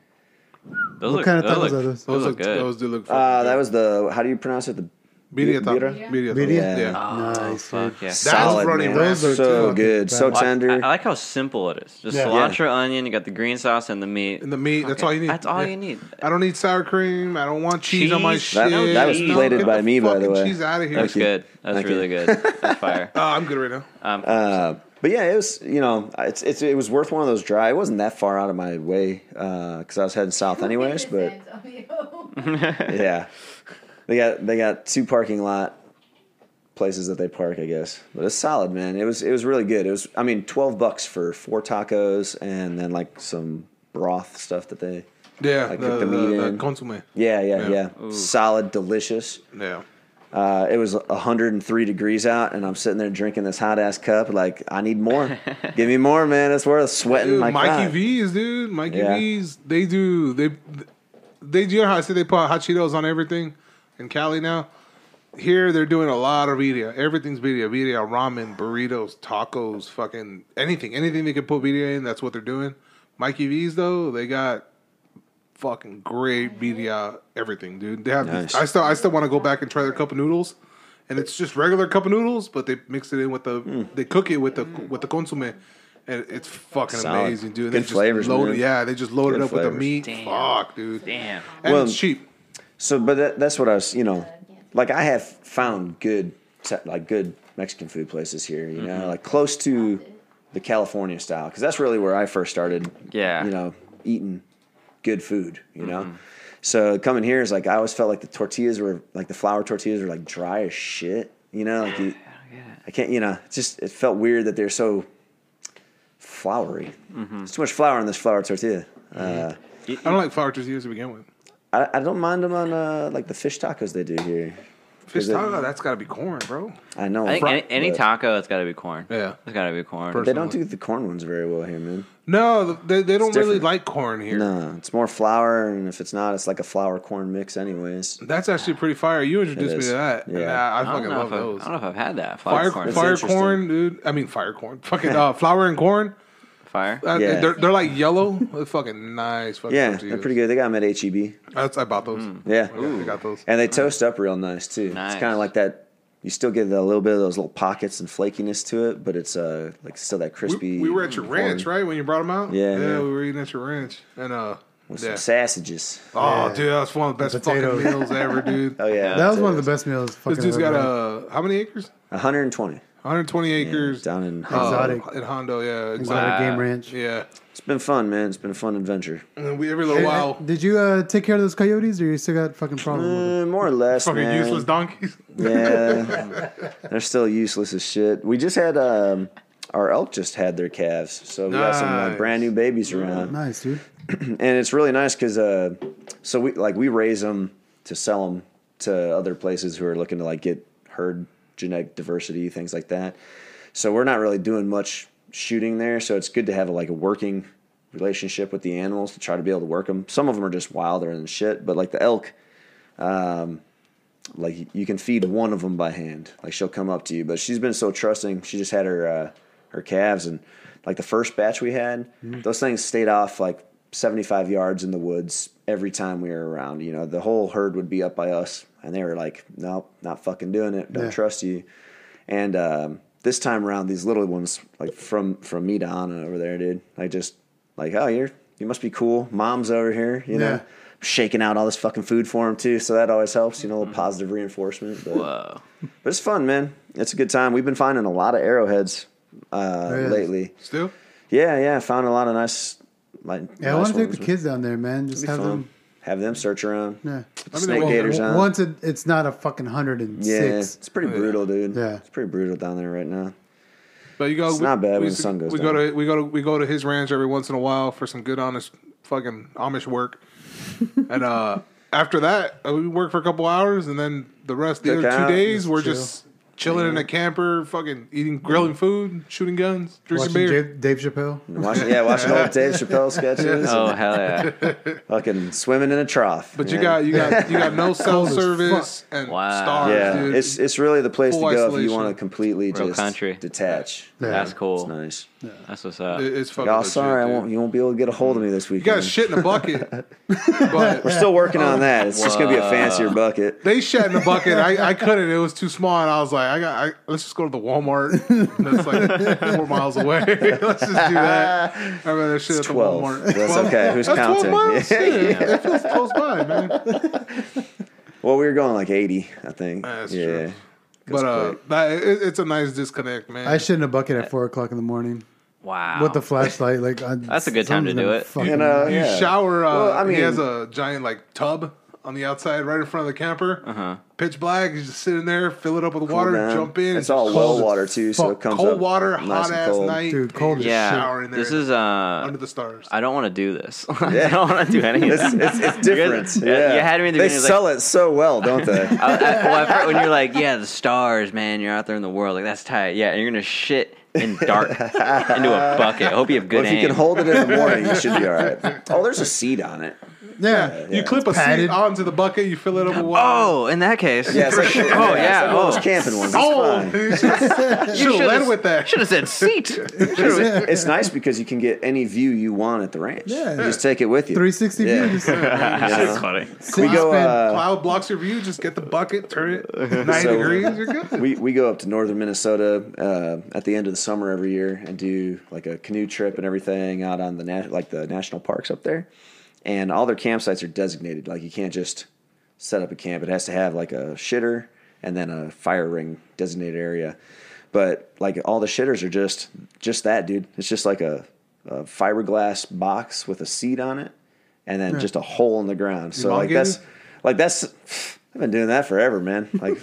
those
What kind of tacos are those?
Those,
Those
look
look.
good.
Those do look.
uh,
fucking
that
good.
was the how do you pronounce it? The
Media thought.
Birria?
Media thought.
Birria?
Oh, Yeah.
nice. dude.
Fuck yeah.
Solid,
running
man.
raps.
Those are
so
fucking
good, so
bad.
tender.
I, I like how simple it is. Just
Yeah.
cilantro, onion. You got the green sauce and the meat.
And the meat, that's all you need.
That's all
Yeah.
you need.
I don't need sour cream. I don't want cheese, on my
Cheese?
shit.
That- that was
No,
plated
get
by me, by the
fucking
way.
Cheese out of here.
That was
Oh,
you.
good. That was
Thank
really
you.
good.
(laughs)
That's fire.
I'm good right now.
Uh, but yeah, it was you know it's, it's it was worth one of those dry. It wasn't that far out of my way because I was heading south anyways. But yeah, they got they got two parking lot places that they park, I guess. But it's solid, man. It was it was really good. It was I mean twelve bucks for four tacos and then like some broth stuff that they.
Yeah,
Like
the,
cook
the,
the
the,
meat in.
consomme.
Yeah, yeah,
Yeah.
yeah. Solid, delicious.
Yeah.
Uh, it was 103 degrees out, and I'm sitting there drinking this hot ass cup. Like, I need more. Give me more, man. It's worth sweating.
Dude,
like
Mikey
that.
V's, dude. Mikey
Yeah.
V's. They do. They, they, you know how I said they put hot Cheetos on everything in Cali now? Here they're doing a lot of media. Everything's media. Media, ramen, burritos, tacos, fucking anything. Anything they can put media in, that's what they're doing. Mikey V's, though, they got fucking great media everything, dude. They have
Nice.
I still I still want to go back and try their cup of noodles. And it's just regular cup of noodles, but they mix it in with the
Hmm.
they cook it with the with the consomme. And it's fucking
Solid.
amazing, dude.
Good
they just
flavors,
load,
man.
Yeah, they just load it
Good
up with the
flavors.
meat.
Damn.
Fuck, dude.
Damn.
And
Well,
it's cheap.
So, but that, that's what I was, you know, like I have found good, se- like good Mexican food places here, you know, like close to the California style, because that's really where I first started,
Yeah.
you know, eating good food, you know. So coming here is like I always felt like the tortillas were like the flour tortillas were like dry as shit, you know, like you, I can't, you know, it's just it felt weird that they're so floury. There's too much flour in this flour tortilla. Uh,
I don't like flour tortillas to begin with.
I, I don't mind them on uh, like the fish tacos they do here.
Fish
Is it-
taco, that's got to be corn, bro.
I know.
I think
fr-
any, any
but
taco, it's got to be corn.
Yeah.
It's got to be corn.
First-
They don't do the corn ones very well here, man.
No, they, they don't really
different.
like corn here.
No, it's more flour, and if it's not, it's like a flour corn mix, anyways.
That's actually pretty fire. You introduced me
is.
to that. Yeah,
Yeah.
I, I
I, don't
fucking
know
love
if I've-
those.
I don't know if I've had that. Flour
Fire,
corn.
That's
fire
interesting.
corn, dude. I mean, fire corn. (laughs) Fucking uh, flour and corn.
Fire.
Uh,
Yeah.
they're, they're like yellow. They're fucking nice. Fucking
Yeah,
tortillas.
they're pretty good. They got them at HEB.
That's, I bought those.
Hmm.
Yeah,
I got- I got those.
and they toast up real nice too.
Nice.
It's kind of like that. You still get a little bit of those little pockets and flakiness to it, but it's uh like still that crispy.
We, we were at your ranch, right? When you brought them out.
Yeah,
yeah,
yeah.
we were eating at your ranch, and uh,
With
yeah.
some sausages.
Oh,
Yeah.
dude, that was one of the best
potatoes.
fucking meals ever, dude.
(laughs) Oh yeah,
That was one of the best meals.
This
fucking
dude's got
ever had.
uh, how many acres?
120
120 acres
down in.
uh,
Exotic.
in Hondo. Yeah,
Exotic
exactly.
Wow.
game ranch.
Yeah,
It's been fun, man. It's been a fun adventure.
and we every
Hey,
little while.
Did you uh, take care of those coyotes, or you still got fucking problem with them?
Uh, more or less,
Fucking
man.
useless donkeys. (laughs)
Yeah, they're still useless as shit. We just had um, our elk just had their calves, so we got some
Nice.
like, brand new babies around,
Nice, dude.
and it's really nice because uh, so we like we raise them to sell them to other places who are looking to like get herd genetic diversity things like that. So we're not really doing much shooting there, so it's good to have like a working relationship with the animals to try to be able to work them. Some of them are just wilder and shit, but like the elk like you can feed one of them by hand. Like she'll come up to you, but she's been so trusting. She just had her uh, her calves, and like the first batch we had,
Mm-hmm.
those things stayed off like seventy five yards in the woods every time we were around. You know, the whole herd would be up by us, and they were like, "Nope, not fucking doing it. Don't
Yeah.
trust you." And um, this time around, these little ones, like from from me to Anna over there, dude, like just like, "Oh, you're you must be cool. Mom's over here, you
Yeah.
know." shaking out all this fucking food for him too. So that always helps, you know, a
Mm-hmm.
little positive reinforcement. But,
Whoa.
but it's fun, man. It's a good time. We've been finding a lot of arrowheads uh,
Oh, Yeah.
lately.
Still,
Yeah, yeah. Found a lot of nice, like,
Yeah, I
nice
want to take the
ones.
kids down there, man. Just
Be
have
fun.
them.
Have them search around.
Yeah.
Put
I mean,
snake
well,
gators on.
Once it, it's not a fucking hundred and
yeah,
six.
it's
Oh,
pretty brutal, dude.
Yeah.
it's pretty brutal down there
(laughs)
right now.
but you go.
It's not bad when the
used to-
sun goes
We go to we go to we go to his ranch every once in a while for some good honest fucking Amish
(laughs)
work, and uh after that uh, we work for a couple hours, and then the rest the
Cook
other
out,
two days
just
we're
chill.
just chilling in a camper, fucking eating grilling food, shooting guns, drinking
Watching
beer.
Dave, Dave Chappelle.
Watching, yeah, watching old Dave Chappelle sketches.
Oh,
and
hell
(laughs)
yeah.
fucking swimming in a trough.
But you
man.
got you got you got
(laughs)
no cell
as
service and
Wow.
stars,
yeah,
dude.
it's it's really the place
Full
to go if
isolation.
you want to completely
Real
just
country.
detach.
Yeah.
That's
It's
cool.
nice.
That's what's up.
It- It's fucking.
Y'all,
legit,
sorry, I
dude.
won't. You won't be able to get a hold of me this
You
weekend.
got shit in a
(laughs)
bucket, but (laughs)
We're still working on that. It's just gonna be a
Wow.
fancier bucket.
they shit in a bucket. I, I couldn't. It was too small, and I was like, I got. I, let's just go to the
(laughs)
Walmart. That's like four miles away. (laughs) let's just do that. I rather shit at the
Twelve.
Walmart.
That's okay. Who's
That's
counting?
twelve miles.
(laughs) Yeah.
Yeah, That feels close by, man.
Well, we were going like eighty, I think.
That's
yeah.
true. But uh, that, it, it's a nice disconnect, man.
I shit in a bucket
Uh,
at four o'clock in the morning
wow.
with the flashlight. Like
(laughs)
I,
That's a good time to
something's
do
gonna
it.
fucking-
And, uh,
you
yeah.
shower. Uh,
Well, I
he
mean-
has a giant like tub on the outside, right in front of the camper. Uh-huh. Pitch black. You just sit in there, fill it up with water,
Cool down.
jump in.
It's all well water too, so it
Fuck,
comes up
cold water,
nice
hot
and
ass
cold.
night,
Dude,
and you
cold
just
as
yeah.
Shower in there.
This is uh.
under the stars.
I don't want to do this. (laughs) I don't want to do any of
(laughs) (laughs) It's,
this.
it's, it's different.
You
yeah.
had me at the
They
beginning, like- Oh,
sell it so well,
(laughs)
don't
I, I,
they?
well, at first, when you're like, yeah, the stars, man, you're out there in the world, like that's tight. Yeah, and you're gonna shit and
(laughs)
dart into a bucket. I hope you have good
well, if you
aim.
can hold it in the morning, you should be
(laughs)
all right. Oh, there's a seed on it.
(laughs) yeah.
you clip a seed
padded.
onto the bucket, you fill it up with water.
oh, in that case,
(laughs)
Yeah, it's like,
Oh
it's
yeah.
like one of those
Oh,
camping ones. It's
oh,
(laughs)
fine.
should have led with that.
should have said
(laughs)
seat.
It's, it's nice because you can get any view you want at the ranch.
Yeah.
You just take it with you.
360
Yeah.
view.
(laughs)
Just,
That's funny.
We go.
Spin.
Uh,
Cloud blocks your view. Just get the bucket, turn it ninety
So-
degrees. You're good.
(laughs) we, we go up to northern Minnesota uh, at the end of the summer every year and do like a canoe trip and everything out on the nat- like the national parks up there, and all their campsites are designated. Like you can't just set up a camp; it has to have like a shitter and then a fire ring designated area. But like all the shitters are just just that, dude. It's just like a, a fiberglass box with a seat on it, and then just a hole in the ground. So like
Elongated?
that's like that's I've been doing that forever, man. (laughs) Like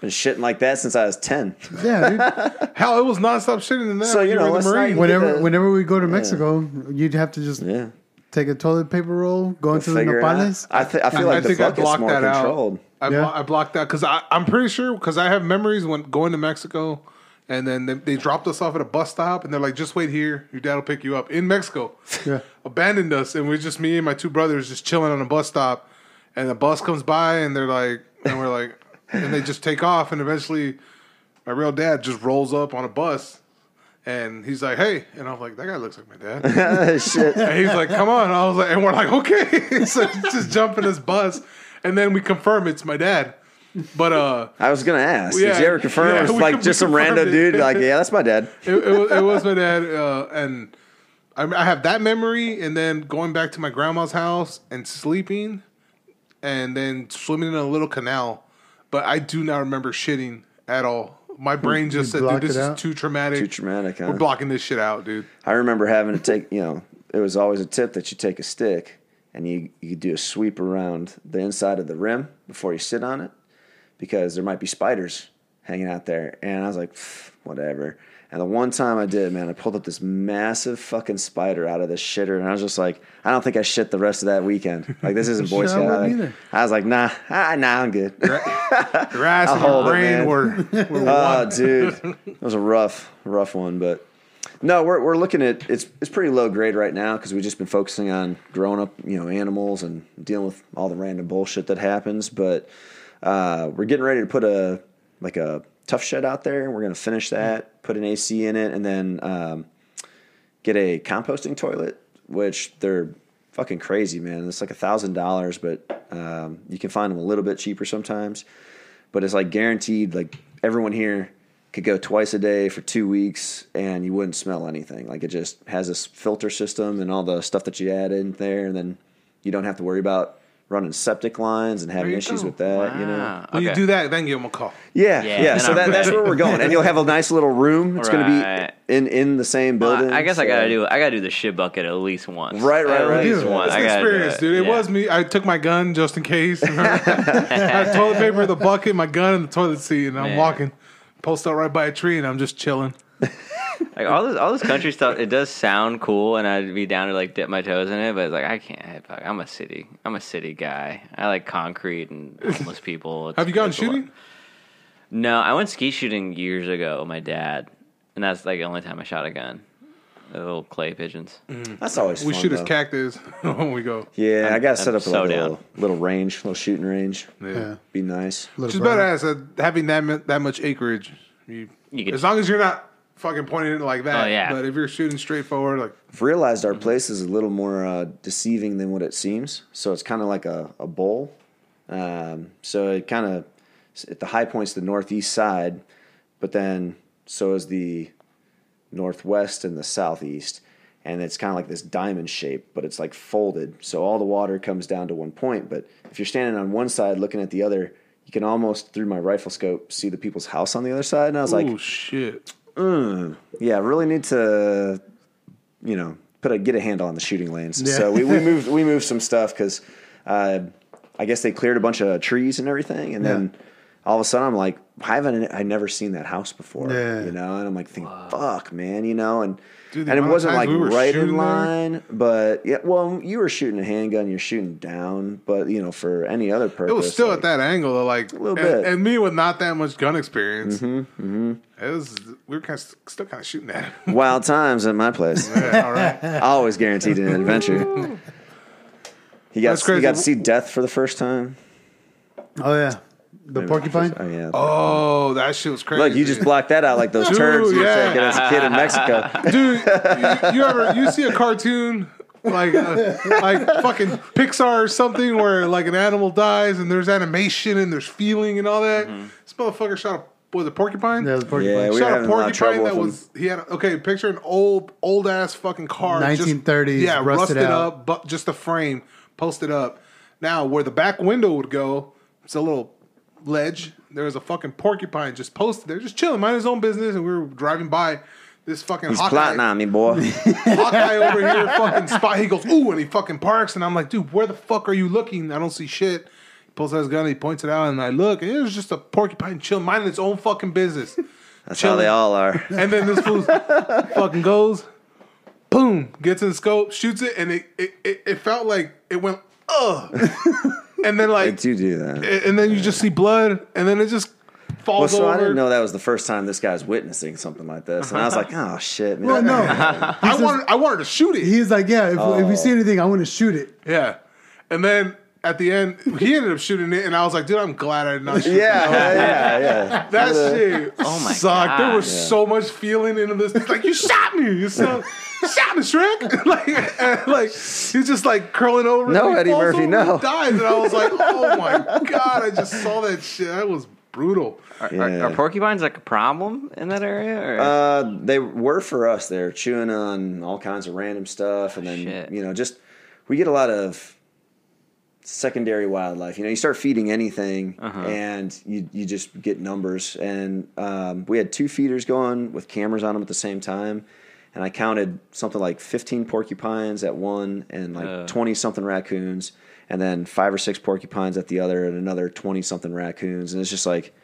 been shitting like that since I was ten.
(laughs) yeah,
(laughs)
Hell, it was nonstop shitting in that.
So,
when
you know,
were in
let's
the
not-
Marines.
dude.
get
Whenever
the-
whenever we go to Mexico, you'd have to just
Yeah,
take a toilet paper roll, go into the
figure it out.
nopales.
I, th- I feel like
I
the
think I
bucket's
blocked
more
that
controlled.
out. I,
Yeah.
blo- I blocked that because I'm pretty sure because I have memories when going to Mexico and then they, they dropped us off at a bus stop and they're like, just wait here. Your dad will pick you up in Mexico.
(laughs) Yeah.
Abandoned us and we're just me and my two brothers just chilling on a bus stop and the bus comes by and they're like, and we're like, and they just take off and eventually my real dad just rolls up on a bus and he's like, hey. And I'm like, that guy looks like my dad.
Shit.
And he's like, "Come on!" I was like, and we're like, "Okay." (laughs) so just jump in this bus, and then we confirm it's my dad. But uh,
I was gonna ask.
Yeah,
Did you ever confirm?
yeah,
it was
we-
like
(laughs) we
just some
confirmed
random
it.
dude. Like, yeah, that's
(laughs)
my dad.
it, it, was, it was my dad, uh, and I, I have that memory. And then going back to my grandma's house and sleeping, and then swimming in a little canal. But I do not remember shitting at all. My brain just said, "Dude,
blocked
this
it
is
out?
too traumatic.
Too traumatic, huh?
We're blocking this shit out, dude."
I remember having to take. You know, it was always a tip that you take a stick and you you do a sweep around the inside of the rim before you sit on it because there might be spiders hanging out there. And I was like, "Pff, whatever. And the one time I did, man, I pulled up this massive fucking spider out of this shitter, and I was just like, I don't think I shit the rest of that weekend. Like this
(laughs)
isn't Boy
Shit, I
Scout.
wouldn't
Like,
either.
I was like, nah, ah, nah, I'm good. (laughs)
Your ass and your
hold it,
brain
man.
were,
(laughs)
were
Oh, dude, it was a rough, rough one. But no, we're we're looking at it's it's pretty low grade right now because we've just been focusing on growing up, you know, animals and dealing with all the random bullshit that happens. But uh, we're getting ready to put a like a tough shed out there. We're gonna finish that, put an AC in it, and then um, get a composting toilet, which they're fucking crazy, man. It's like a thousand dollars, but um, you can find them a little bit cheaper sometimes but it's like guaranteed like everyone here could go twice a day for two weeks and you wouldn't smell anything like it just has this filter system and all the stuff that you add in there and then you don't have to worry about running septic lines and having
you
issues
go.
with that you know
Ah,
When you
okay.
do that, then give him a call.
yeah
Yeah,
yeah,
then
so
I'm
that, that's
good.
where we're going and you'll have a nice little room it's going
(laughs) Right.
to be in in the same building
I guess I
so-
gotta do. I gotta do the shit bucket at least once.
Right, right,
at
right.
Least
Dude,
once.
It's
I
an
gotta do
experience, dude. It
Yeah.
was me. I took my gun just in case. (laughs) I had toilet paper, the bucket, my gun, and the toilet seat, and I'm
Man.
walking. Post out right by a tree, and I'm just chilling.
Like all this, all this country stuff. It does sound cool, and I'd be down to like dip my toes in it. But it's like I can't. I- fuck, I'm a city. I'm a city guy. I like
(laughs)
concrete and homeless people. It's-
Have you gone
it's a lot.
shooting?
No, I went ski shooting years ago with my dad, and that's like the only time I shot a gun. The little clay pigeons.
that's always
We
fun,
shoot as
though.
cactus (laughs) when we go.
yeah i gotta set
I'm
up a
so
little,
down.
little range little shooting range
yeah.
be nice
Little
Just
brother.
badass uh, having that mu- that much acreage. You,
You could-
as long as you're not fucking pointing it like that.
Oh, yeah.
But if you're shooting straight forward, like
I've realized our place is a little more uh, deceiving than what it seems. So it's kind of like a, a bowl. Um, so it kind of, at the high point's the northeast side, but then so is the northwest and the southeast. And it's kind of like this diamond shape, but it's like folded. So all the water comes down to one point. But if you're standing on one side looking at the other, you can almost, through my rifle scope, see the people's house on the other side. And I was like,
oh shit.
Mm, yeah, really need to, you know, put a get a handle on the shooting lanes.
Yeah.
So we, we moved we moved some stuff because uh, I guess they cleared a bunch of trees and everything, and then all of a sudden I'm like, I haven't I never seen that house before,
Yeah.
you know, and I'm like, thinking, fuck, man, you know, and
Dude, the
and it
amount of
wasn't
times
like
we were
right
shooting
in
there.
line, but yeah, well, you were shooting a handgun, you're shooting down, but you know, for any other purpose,
It was still
like,
at that angle, though, like a And,
little bit.
and me with not that much gun experience,
Mm-hmm,
it was we were kind of still kind of shooting at him.
wild times at my place.
(laughs) Yeah, all right.
Always guaranteed an adventure. He got
That's crazy.
he got to see death for the first time.
Oh yeah, the porcupine.
Oh yeah.
Oh, that shit was crazy.
Look, you just blocked that out like those
Dude,
turds you
yeah.
were taking as a kid in
(laughs)
Mexico. (laughs)
dude. You, you ever you see a cartoon like uh, like fucking Pixar or something where like an animal dies and there's animation and there's feeling and all that?
Mm-hmm.
This motherfucker shot a was a porcupine.
Yeah, the porcupine.
Yeah, we- were
shot a
having a lot of
porcupine
trouble
that
with
was he had a, okay. Picture an old old ass fucking car, just-
1930s,
yeah, rusted,
rusted out.
up, but just the frame, posted up. Now where the back window would go, it's a little ledge. There was a fucking porcupine just posted there, just chilling, minding his own business, and we were driving by. This fucking
He's
Hawkeye,
plotting on me, boy. (laughs)
Hawkeye over here fucking spot. He goes, ooh, and he fucking parks. And I'm like, dude, where the fuck are you looking? I don't see shit. He pulls out his gun, he points it out, and I look, and it was just a porcupine chill, minding its own fucking business.
That's how they all
(laughs)
are.
And then this
(laughs)
fool fucking goes, boom, gets in the scope, shoots it, and it it, it, it felt like it went,
(laughs)
ugh. and then
They
like,
do do that.
and then you just see blood, and then it just
Well,
falls
so
over.
I didn't know that was the first time this guy's witnessing something like this, and I was like,
Uh-huh.
"Oh shit, man!"
Well, no,
I wanted I wanted to shoot it.
he's like, yeah. If, if we
Oh.
see anything, I want to shoot it.
yeah. And then at the end, he ended up shooting it, and I was like, dude, I'm glad I did
(laughs)
not shoot
(laughs) Yeah,
that.
yeah,
(laughs)
yeah, yeah.
That shit
Oh my
sucked. There
God.
was so much feeling into this. It's like you shot me. You so- you shot me, Shrek. (laughs) like, and, like he's just like curling over.
No,
and he
Eddie
falls
Murphy,
over and
no.
dies, and I was like, oh my god! I just saw that shit. That was brutal.
Yeah.
Are, are porcupines like a problem in that area? Or?
Uh, they were for us. They're chewing on all kinds of random stuff, and then
Shit.
you know, just we get a lot of secondary wildlife. You know, you start feeding anything, and you you just get numbers. And um, we had two feeders going with cameras on them at the same time, and I counted something like fifteen porcupines at one, and like twenty something raccoons, and then five or six porcupines at the other, and another twenty something raccoons, and it's just like.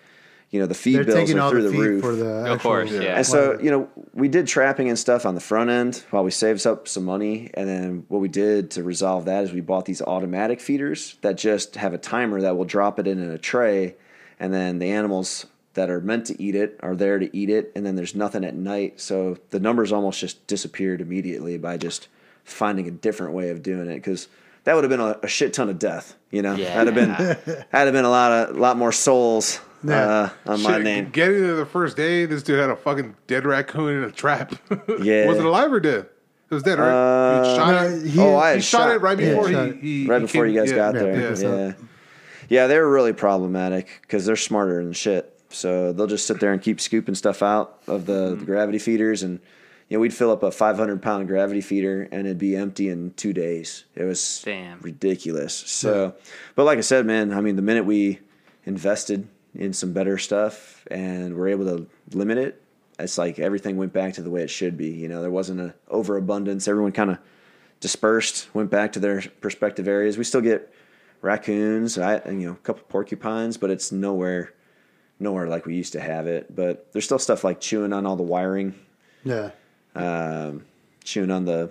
You know the feed
They're
bills
taking
are
all
through
the
the,
feed
roof.
for the.
Of course,
actual-
yeah.
And so, you know, we did trapping and stuff on the front end while we saved up some money. And then what we did to resolve that is we bought these automatic feeders that just have a timer that will drop it in, in a tray. And then the animals that are meant to eat it are there to eat it. And then there's nothing at night. So the numbers almost just disappeared immediately by just finding a different way of doing it. Because that would have been a, a shit ton of death, you know? That'd have been, that'd have been a lot of, lot more souls uh, on my
Shit,
name.
Getting to the first day, this dude had a fucking dead raccoon in a trap. (laughs)
Yeah.
was it alive or dead? It was dead, right? he shot
No,
it.
he-
oh, I
he
had
shot, it right
yeah,
before
shot
he,
it.
he
right
he
before
came-
you guys
yeah,
got
yeah,
there.
pick us
Yeah, yeah. they're really problematic because they're smarter than shit. So they'll just sit there and keep scooping stuff out of the,
Mm-hmm.
the gravity feeders, and you know we'd fill up a 500 pound gravity feeder, and it'd be empty in two days. It was
Damn.
ridiculous. So, but like I said, man, I mean, the minute we invested in some better stuff and were able to limit it, it's like everything went back to the way it should be. You know, there wasn't an overabundance. Everyone kind of dispersed, went back to their prospective areas. We still get raccoons, I, and, you know, a couple porcupines, but it's nowhere, nowhere like we used to have it. But there's still stuff like chewing on all the wiring,
Yeah.
um, chewing on the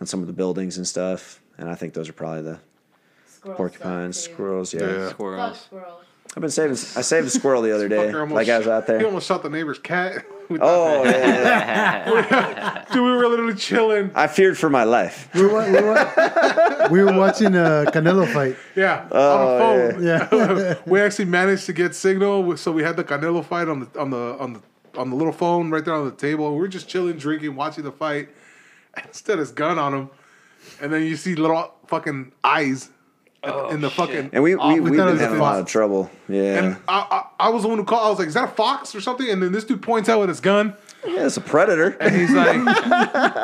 on some of the buildings and stuff. And I think those are probably the
(laughs) Squirrels
porcupines,
suck, too.
squirrels. Yeah.
Yeah.
Fuck (laughs)
Squirrels. (laughs)
squirrels.
I've been saving. I saved a squirrel
(laughs)
the other day.
Fucker almost
Like I was
shot-
out
He
there.
almost shot the neighbor's cat. (laughs) We thought-
Oh yeah, yeah, yeah.
Oh
Dude, we were literally chilling.
I feared for my life.
We were, wa- we, were, (laughs) we were watching a Canelo fight.
Yeah,
Oh,
on a phone.
Yeah.
we actually managed to get signal, so we had the Canelo fight on the on the on the on the little phone right there on the table. We're just chilling, drinking, watching the fight. (laughs) And instead, it's gun on him, and then you see little fucking eyes at- in the fucking.
And we,
off-
Oh,
we,
we
we've
thought it
been
was a
having a lot
fox.
of trouble. Yeah.
and I, I, I was the one who called. I was like, "Is that a fox or something?" And then this dude points out with his gun,
yeah, it's a
(laughs)
predator.
and he's
(laughs)
like,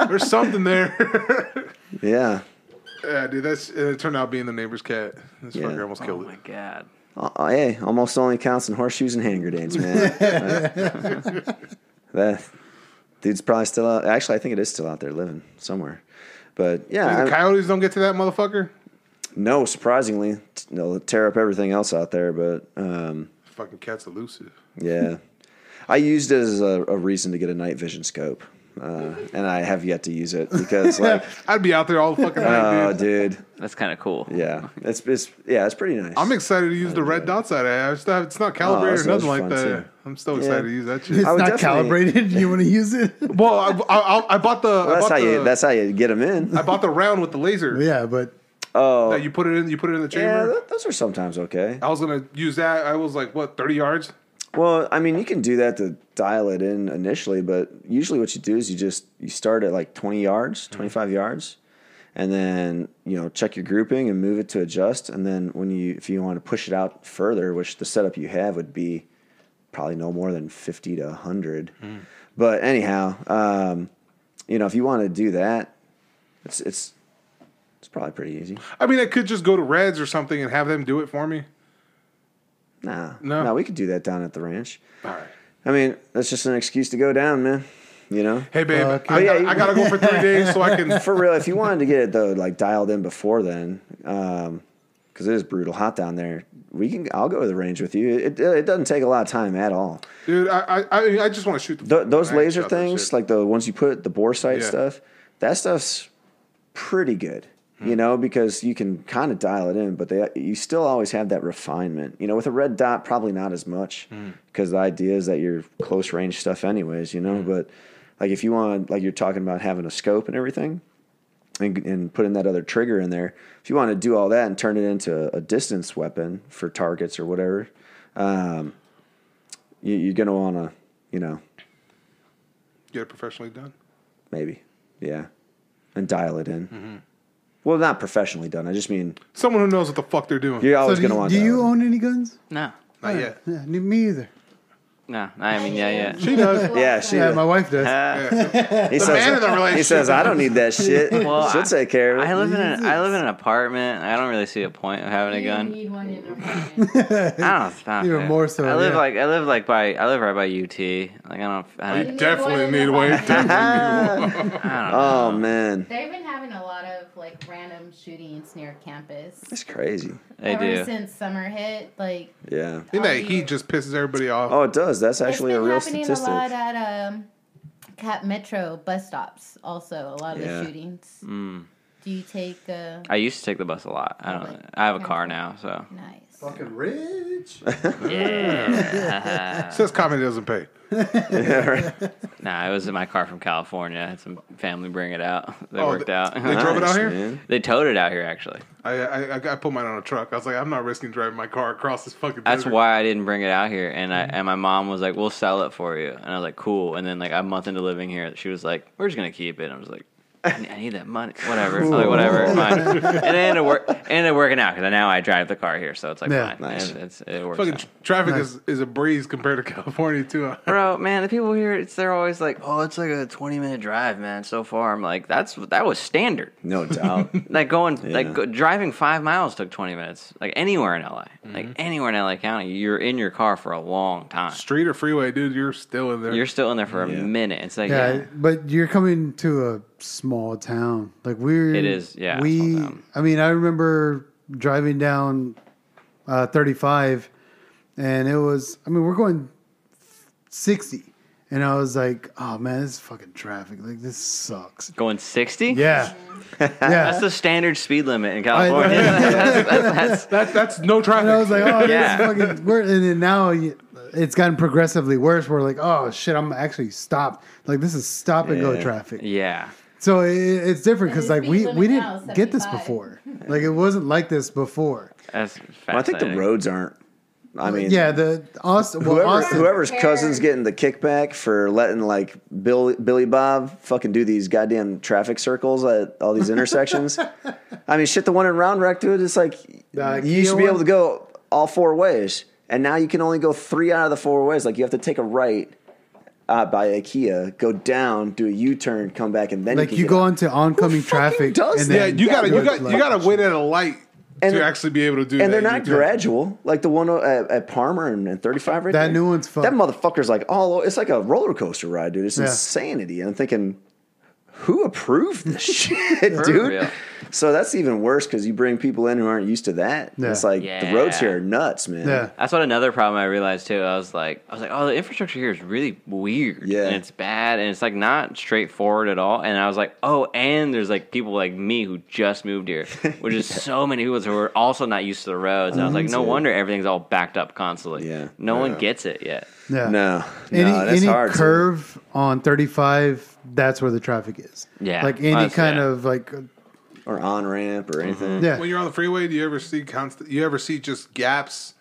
"There's something there." (laughs)
yeah.
yeah, dude. That's and it turned out being the neighbor's cat. This
Yeah.
fucker almost
Oh
killed
my
it.
god.
Uh, uh, hey, almost only counts in horseshoes and hand
(laughs)
grenades, man. that dude's probably still out. Actually, I think it is still out there living somewhere. But
The
yeah, I-
coyotes don't get to that motherfucker.
no, surprisingly, t- they'll tear up everything else out there. But um,
Fucking cat's elusive.
yeah, I used it as a, a reason to get a night vision scope, uh, and I have yet to use
(laughs)
it because, like,
I'd be out there all fucking
(laughs)
night,
oh,
dude.
dude,
That's kind of cool.
yeah, it's, it's yeah, it's pretty nice.
I'm excited to use the red dots I have. I still have- It's not calibrated
Oh,
or nothing
those are
like
fun,
that.
too.
I'm still excited
Yeah.
to use
(laughs)
that
It's
shit.
I would
not
definitely-
calibrated. You want to use it?
(laughs) well, I, I, I- I bought the. I
Well, that's
bought
how
the,
you that's how you get them
(laughs)
in.
I bought the round with the laser.
yeah, but
Oh,
That you put it in. You put it in the
yeah,
chamber.
th- those are sometimes okay.
I was gonna use that. I was like, what, 30 yards?
Well, I mean, you can do that to dial it in initially, but usually what you do is you just you start at like 20 yards, 25 yards, and then, you know, check your grouping and move it to adjust, and then when you if you want to push it out further, which the setup you have would be probably no more than 50 to 100. But anyhow, um, you know, if you want to do that, it's it's it's probably pretty easy.
I mean, I could just go to Reds or something and have them do it for me.
Nah.
No.
No, we could do that down at the ranch.
All right.
I mean, that's just an excuse to go down, man. You know?
Hey, babe,
Okay.
I,
Yeah,
gotta,
you-
I gotta go for three days so I can. (laughs)
(laughs) for real, if you wanted to get it though, like dialed in before then, because it is brutal hot down there. We can. I'll go to the range with you. It, it doesn't take a lot of time at all.
Dude, I, I, I- I just want to shoot the
Th- those
I ain't
laser
shot that
things,
shit.
like the ones you put the bore sight
Yeah.
stuff, that stuff's pretty good.
Hmm.
You know, because you can kind of dial it in, but they you still always have that refinement. You know, with a red dot, probably not as much,
Hmm.
because the idea is that you're close range stuff, anyways. You know,
Hmm.
but like if you want, like you're talking about having a scope and everything, and, and putting that other trigger in there. If you want to do all that and turn it into a distance weapon for targets or whatever, um, you, you're going to want to, you know,
get it professionally done.
maybe, yeah, and dial it in.
Mm-hmm.
Well, not professionally done. I just mean
Someone who knows what the fuck they're doing.
you're
so
always
do,
going to
you-
want.
do
to
you own any guns?
No.
Not yet.
Yeah, ne- me either.
No. I mean, yeah, yeah. Uh,
She does.
Yeah, she-
Yeah, my wife does.
He
The
says,
man in the
he
relationship.
says, "I don't need that shit.
Well,
She'll
I-
take care of it."
I live in an I live in an apartment. I don't really see a point of having a
You
gun.
need one in your
(laughs)
apartment.
I don't stop
Even
it.
more so,
I live
yeah.
like I live like by I live right by UT. Like I don't. I,
You definitely need one. You
(laughs)
Definitely need one.
oh man,
They've been having a lot of like random shootings near campus.
that's crazy.
I
Ever
do.
since summer hit, like
Yeah.
Isn't that heat just pisses everybody off?
Oh, it does. That's
it's
actually
been
a real
happening
statistic.
a lot at um, Cap Metro bus stops. Also, a lot of
Yeah.
the shootings. Do you take uh,
I used to take the bus a lot. I don't. I have a car now, so
nice?
Fucking
(laughs)
rich.
Oh.
Says comedy doesn't pay.
(laughs)
nah. It was in my car from California. I had some family bring it out. They
Oh,
worked
they-
out.
They drove it out
Nice,
here.
man.
(laughs) They towed it out here actually.
I, I I I put mine on a truck. I was like, I'm not risking driving my car across this fucking.
That's
desert.
why I didn't bring it out here. And I and my mom was like, "We'll sell it for you." And I was like, "Cool." And then like a month into living here, she was like, "We're just gonna keep it." And I was like. I need- I need that money. Whatever. I'm like, whatever. Fine. And it ended, up work, it ended up working out because now I drive the car here, so it's like
Yeah.
fine.
Nice.
It's, it's, it works.
Fucking
out.
tr- traffic is, is a breeze compared to (laughs) California too.
Bro, man, the people here, it's they're always like, oh, it's like a twenty minute drive, man. So far, I'm like, that's that was standard. (laughs)
No doubt.
Like going, like
Yeah.
go, driving five miles took twenty minutes. Like anywhere in LA, like anywhere in LA County, you're in your car for a long time.
Street or freeway, dude, you're still in there.
You're still in there for a minute. It's like,
Yeah,
yeah,
but you're coming to a small town. Like we're
It is, yeah, a
We,
small town.
I mean, I remember driving down uh, 35, and it was. I mean, we're going 60, and I was like, oh man, this is fucking traffic. Like this sucks.
going sixty.
(laughs)
Yeah,
that's
yeah.
the standard speed limit in California. (laughs) that's, that's, that's,
that that's no traffic.
And I was like, oh,
Yeah.
this is fucking. We're, and then now you- it's gotten progressively worse. We're like, oh shit, I'm actually stopped. Like this is stop and go
Yeah.
traffic.
yeah.
So it, it's different because
Yeah, the
like we
speed
we
limit now
didn't
is
get this
75.
before. Like it wasn't like this before.
That's
Well, I think the
fascinating.
roads aren't I mean,
yeah, the Austin. Well,
whoever,
Austin.
whoever's
Who
cousin's
cares?
getting the kickback for letting like Bill, Billy Bob fucking do these goddamn traffic circles at all these
(laughs)
intersections. I mean, shit, the one in Round Rock, dude, it's like
The
you used to be
Kia
able
one?
to go all four ways, and now you can only go three out of the four ways. Like you have to take a right uh, by IKEA, go down, do a U turn, come back, and then
like
you, can
you
get
go
out.
onto oncoming traffic.
does
and
that?
Yeah,
then-
you gotta you
Yeah,
got
like-
you gotta wait at a light
And-
to actually be able to do that.
and they're not
You can't-
gradual, like the one at, at Parmer and, and 35 right
That
there.
new one's fucked.
That motherfucker's like all o- it's like a roller coaster ride, dude. It's
Yeah.
insanity. And I'm thinking, who
(laughs)
approved this (laughs) shit, dude?
real.
So that's even worse because you bring people in who aren't used to that.
Yeah.
It's like the roads
Yeah.
here are nuts, man.
yeah.
That's what another problem I realized too. I was like, I was like, oh, the infrastructure here is really weird.
Yeah.
and it's bad, and it's like not straightforward at all. And I was like, oh, and there's like people like me who just moved
(laughs)
here, which is so many people who are also not used to the roads. And I was like, no wonder everything's all backed up constantly.
Yeah.
no one gets it
(laughs)
yet.
Yeah.
No,
Any,
no, that's
any
hard. dude.
curve on 35, that's where the traffic is.
Yeah.
Like any
Honestly,
kind
yeah.
of like,
or on ramp or anything.
Mm-hmm. yeah.
When you're on the freeway, do you ever see constant? You ever see just gaps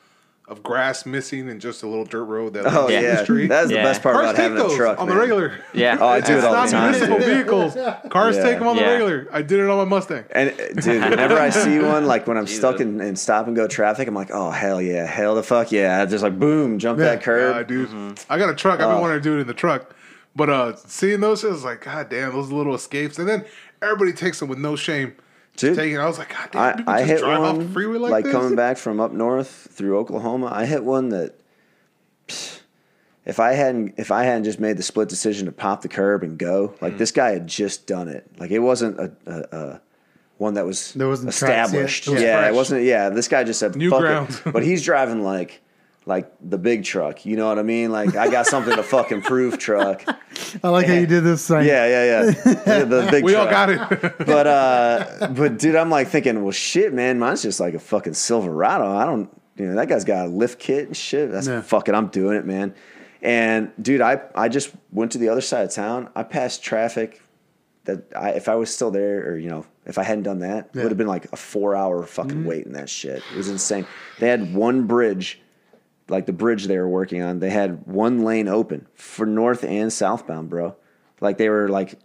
of grass missing and just a little dirt road that?
Oh
leads
yeah,
to the street?
that's
Yeah.
the best part
Cars
about having
take
a
those
truck
on
man.
the regular.
Yeah,
Oh, I do it
It's
all the
not
time.
municipal
dude.
vehicles. Cars
Yeah.
take them on the
Yeah.
regular. I did it on my Mustang.
And uh, dude, whenever I see one, like when I'm stuck in, in stop and go traffic, I'm like, oh hell yeah, hell the fuck yeah! I just like boom, jump
Yeah.
that curb.
Yeah, dude.
Mm-hmm.
I got a truck. I've been
Uh.
wanting to do it in the truck. But uh seeing those shit, I was like, God damn, those little escapes. And then everybody takes them with no shame.
Dude,
Just taking I was like, God damn,
I,
people
I
just
hit
drive
one
off the freeway like,
like
this.
coming back from up north through Oklahoma. I hit one that psh, if I hadn't if I hadn't just made the split decision to pop the curb and go,
Hmm.
like this guy had just done it. Like it wasn't a, a, a one that was
There wasn't tracks yet.
established.
It was
yeah,
fresh.
it wasn't. Yeah, this guy just said
New
Fuck
ground.
It. (laughs) But he's driving like like the big truck. You know what I mean? Like I got something to fucking prove, truck.
I like how you did this sign.
Yeah, yeah, yeah. The
(laughs)
big
We all
truck
got it.
but uh but dude i'm like thinking well shit man mine's just like a fucking silverado i don't you know that guy's got a lift kit and shit that's
Yeah.
fuck it i'm doing it man and dude i i just went to the other side of town i passed traffic that I, if i was still there or you know if i hadn't done that it would have been like a four hour fucking
Mm-hmm.
wait in that shit it was insane they had one bridge like the bridge they were working on, they had one lane open for north and southbound, bro. Like they were like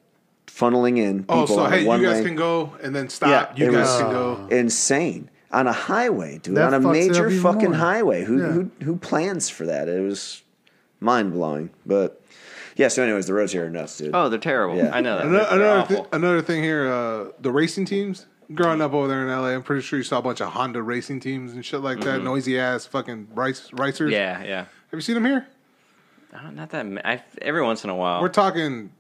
funneling in people
(laughs) oh, so
on
hey, you
one
guys
lane.
can go and then stop.
Yeah,
you
it
guys
was-
can go.
Insane on a highway, dude.
That
on a
fucks it up
major
even
fucking
more.
highway. Who
Yeah.
who who plans for that? It was mind blowing. But yeah. So, anyways, the roads here are nuts, dude.
Oh, they're terrible.
Yeah.
I know that.
Another
They're
another,
awful.
thi- another thing here, uh, the racing teams. Growing up over there in LA, I'm pretty sure you saw a bunch of Honda racing teams and shit like
Mm-hmm.
that. Noisy ass fucking rice racers.
yeah, yeah.
Have you seen them here?
Uh, Not that. ma- I, every once in a while.
We're talking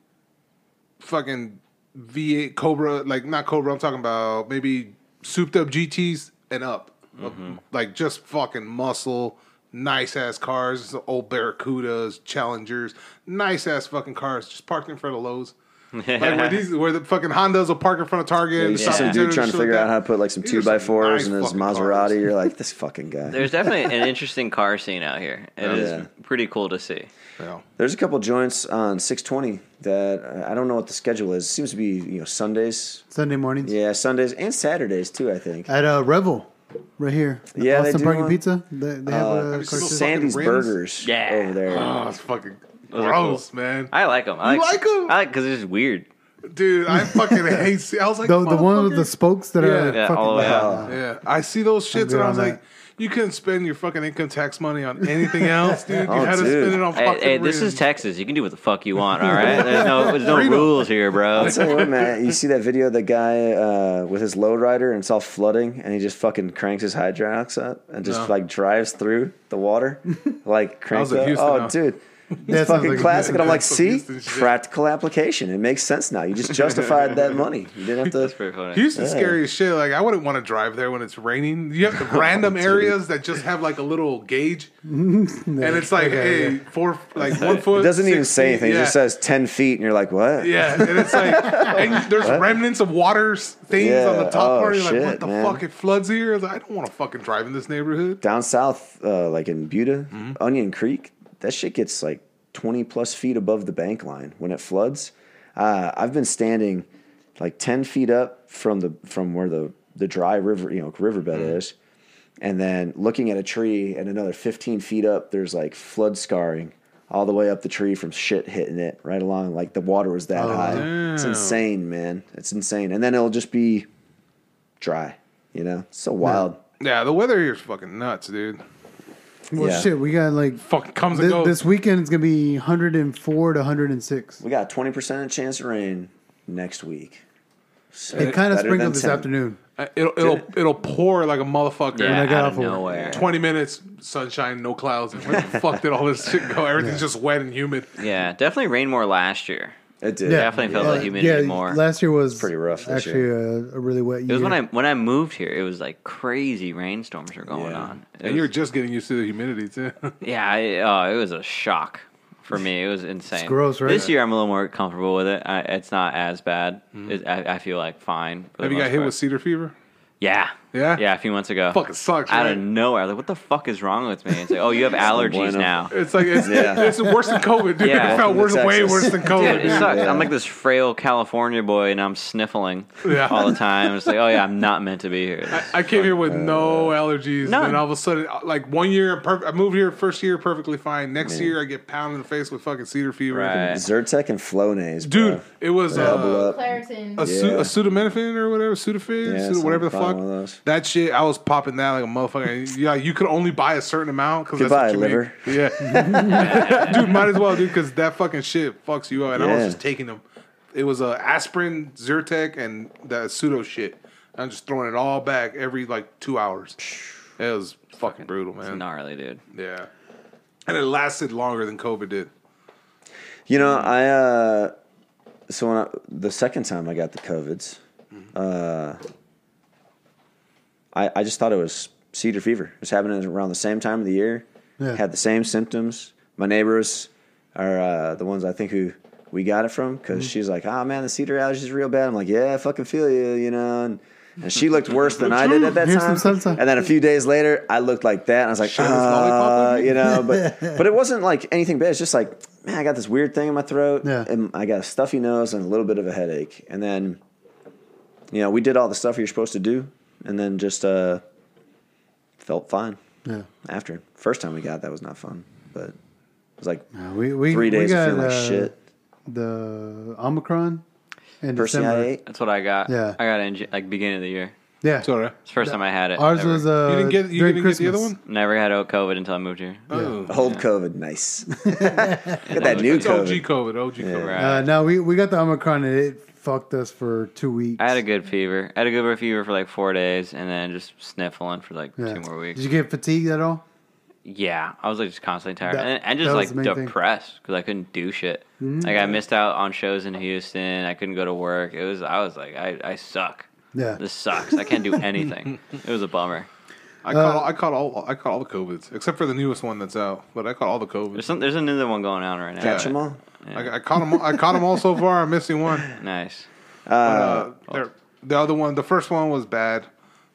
fucking V8 Cobra, like not Cobra, I'm talking about maybe souped up GTs and up.
Mm-hmm.
Like just fucking muscle, nice ass cars, old Barracudas, Challengers, nice ass fucking cars just parked in front of Lowe's. like
(laughs)
where these where the fucking Hondas will park in front of Target.
you
and
see
Stop
some
and
dude
General
trying
and
to
shit
figure
like
out
that.
how to put like some
These
two
are
by
some
fours
nice
and his
fucking cars.
Maserati. You're like this fucking guy.
There's definitely an interesting car scene out here. It is
yeah.
pretty cool to see.
Yeah.
There's a couple joints on 620 that uh, I don't know what the schedule is. It seems to be you know Sundays,
Sunday mornings.
yeah, Sundays and Saturdays too. I think.
At uh, Revel, right here.
Yeah, they
Austin
do
Park and
one. Uh,
Pizza. They, they have uh, a
you seen
course-
those
Sandy's
fucking rims?
Burgers
Yeah.
over there.
Oh, it's fucking
are cool.
gross, man.
I like them. I
You like 'em?
I like because it's weird.
Dude, I fucking
(laughs)
hate. see- I was like
the, the one with the
"Motherfucker."
spokes that are
Yeah,
yeah,
fucking
all the way out.
loud.
Yeah, I see those shits,
good
and I
on
was
that.
like, you couldn't spend your fucking income tax money on anything else, dude. You
Oh,
had to
dude.
spend it on
Hey,
fucking.
hey, this
rims.
is Texas. You can do what the fuck you want. All right. There's no there's no
Freedom.
rules here, bro.
I'll tell you what, man. You see that video of the guy uh, with his lowrider and it's all flooding, and he just fucking cranks his hydraulics up and just
No.
like drives through the
(laughs)
water, like cranks.
was in
up.
Houston,
oh,
no.
dude.
That
It's
sounds
fucking
like a
classic, and I'm like,
That's some
see,
Houston shit.
practical application. It makes sense now. You just justified that money. You didn't have to.
That's pretty funny.
Houston's scary as shit. Like I wouldn't want to drive there when it's raining. You have
(laughs)
the
Oh,
random areas that just have like a little
(laughs)
gauge, and it's like, hey, four, like one foot.
It doesn't even
six
say
feet.
anything. It
Yeah.
just says ten feet, and you're like, what?
Yeah, and it's like,
(laughs)
and there's remnants of water s- things on the
Yeah,
top
oh,
part. You're like, what
shit,
the
man.
fuck? It floods here. It's like, I don't want to fucking drive in this neighborhood.
Down south, uh, like in Buda, Onion Creek, that shit gets like 20 plus feet above the bank line when it floods. Uh, I've been standing like 10 feet up from the from where the the dry river, you know, riverbed is, and then looking at a tree and another 15 feet up there's like flood scarring all the way up the tree from shit hitting it right along like the water was that high it's insane man it's insane and then it'll just be dry you know it's so wild
Yeah, the weather here is fucking nuts, dude.
Well,
Yeah.
shit, we got like
Fucking comes and
thi-
goes.
this weekend it's gonna be 104 to 106.
we got a 20% chance of rain next week so
It kind of
better than
sprinkled this
10.
afternoon.
Uh, it'll it'll it'll pour like a motherfucker.
Yeah,
I got
out of
off of work.
nowhere.
Twenty minutes, sunshine, no clouds. Where (laughs) the fuck did all this shit go? Everything's just wet and humid.
Yeah, definitely rained more last year.
it did
Definitely felt the humidity more.
Last year was
pretty rough this
Actually, A, a really wet year.
It was when I when I moved here. It was like crazy rainstorms were going
Yeah.
on. It
And
was-
you're just getting used to the humidity (laughs) too.
yeah, I, oh, it was a shock for me. It was insane.
gross, right?
This year I'm a little more comfortable with it. I, it's not as bad. It, I, I feel like fine. for the
Mm-hmm. Have you got hit
most part.
with cedar fever?
Yeah.
Yeah?
Yeah, a few months ago.
Fucking sucks,
Out
right?
of nowhere. Like, what the fuck is wrong with me? It's like, oh,
(laughs)
you have allergies
bueno.
now.
It's like it's, (laughs)
Yeah.
it's worse than COVID, dude.
Yeah.
It felt worse,
Welcome to
way
Texas.
worse than COVID.
(laughs) Dude, it
dude.
sucks.
Yeah.
I'm like this frail California boy, and I'm sniffling
(laughs) Yeah.
all the time. It's like, oh yeah, I'm not meant to be here.
I came here with no allergies,
none.
and all of a sudden, uh, like one year, perf- I moved here first year perfectly fine. Next year, I get pounded in the face with fucking cedar fever,
Right.
Zyrtec and Flonase,
dude.
bro.
It was
Double
uh,
up.
Claritin.
a, su-
Yeah.
a pseudominophen or whatever, Sudafed,
Yeah,
pseudo, whatever the
something,
fuck.
probably one of those.
That shit, I was popping that like a motherfucker. yeah, you could only buy a certain amount because that's
Goodbye,
what you
liver.
Make. Yeah, (laughs) dude, might as well, dude, because that fucking shit fucks you up. And I was
Yeah.
just taking them. It was uh, aspirin, Zyrtec, and that pseudo shit. I'm just throwing it all back every like two hours.
(sighs)
It was fucking brutal, man.
Gnarly, dude.
Yeah. And it lasted longer than COVID did.
You know, I uh, so when I, the second time I got the covids,
Mm-hmm.
uh, I I just thought it was cedar fever. It was happening around the same time of the year.
Yeah.
Had the same symptoms. My neighbors are uh, the ones I think who we got it from
Mm-hmm.
because she's like, "Oh man, the cedar allergy is real bad." I'm like, "Yeah, I fucking feel you," you know. And, and she looked worse than I did at that
Here's
time.
some salsa.
And then a few days later, I looked like that. And I was like,
Share this lollipop
uh,
with me?
you know,
(laughs)
but but it wasn't like anything bad. It's just like, man, I got this weird thing in my throat.
Yeah.
And I got a stuffy nose and a little bit of a headache. And then, you know, we did all the stuff you're supposed to do, and then just uh, felt fine
yeah.
after. First time we got that was not fun, but it was like
No, we, we,
three
we
days of
got
feeling like
uh,
shit.
The Omicron in
Person I
December.
ate.
That's what I got.
Yeah.
I got it in J- like beginning of the year.
Yeah,
It's all right.
It's the first time I had it.
ours
ever.
was uh,
You didn't get you
during
didn't
Christmas.
get the other one?
never had COVID until I moved here.
Oh.
Hold
(laughs)
COVID, nice. Look at that new
It's OG
COVID.
COVID, OG COVID.
Right.
Uh, no, we, we got the Omicron and it fucked us for two weeks.
I had a good fever. I had a good fever for like four days, and then just sniffling for like
Yeah.
two more
Did
weeks.
you get fatigued at all?
Yeah, I was like just constantly tired
That-
and, and
that
just
was
like
the main thing. Mm.
depressed because I couldn't do shit. Like I missed out on shows in Houston. I couldn't go to work. It was I was like I, I suck.
Yeah.
This sucks.
(laughs)
I can't do anything. it was a bummer.
I
Uh,
caught all, I caught all I caught all the COVIDs except for the newest one that's out, but I caught all the COVIDs.
There's some, there's another one going on right now.
Catch 'em all.
I, I caught them. I caught them all so far. I'm missing one.
Nice.
Uh, they're- the other one, the first one was bad.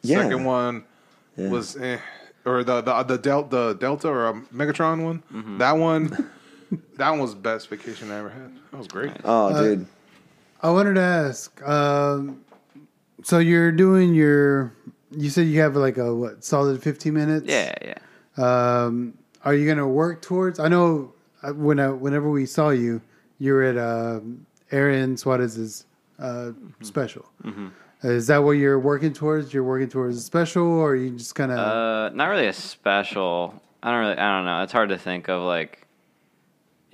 Yeah.
Second one
Yeah.
was, eh. or the the the Delta, the Delta or um, Megatron one. That one,
(laughs)
that one was the best vacation I ever had. That was great.
Oh,
Uh,
dude.
I wanted to ask. Um, so you're doing your. You said you have like a what solid 15 minutes.
Yeah, yeah.
Um, are you gonna work towards? I know uh, when I, whenever we saw you, you were at um, Aaron Suarez's uh,
Mm-hmm.
special. Is that what you're working towards? You're working towards a special, or you just kind of
Uh, not really a special. I don't really. I don't know. It's hard to think of like,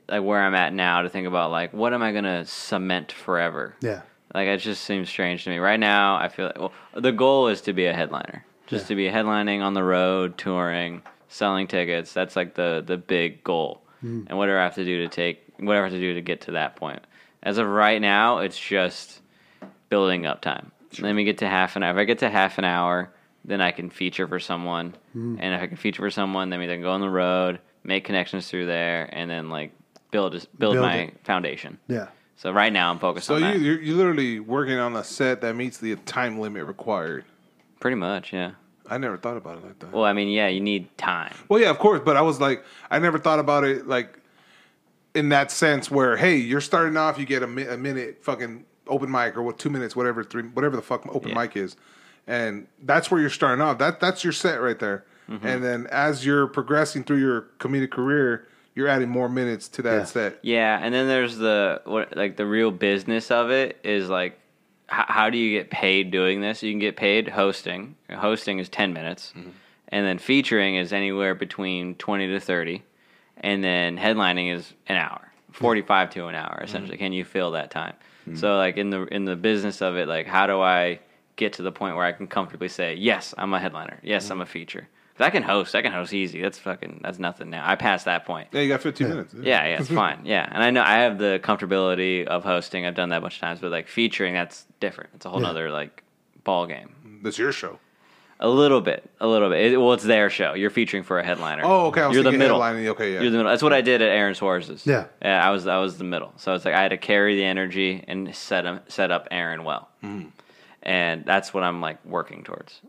like where I'm at now to think about like what am I gonna cement forever.
yeah?
Like it just seems strange to me. Right now, I feel like well, the goal is to be a headliner, just to be headlining on the road, touring, selling tickets. That's like the the big goal.
Hmm.
And whatever I have to do to take whatever I have to do to get to that point. As of right now, it's just building up time. Let me get to half an hour. If I get to half an hour, then I can feature for someone.
Hmm.
And if I can feature for someone, then we can go on the road, make connections through there, and then like build build,
Build
my
it.
foundation.
Yeah.
So right now I'm focused
so
on
you
that.
you're, you're literally working on a set that meets the time limit required.
Pretty much, yeah.
I never thought about it like that.
Well, I mean, yeah, you need time.
Well, yeah, of course, but I was like, I never thought about it like in that sense where, hey, you're starting off, you get a, mi- a minute fucking open mic or what, two minutes, whatever, three, whatever the fuck open
Yeah.
mic is, and that's where you're starting off. That that's your set right there.
Mm-hmm.
And then as you're progressing through your comedic career, you're adding more minutes to that
Yeah.
set.
Yeah, and then there's the what like the real business of it is like h- how do you get paid doing this? You can get paid hosting. Hosting is 10 minutes. And then featuring is anywhere between 20 to 30. And then headlining is an hour. 45 to an hour essentially. Can you fill that time? So like in the in the business of it like how do I get to the point where I can comfortably say, "Yes, I'm a headliner. Yes, I'm a feature." 'Cause I can host. I can host easy. That's fucking that's nothing now. I passed that point.
Yeah, you got 15 minutes.
Yeah, yeah,
(laughs)
it's fine. Yeah, and I know I have the comfortability of hosting. I've done that a bunch of times, but like featuring, that's different. It's a whole
Yeah.
nother like ball game.
That's your show.
A little bit, a little bit. It, well, it's their show. You're featuring for a headliner.
Oh, okay. I was
You're the
thinking
middle.
headlining. Okay, yeah.
You're the middle. That's what I did at Aaron Suarez's.
Yeah.
yeah. I was I was the middle, so it's like I had to carry the energy and set him set up Aaron well, and that's what I'm like working towards.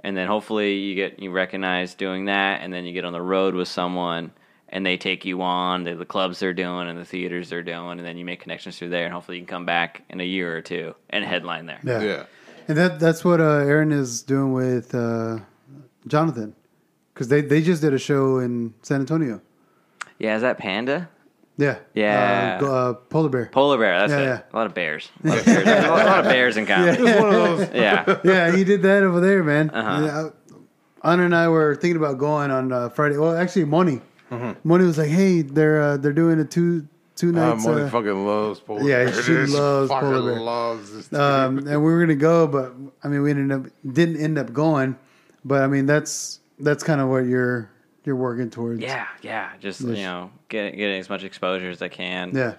And then hopefully you get you recognize doing that, and then you get on the road with someone, and they take you on to the clubs they're doing and the theaters they're doing, and then you make connections through there, and hopefully you can come back in a year or two and headline there.
Yeah.
Yeah.
And that that's what uh, Aaron is doing with uh, Jonathan, because they they just did a show in San Antonio.
Yeah, is that Panda?
Yeah.
Yeah.
Uh, go- uh, polar bear.
Polar bear. That's
Yeah,
it.
yeah.
A lot of bears.
(laughs)
A lot of bears, There's a lot of bears in comedy.
It's (laughs) one (laughs) of those.
yeah.
yeah, he did that over there, man.
Uh-huh.
Yeah, I- Anna and I were thinking about going on uh, Friday. Well, actually, Moni. Moni was like, "Hey, they're uh, they're doing a two two
Uh,
nights." uh,
motherfucking loves polar
yeah,
bear.
she
This (laughs)
loves
fucking
polar bear.
loves this
um, and we were gonna go, but I mean, we ended up didn't end up going. But I mean, that's that's kind of what you're you're working towards.
Yeah, yeah. Just you know, get getting as much exposure as I can.
yeah,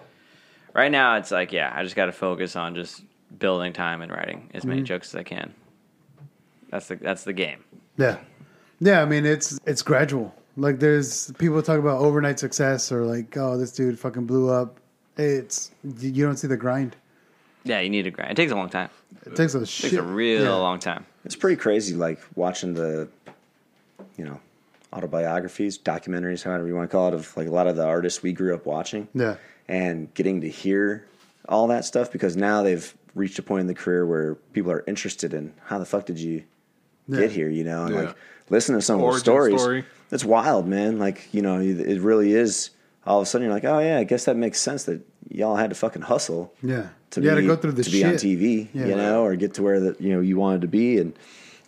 Right now, it's like yeah, I just got to focus on just building time and writing as many jokes as I can. That's the that's the game.
yeah, yeah. I mean, it's it's gradual. Like, there's people talk about overnight success or like, oh, this dude fucking blew up. It's you don't see the grind.
Yeah, you need to grind. It takes a long time.
It takes a
It
shit.
takes a real
yeah.
long time.
It's pretty crazy, like watching the, you know, autobiographies, documentaries, however you want to call it, of like a lot of the artists we grew up watching.
Yeah.
And getting to hear all that stuff because now they've reached a point in the career where people are interested in how the fuck did you get here, you know, and
Yeah.
like listen to some of
Origin
the stories.
story.
It's wild, man. Like, you know, it it really is. All of a sudden, you're like, oh yeah, I guess that makes sense that y'all had to fucking hustle
Yeah.
to
you
be,
got to go through the
to
shit.
be on TV,
Yeah.
you know, or get to where that you know you wanted to be, and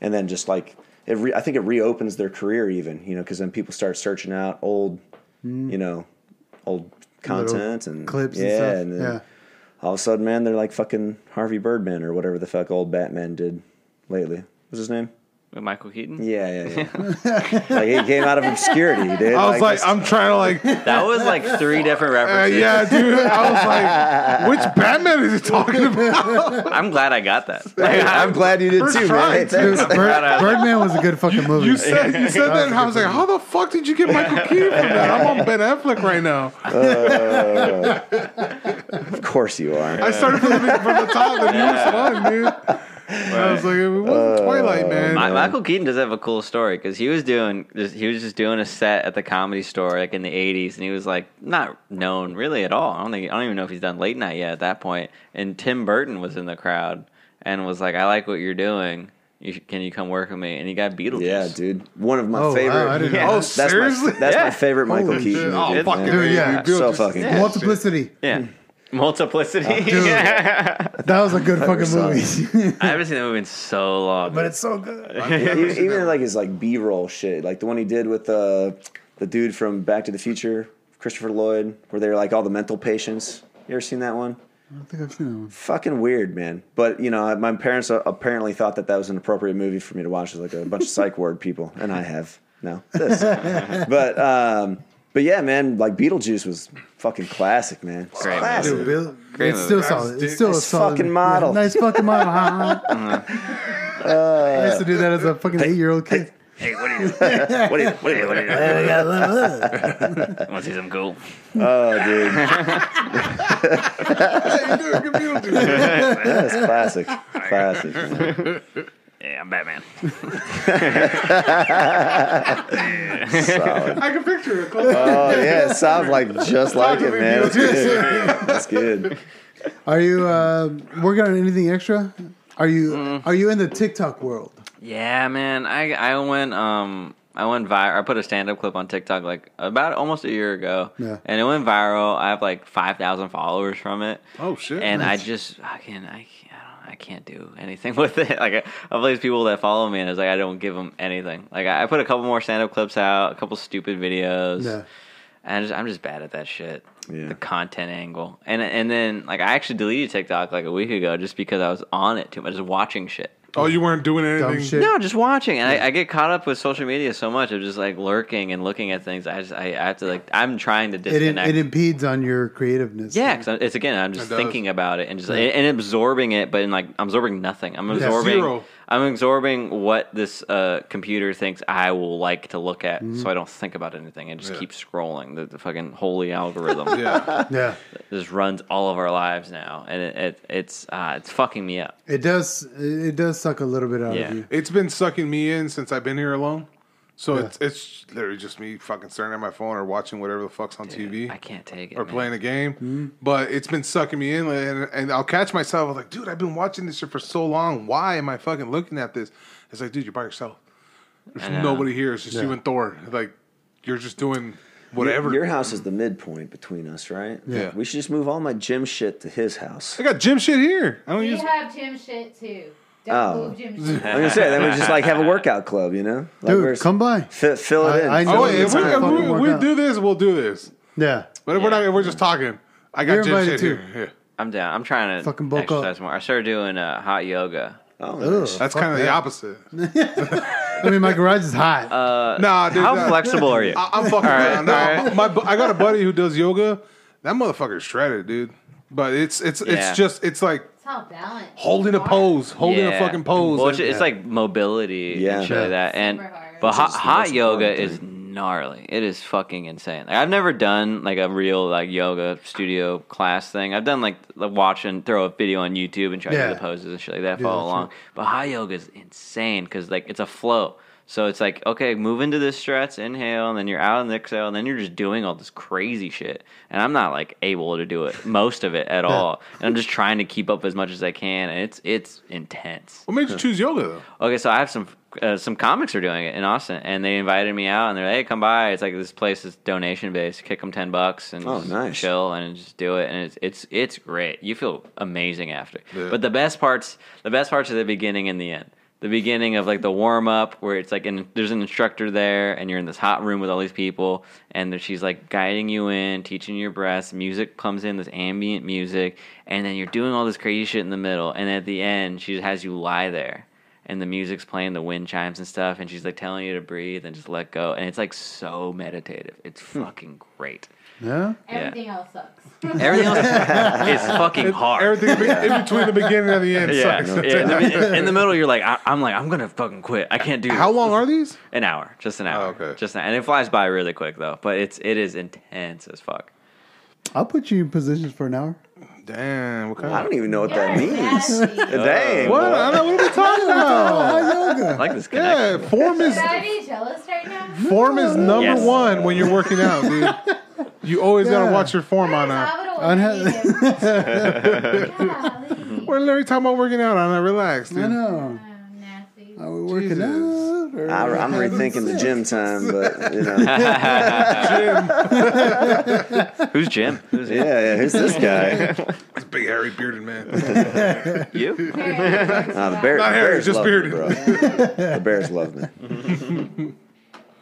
and then just like it re- I think it reopens their career even, you know, because then people start searching out old, you know, old content and
Mm. clips
yeah,
and stuff.
then
yeah.
all of a sudden, man, they're like fucking Harvey Birdman or whatever the fuck old Batman did lately. What's his name?
With Michael Keaton,
Yeah, yeah, yeah.
(laughs)
like he came out of obscurity, dude.
I was like,
this-
I'm trying to like,
(laughs)
uh,
that was like three different references.
yeah, dude. I was like, which Batman is he talking about?
I'm glad I got that.
I'm glad you did
We're
too,
trying
man.
to.
(laughs) Dude,
(laughs)
Bird, Birdman was a good fucking movie.
You said you said that, and I was like, how the fuck did you get Michael Keaton from that? I'm on Ben Affleck right now.
Of course you are.
I started from the, from the top, and he was fun, dude. I was like, it wasn't Twilight,
(laughs)
man.
Mi-
Um,
Michael Keaton does have a cool story because he was doing just, he was just doing a set at the comedy store like in the '80s, and he was like not known really at all. I don't think I don't even know if he's done late night yet at that point. And Tim Burton was in the crowd and was like, "I like what you're doing. You sh- can you come work with me?" And he got Beetlejuice.
Yeah, dude. One of my
Oh, wow,
favorite.
I didn't
Yeah.
know. Oh,
that's my-
seriously?
that's
Yeah.
my favorite Michael
Holy
Keaton.
shit. Oh,
dude,
fucking
man.
Dude, yeah.
Beetlejuice.
So fucking good.
Multiplicity.
(laughs)
yeah. Multiplicity. (laughs)
Dude. That was a good fucking
Never
movie. (laughs)
I haven't seen that movie in so long.
but it's so good.
even, even like his like B roll shit, like the one he did with uh, the dude from Back to the Future, Christopher Lloyd, where they're like all the mental patients. You ever seen that one?
I don't think I've seen that one.
Fucking weird, man. But you know, my parents uh, apparently thought that that was an appropriate movie for me to watch. It was like a bunch of psych ward people, and I have now
(laughs)
this. but um, but yeah, man, like Beetlejuice was fucking classic, man. It's
Great
classic.
Dude, Bill,
Great
it's
movie.
still solid. It's still a
Nice
solid
fucking model.
Yeah, nice fucking model. (laughs) huh? I used to do that as a fucking eight-year-old kid.
hey, what are you? What are you? What are you? What are you? (laughs) Want to see some cool?
Oh, dude. That's classic.
(laughs)
Classic. man.
Yeah, I'm Batman.
Solid.
I can picture it. Close.
Oh yeah, it sounds like just like it, man. (laughs) That's good. That's good.
Mm.
Are you uh, working on anything extra? Are you are you in the TikTok world?
Yeah, man. I I went um I went viral. I put a stand up clip on TikTok like about almost a year ago.
Yeah.
And it went viral. I have like five thousand followers from it.
Oh, shit.
And I just fucking I can't I don't- I can't do anything (laughs) with it. Like I, I have these people that follow me, and it's like I don't give them anything. Like I, I put a couple more stand up clips out, a couple stupid videos.
Yeah.
And I'm just, I'm just bad at that shit.
Yeah.
The content angle, and and then like I actually deleted TikTok like a week ago just because I was on it too much, just watching shit.
Oh, you weren't doing anything.
Dumb shit.
No, just watching. And I, I get caught up with social media so much of just like lurking and looking at things. I just I, I have to like I'm trying to
It, it,
disconnect.
impedes on your creativeness.
yeah, 'cause it's again I'm just
does.
thinking about it and just and absorbing it, but in like I'm absorbing nothing. I'm absorbing
Zero.
I'm absorbing what this uh, computer thinks I will like to look at,
Mm-hmm.
so I don't think about anything. I just keep scrolling. The, the fucking holy algorithm
yeah.
(laughs) (laughs) yeah.
just runs all of our lives now, and it, it it's uh, it's fucking me up.
It does. It does suck a little bit out
Yeah.
of you.
It's been sucking me in since I've been here alone. So it's it's literally just me fucking staring at my phone or watching whatever the fuck's on TV.
I can't take it.
or
man.
playing a game,
Mm-hmm.
but it's been sucking me in, and, and I'll catch myself. I was like, dude, I've been watching this shit for so long. Why am I fucking looking at this? It's like, dude, you're by yourself. There's
know.
nobody here. It's just you and Thor. Like, you're just doing whatever.
Your house is the midpoint between us, right?
Yeah.
We should just move all my gym shit to
(laughs)
his house.
I got gym shit here. I don't
We
use.
have gym shit too. Don't
Oh.
move gym shit.
I'm gonna say then we just like have a workout club, you know? Like
Dude,
where's-
come by.
Fi- fill it
I-
in.
I
fill
Oh,
know
it
wait,
in.
if we,
gonna
if we,
fucking work
we
out.
do this, we'll do this.
Yeah.
But if we're not, if we're just talking. I got
You're
gym
invited
shit
too.
here. Yeah.
I'm down. I'm trying to
Fucking bulk up.
exercise more. I started doing uh, hot yoga.
Oh, nice.
That's kind of the opposite.
Uh, I
(laughs)
mean, my garage is hot.
Uh,
nah, dude.
How
that-
flexible are you?
(laughs) I, I'm fucking around. No,
alright.
my, bu- I got a buddy who does yoga. That motherfucker's shredded, dude. But it's it's
Yeah.
it's just it's like
It's all balanced.
holding a
Hard.
pose, holding
Yeah.
a fucking pose.
Well,
Like,
it's, it's like mobility
Yeah.
and shit like that. And
Super hard.
but
Which
hot,
is the
hot
most
yoga
important
is gnarly. It is fucking insane. Like, I've never done like a real like yoga studio class thing. I've done like the watch and throw a video on YouTube and try to
Yeah.
do the poses and shit like that,
Do
follow
that
along. But hot yoga is insane because like it's a flow. So it's like okay, move into this stretch, inhale, and then you're out and exhale, and then you're just doing all this crazy shit. And I'm not like able to do
(laughs)
it most of it at all. And I'm just trying to keep up as much as I can. And it's it's intense.
what made you choose yoga
(laughs)
though?
Okay, so I have some uh, some comics are doing it in Austin, and they invited me out, and they're like, "Hey, come by." It's like this place is donation based. Kick them ten bucks and
Oh,
just
nice.
chill and just do it, and it's it's it's great. You feel amazing after.
Yeah.
But the best parts, the best parts are the beginning and the end. The beginning of like the warm up, where it's like, and there's an instructor there, and you're in this hot room with all these people, and then she's like guiding you in, teaching your breaths. Music comes in, this ambient music, and then you're doing all this crazy shit in the middle, and at the end, she has you lie there and the music's playing the wind chimes and stuff and she's like telling you to breathe and just let go and it's like so meditative it's fucking great
yeah.
Everything else sucks.
everything else
(laughs)
is fucking hard (laughs)
Everything in between the beginning and the end.
yeah,
Sucks.
yeah in, the, mi- in the middle you're like I, i'm like i'm gonna fucking quit i can't do this.
How long are these?
an hour just an hour
Oh, okay.
just an, and it flies by really quick though but it's it is intense as fuck
I'll put you in positions for an hour.
Damn, what kind
I
of?
don't even know what that means.
Nasty.
Dang.
What? I don't know what are we talking about.
i like this
(laughs) Yeah,
connection
form is
Should I be jealous right now?
form is number
Yes.
one when you're working out, dude.
(laughs)
You always gotta
Yeah.
watch your form on that.
I
Unha- (laughs)
Golly.
We're literally talking about working out on that. Relax, dude.
I know.
Oh, nasty.
Are we working
Jesus.
out? Or
I, I'm rethinking the gym time, but you know, yeah,
who's jim who's yeah.
yeah. Who's this guy?
This big hairy bearded man. (laughs)
you
Uh, the bear,
Not
the
Harry,
bears
just
love
bearded.
me, bro. The bears love me.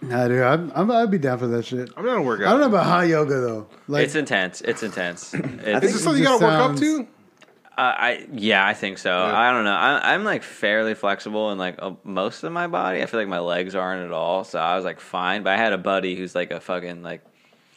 Nah, dude, I'm, I'm, I'd be down for that shit.
I'm not a workout.
I don't know about hot yoga though. Like,
it's intense it's intense it's,
Is this something you
It
gotta work
just
up
sounds-
to?
Uh, I yeah, I think so. I don't know. I, I'm like fairly flexible in like uh, most of my body. I feel like my legs aren't at all, so I was like fine. But I had a buddy who's like a fucking like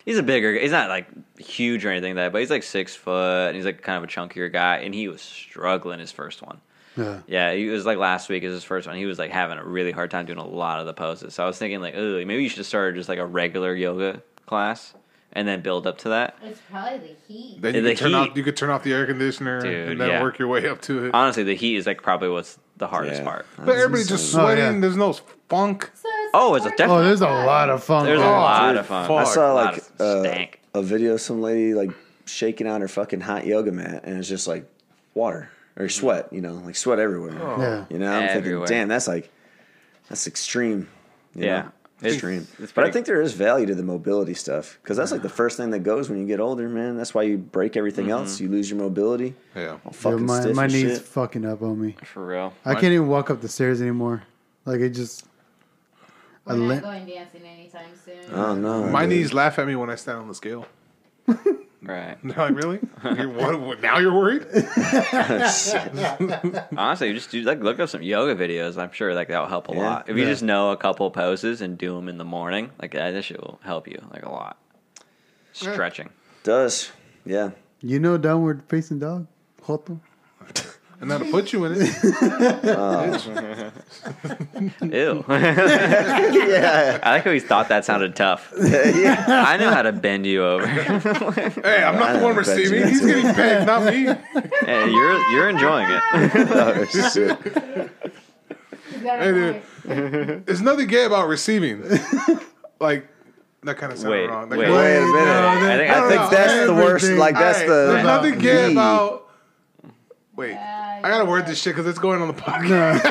he's a bigger. He's not like huge or anything like that, but he's like six foot and he's like kind of a chunkier guy, and he was struggling his first one.
yeah.
Yeah, he was like last week is his first one. He was like having a really hard time doing a lot of the poses. So I was thinking like, ooh, maybe you should start just like a regular yoga class and then build up to that.
It's probably the heat.
Then
In
you
the
could turn
heat.
off. You could turn off the air conditioner
Dude,
and then
yeah.
work your way up to it.
Honestly, the heat is like probably what's the hardest
Yeah.
part.
But everybody's just
Oh, yeah.
sweating. There's no funk.
So it's
Oh, it's a
like
definite-
Oh, there's a lot of fun.
There's a
Oh,
lot
dude,
of fun.
fuck.
I saw
A lot
like
of
uh,
stank.
a video of some lady like shaking out her fucking hot yoga mat, and it's just like water or sweat. You know, like sweat everywhere.
Yeah.
You know, I'm
Mm-hmm. Oh. Everywhere.
thinking, damn, that's like That's extreme. you
Yeah.
know?
It's-
extreme.
it's
but I
pretty-
think there is value to the mobility stuff because that's like the first thing that goes when you get older, man. That's why you break everything
Mm-hmm.
else. You lose your mobility.
Yeah.
All
Dude,
fucking
my
stiff
my
and
knees
shit.
fucking up on me.
For real.
I can't even walk up the stairs anymore. Like it just. I
We're not
limp.
going dancing anytime soon.
Oh no,
My
dude.
knees laugh at me when I stand on the scale. (laughs)
Right.
They're like,
(laughs)
really? You're, what, what, now you're worried?
Honestly, you just do like look up some yoga videos. I'm sure like that'll help a
Yeah.
lot. If you
Yeah.
just know a couple poses and do them in the morning, like that, that shit will help you like a lot.
(laughs)
Stretching.
does.
(laughs)
Yeah,
You know, downward facing dog. Joto.
And now to put you in
(laughs)
it.
Oh,
Ew. (laughs) I like how he thought that sounded
(laughs)
tough. I know how to bend you over.
Hey, I'm not the one
I bet you
receiving.
that's
He's getting pegged, not me.
(laughs)
Hey, you're you're enjoying it.
(laughs) oh, shit.
You uh, got
Hey,
it
dude.
right.
There's nothing gay about
(laughs)
receiving. Like, that kind of sounded
Wait,
wrong. That
wait.
kinda-
Wait a minute.
no,
(laughs) I
that-
think
No,
I
no,
think
no,
that's the worst.
everything.
Like that's
Alright,
the
There's nothing gay
the-
about. Wait,
Yeah,
I gotta
yeah.
word this shit because it's going on the (laughs) podcast.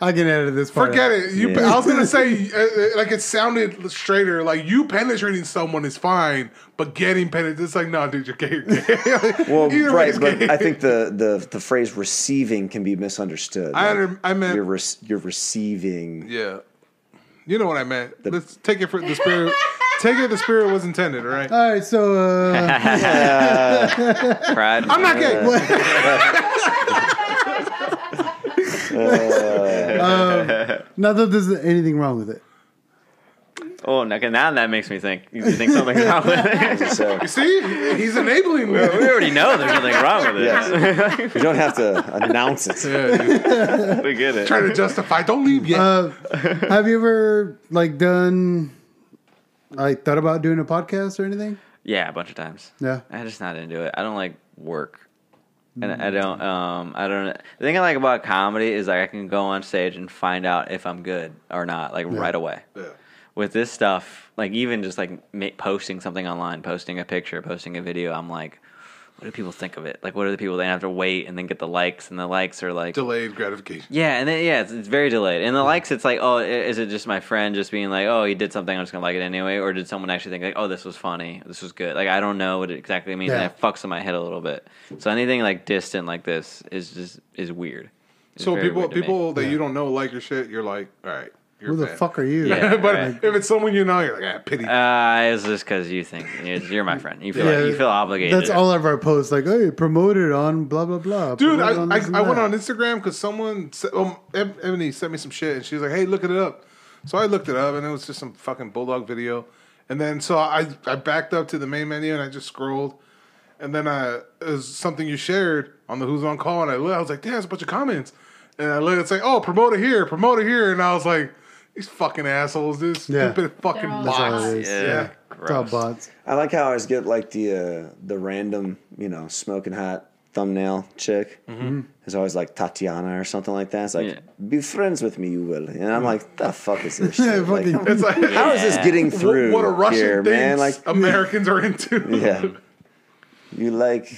I can edit this part.
Forget
out.
it. You,
Yeah.
I was gonna
(laughs)
say, uh, uh, like it sounded straighter. Like you penetrating someone is fine, but getting penetrated, it's like, no, dude, you're gay. (laughs) You're gay.
Well,
Either way,
right,
it's
but
gay. (laughs)
I think the, the, the phrase receiving can be misunderstood.
I
Like,
under- I meant-
you're, rec- you're receiving.
yeah, you know what I meant. Let's take it for the spirit. take it the spirit was intended. All right.
All right, so uh,
Pride.
I'm not gay.
not that there's anything wrong with it.
Oh, now, now that makes me think. You think something's wrong with it? (laughs)
So
See, he's enabling me.
We already know there's nothing wrong with it.
Yes. you don't have
(laughs)
to announce it.
Yeah, dude.
(laughs) We get it.
trying to justify. Don't leave yet.
Uh, have you ever like done, like thought about doing a podcast or anything?
Yeah, a bunch of times.
Yeah.
I'm just not into it. I don't like work. And I don't um I don't the thing I like about comedy is like I can go on stage and find out if I'm good or not like right away.
Yeah.
With this stuff, like even just like ma- posting something online, posting a picture, posting a video, I'm like what do people think of it? Like what are the people they have to wait and then get the likes and the likes are like
Delayed gratification.
yeah, and then, yeah, it's, it's very delayed. And the likes, it's like, oh, i- is it just my friend just being like, oh, he did something, I'm just gonna like it anyway, or did someone actually think like, oh, this was funny, this was good? Like, I don't know what it exactly means,
Yeah.
and it fucks in my head a little bit. So anything like distant like this is just is weird. It's
So
very
people,
weird to me.
people that you don't know like your shit. You're like, all right, you're
Who
a
the
fan.
fuck are you?
Yeah.
but
Right.
if it's someone you know, you're like, ah, pity.
Uh, it's just because you think it's- you're my friend. You feel
Yeah,
like, you feel obligated.
That's all of our posts. Like, hey, promoted on blah blah blah.
Dude, I,
promoted
I,
this and
I went
that.
on Instagram because someone, se- um, Eb- Ebony sent me some shit and she was like, hey, look it up. So I looked it up and it was just some fucking Bulldog video. And then so I, I backed up to the main menu and I just scrolled. And then I, it was something you shared on the Who's On Call. And I looked, I was like, damn, there's a bunch of comments. And I looked, it's like, oh, promote it here, promote it here. And I was like, these fucking assholes, these
Yeah.
stupid fucking
all
bots.
That's all it is.
yeah,
Yeah.
It's all
gross.
bots.
I like how I always get like the uh, the random, you know, smoking hot thumbnail chick. mm It's always like Tatiana or something like that. It's like,
Yeah.
be friends with me, you will. And I'm like, the fuck
(laughs)
is this shit? Like,
Fucking-
It's like,
how is this getting through
(laughs) what a Russian
here,
thinks
man? Like,
Americans are into.
(laughs) yeah. You like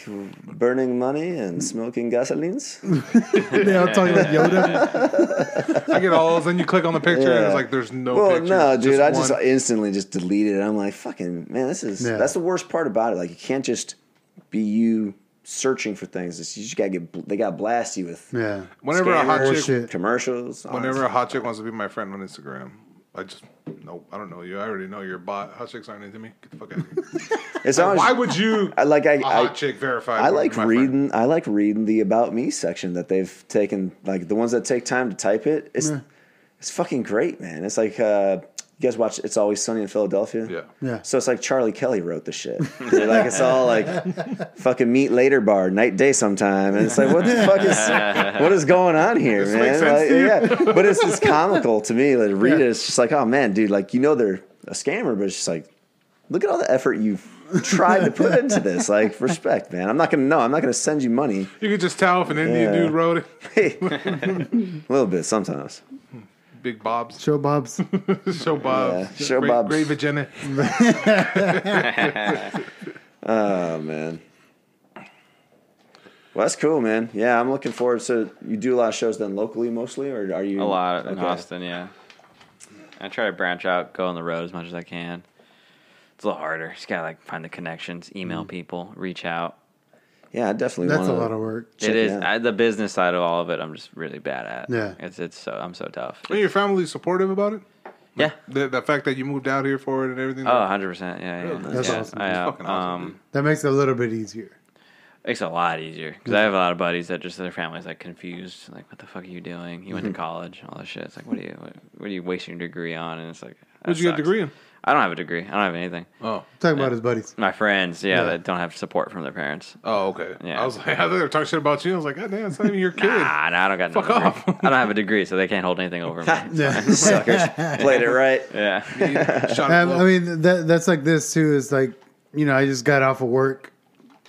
burning money and smoking gasolines?
Yeah, I'm talking about Yoda.
I get all those, and you
(laughs)
click on the picture, and
Yeah.
it's like there's no.
well,
pictures,
no, dude. I just
one.
instantly just deleted it. I'm like, fucking man, this is
Yeah.
that's the worst part about it. Like, you can't just be you searching for things. It's, you just gotta get they gotta blast you with
Yeah.
whenever a hot
scammers,
chick,
Bullshit.
commercials. all that
whenever a
stuff.
hot chick wants to be my friend on Instagram, I just nope. I don't know you. I already know you're a bot. Hot chicks aren't into me. Get the fuck out of
(laughs)
here.
it's always,
Why would you?
I like I
a hot
I,
chick verified.
I
would be
like
my
reading.
friend.
I like reading the about me section that they've taken. Like the ones that take time to type it. It's it's fucking great, man. It's like uh, you guys watch. It's always sunny in Philadelphia.
Yeah.
Yeah.
So it's like Charlie Kelly wrote the shit. (laughs) They're like it's all like fucking meet later bar night day sometime, and it's
(laughs)
like what the fuck is what is going on here, man?
makes sense
Like,
to you?
Yeah, but it's just comical to me. Like read it, it's just like oh man, dude, like you know they're a scammer, but it's just like look at all the effort you've tried to put into
(laughs)
this. Like respect, man. I'm not gonna know. I'm not gonna send you money
You could just tell if an Indian
Yeah.
dude wrote it. (laughs)
a little bit sometimes.
Big Bob's (laughs)
Show Bob's.
show Bob.
Yeah, show
great,
Bob's.
Great vagina.
Oh man. Well, that's cool, man. Yeah, I'm looking forward. So you do a lot of shows then locally, mostly, or are you
a lot in
Mm. Okay.
Austin. Yeah, I try to branch out, go on the road as much as I can. It's a little harder. Just gotta like find the connections, email
Mm.
people, reach out.
Yeah, I definitely.
That's a
wanna-
lot of work.
Check
it is
it out.
I, the business side of all of it. I'm just really bad at.
Yeah.
it's it's so I'm so tough.
And your family's supportive about it?
Yeah.
The, the fact that you moved out here for it and everything?
Oh, 100 percent. Yeah, yeah.
Really?
That's
yeah.
awesome.
I,
That's
uh,
fucking awesome,
um,
That makes it a little bit easier.
Makes it a lot easier because I have a lot of buddies that just their families like confused, like what the fuck are you doing? You
Mm-hmm.
went to college, all this shit. It's like what are you what, what are you wasting your degree on? And it's like that
What'd you get a
sucks.
degree in?
I don't have a degree. I don't have anything.
Oh.
Talking about his
(laughs)
buddies.
My friends, yeah,
Yeah.
that don't have support from their parents.
Oh, okay.
Yeah.
I was like, (laughs) I thought they were talking shit about you. I was like, God damn, it's not
(laughs)
even your kid.
Nah, nah, I don't got no
Fuck
degree.
off.
I don't have a degree, so they can't hold anything over
(laughs)
me.
Yeah.
suckers played it right.
yeah.
Shot
Um,
up.
I mean, that that's like this too. Is like, you know, I just got off of work.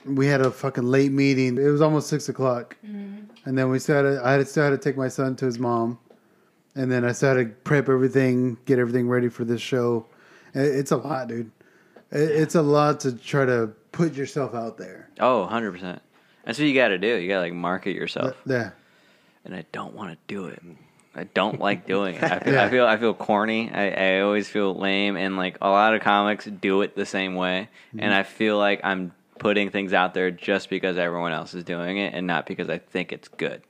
We had a fucking late meeting. It was almost six o'clock,
Mm-hmm.
and then we still had to, I had still had to take my son to his mom, and then I still had to prep everything, get everything ready for this show. It, it's a lot, dude. It, It's a lot to try to put yourself out there.
Oh, 100 percent. That's what you got to do. You got to like market yourself.
Yeah,
and I don't want to do it. I don't like doing it. I feel,
Yeah.
I feel I feel corny. I, I always feel lame, and like a lot of comics do it the same way. And I feel like I'm putting things out there just because everyone else is doing it, and not because I think it's good.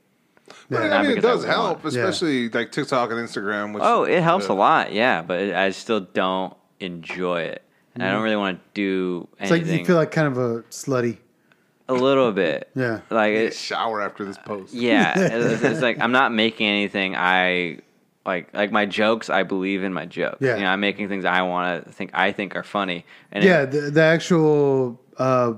But,
Yeah.
I mean, it
Because I
does
want.
help, especially like TikTok and Instagram. Which,
Oh, it helps
uh,
a lot, yeah. But I still don't enjoy it, and I don't really want to do
Mm. it's like
anything.
you feel like kind of a slutty.
a little bit,
(laughs) Yeah.
Like
Need a
it,
shower after
Uh,
this post.
(laughs)
Yeah, it's, it's like I'm not making anything. I like like my jokes. I believe in my jokes.
Yeah.
you know, I'm making things I want to think I think are funny. And it-
Yeah, the, the actual uh,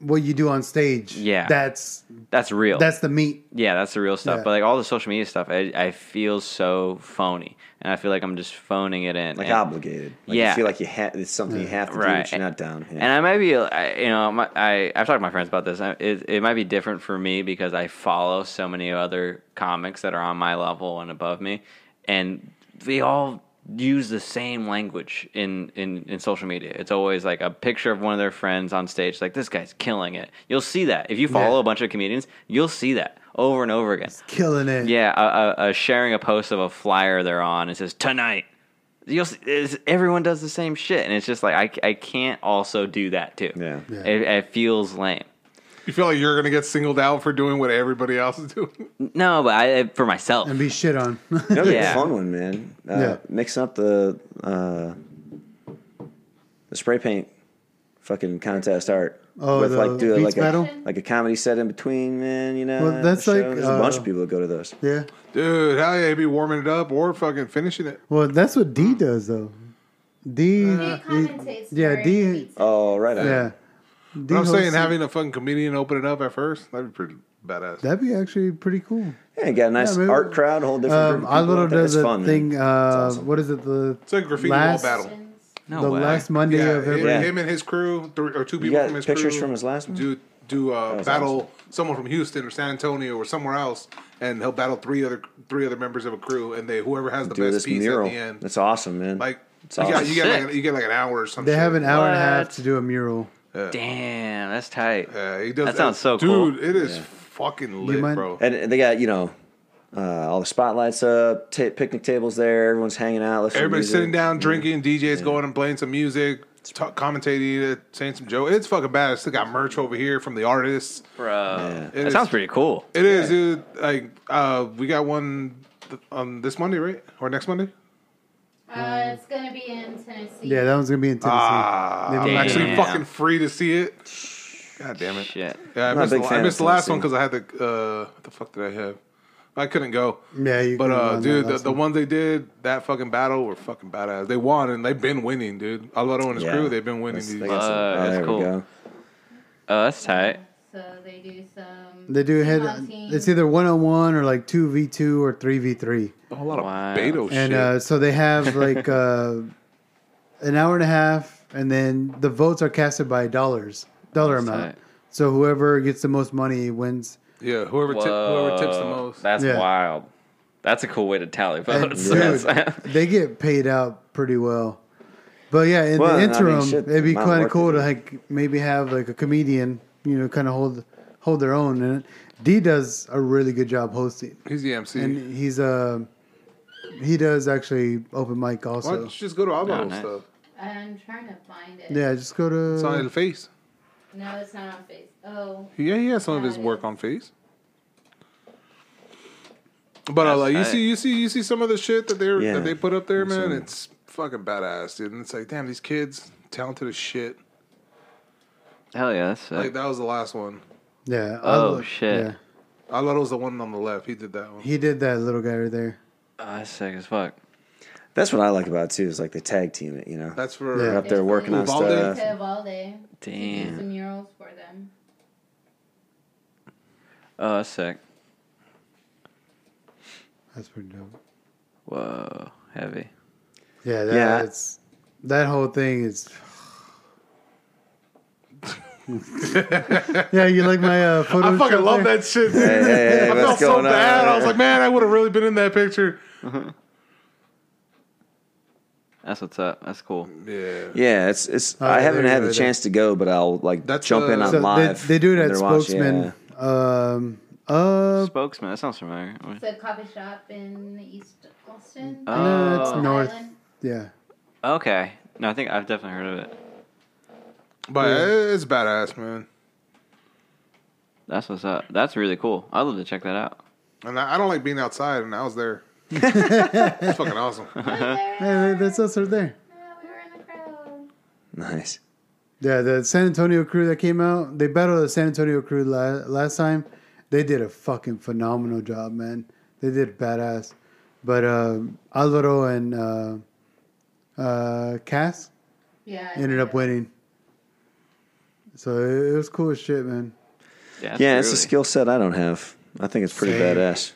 what you do on stage.
Yeah.
that's
that's real.
that's the meat.
yeah, that's the real stuff.
Yeah.
But like all the social media stuff, I, I feel so phony, and I feel like I'm just phoning it in.
Like
And-
obligated. Like
Yeah.
You feel like you ha- it's something
Mm.
you have to do, but you're not down. Yeah.
And I might be, I, you know, my, I I've talked to my friends about this. I, it, it might be different for me because I follow so many other comics that are on my level and above me, and they all use the same language in, in in social media. It's always like a picture of one of their friends on stage, like this guy's killing it. You'll see that if you follow
Yeah.
a bunch of comedians, you'll see that over and over again.
Killing it.
Yeah, a, a, a sharing a post of a flyer they're on. It says tonight. You'll see, it's- everyone does the same shit, and it's just like I, I can't also do that too.
Yeah.
Yeah.
It, it feels lame.
You feel like you're gonna get singled out for doing what everybody else is doing. (laughs)
No, but I for myself.
and be shit on. (laughs)
Another
Yeah.
fun one, man. Uh,
Yeah.
Mixing up the uh, the spray paint fucking contest art
Oh,
with
the
like do
Beats
like
battle?
a, like a comedy set in between, man. You know,
Well, that's
show.
like,
there's a bunch
uh,
of people that go to those.
yeah.
Dude, hell yeah, you be warming it up or fucking finishing it.
Well, that's what
Hmm.
D does though. D.
he commentates.
yeah,
for it.
D-
He beats it.
Oh, right. on.
yeah. D
But I'm saying
hosts-
having a fucking comedian open it up at first, that'd be pretty badass.
that'd be actually pretty cool.
Yeah, you got a nice
Yeah, maybe-
art crowd, a whole different.
Um,
group of people
Alvaro
out there.
does
It's
a
fun, man.
thing. Uh,
awesome.
what is it? The
it's like graffiti
last,
wall battle.
no
the
way.
last Monday
Yeah,
of
him,
every.
yeah.
him and his crew, three, or two people
got
from his
pictures
crew
from his last one?
do do uh,
was
battle someone from Houston or San Antonio or somewhere else, and he'll battle three other three other members of a crew, and they whoever has the
Do
best
this
piece
mural.
at the end,
That's awesome, man.
like
it's
you, got,
awesome.
you get like
Sick.
an, you get like an hour or something.
They have an hour and a half
What?
to do a mural.
Damn, that's tight.
Yeah, he does.
That sounds so
dude,
cool.
it is fucking lit,
mind-
bro.
and they got you know uh, all the spotlights up, ta picnic tables there. Everyone's hanging out. listening to
Everybody's
music.
sitting down, drinking. DJ's going and playing some music, ta commentating it, saying some jokes. It's fucking badass. They got merch over here from the artists.
Bro,
It
that
is-
sounds pretty cool.
It is, dude. Like, uh, we got one th- on this Monday, right? Or next Monday?
Uh, it's gonna be in Tennessee.
Yeah, that one's gonna be in Tennessee. They
Ah, I'm
might-
actually
Damn.
fucking free to see it. God damn it.
Shit.
Yeah, I
not a
missed, the,
big
I
fan
missed
of
the last
Tennessee.
one because I had the. Uh, what the fuck did I have? I couldn't go.
Yeah, you
But
could've
uh,
won that
dude, the,
last
the ones they did that fucking battle were fucking badass. They won and they've been winning, dude. Alvaro and his
Yeah.
crew, they've been winning.
That's-
These.
they got some-
Uh,
oh,
that's
there we
cool.
go.
Oh, that's tight.
So they do some.
They do head.
ping pong team.
It's either one on one or like two v two or three v three.
a whole lot of
Wow.
Beto shit.
and uh, so they have like uh, an hour and a half, and then the votes are casted by dollars, dollar
That's
amount.
tight.
So whoever gets the most money wins.
yeah, whoever tip, whoever tips the most.
That's
Yeah.
wild. That's a cool way to tally
And
votes. (laughs)
dude,
That's-
they get paid out pretty well. But yeah, in
Well,
the
I mean,
interim,
shit,
it'd be
amount of
kind of
work
cool
they
to
do.
like maybe have like a comedian, you know, kind of hold hold their own. And D does a really good job hosting,
He's the MC.
and he's uh, he does actually open mic
Why don't
also.
you just go to Alvaro
Oh, nice.
stuff?
I'm trying to find it.
Yeah, just go
It's on
to
his face.
No, it's not on Face. Oh,
Yeah, he has some of his work on face. But uh,
That's
like you
tight.
see, you see, you see some of the shit that they are
Yeah.
that they put up there, man.
Awesome.
It's fucking badass, dude. And it's like, damn, these kids talented as shit.
Hell yeah, that's sick.
Like that was the last one.
yeah.
Oh,
I'll-
shit.
Yeah,
I thought it was the one on the left. He did that one.
he did that little guy right there.
Oh, that's sick as fuck.
That's what I like about it too. Is like they tag team it. You know,
That's for
they're
Yeah.
up there working on
Uvalde? (laughs)
stuff.
to Valde.
Damn.
Some murals for them.
Oh, that's sick.
That's pretty dope.
Whoa, heavy.
Yeah, that,
Yeah.
It's that whole thing is. (sighs) yeah, you like my uh,
(laughs)
photo.
I fucking love that shit, dude.
Hey, hey, hey,
I felt
what's
so
going on?
bad. I was like, man, I would have really been in that picture.
That's what's up. That's cool.
Yeah.
Yeah, it's it's.
Oh,
I
yeah,
haven't
there you
had
go,
the
there.
chance to go, but I'll like
That's,
jump in
uh,
on
So
live.
They, they do it
when
at
they're watching,
Spokesman. Um, uh,
Spokesman. That sounds familiar.
It's a coffee shop in East Austin.
Oh.
no,
Oh.
it's north.
(laughs) Island.
Yeah,
Okay. No, I think I've definitely heard of it.
But it's badass, man.
That's what's up. That's really cool. I'd love to check that out.
And I, I don't like being outside, and I was there. it's fucking awesome.
(laughs) hey, that's us right there.
Yeah, we were in the crowd.
yeah. Nice.
Yeah, the San Antonio crew that came out, they battled the San Antonio crew la- last time. They did a fucking phenomenal job, man. They did badass. But uh, Alvaro and uh, uh, Cass
Yeah. I
ended up
think
winning. So it, it was cool as shit, man.
Yeah.
yeah, it's a
really-
skill set I don't have. I think it's pretty
Same.
badass.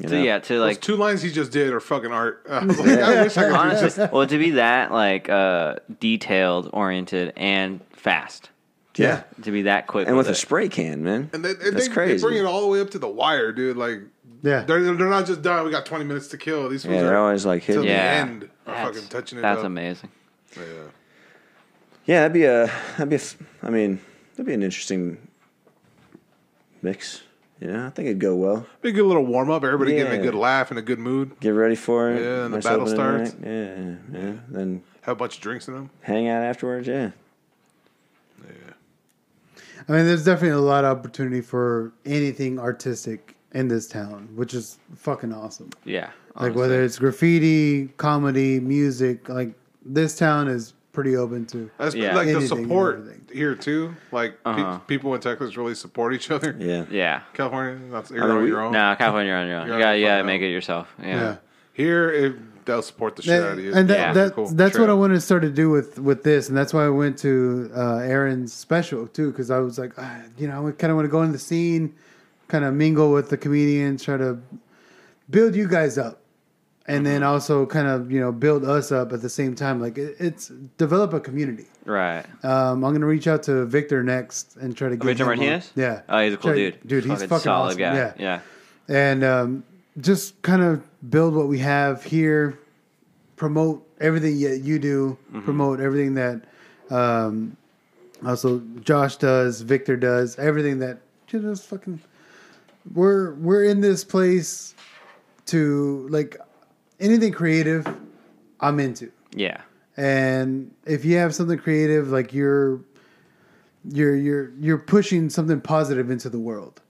You
To,
know?
yeah, to
Those
like
two lines he just did are fucking art. (laughs) I was like, I wish I could do just. (laughs)
honestly, (laughs) well, to be that like uh detailed, oriented, and fast.
yeah,
To be that quick
and with a
it.
spray can, man.
And they, and
That's
they,
crazy.
they bring it all the way up to the wire, dude. Like
Yeah.
they're they're not just done. We got twenty minutes to kill. These fools
yeah, they're
are
always like
till
hitting.
the
Yeah.
Yeah.
end. Are
That's-
fucking touching it.
That's
up.
amazing.
Yeah.
that'd be a, that'd be, a f I mean, that'd be an interesting mix. You know, I think it'd go well.
Be a good little warm up. Everybody getting a
Yeah.
good laugh and a good mood.
Get ready for it.
Yeah, and the
Nice
battle
opening
starts.
act. Yeah, yeah. Then
Have a bunch of drinks in them.
hang out afterwards. Yeah,
I mean, there's definitely a lot of opportunity for anything artistic in this town, which is fucking awesome.
Yeah.
Like
honestly.
whether it's graffiti, comedy, music, like this town is pretty open to.
That's
Yeah.
like the
Anything and
support
everything.
here too. Like pe-
Uh-huh.
people in Texas really support each other.
yeah.
Yeah.
California, that's you're
mean,
on
we-
your own.
No, California, you're on your own.
You're
You gotta,
on
you
your
gotta
own.
make it yourself. Yeah.
Yeah.
Here, it, they'll support the shit out of you.
and that,
Yeah.
that,
Cool.
that's what
True.
I wanted to start to do with with this, and that's why I went to uh, Aaron's special too, because I was like, ah, you know, I kind of want to go in the scene, kind of mingle with the comedians, try to build you guys up, and
Mm-hmm.
then also kind of you know build us up at the same time. Like it, it's develop a community.
Right.
Um, I'm gonna reach out to Victor next and try to get
Victor
him on.
Martinez?
Yeah.
Oh, he's a cool
Try-
dude.
Dude, he's fucking
solid
awesome.
guy.
Yeah.
Yeah.
and um, just kind of build what we have here, promote everything that you do, promote everything that um, also Josh does, Victor does, everything that you know, just fucking we're we're in this place to like anything creative, I'm into.
Yeah.
And if you have something creative, like you're you're you're you're pushing something positive into the world.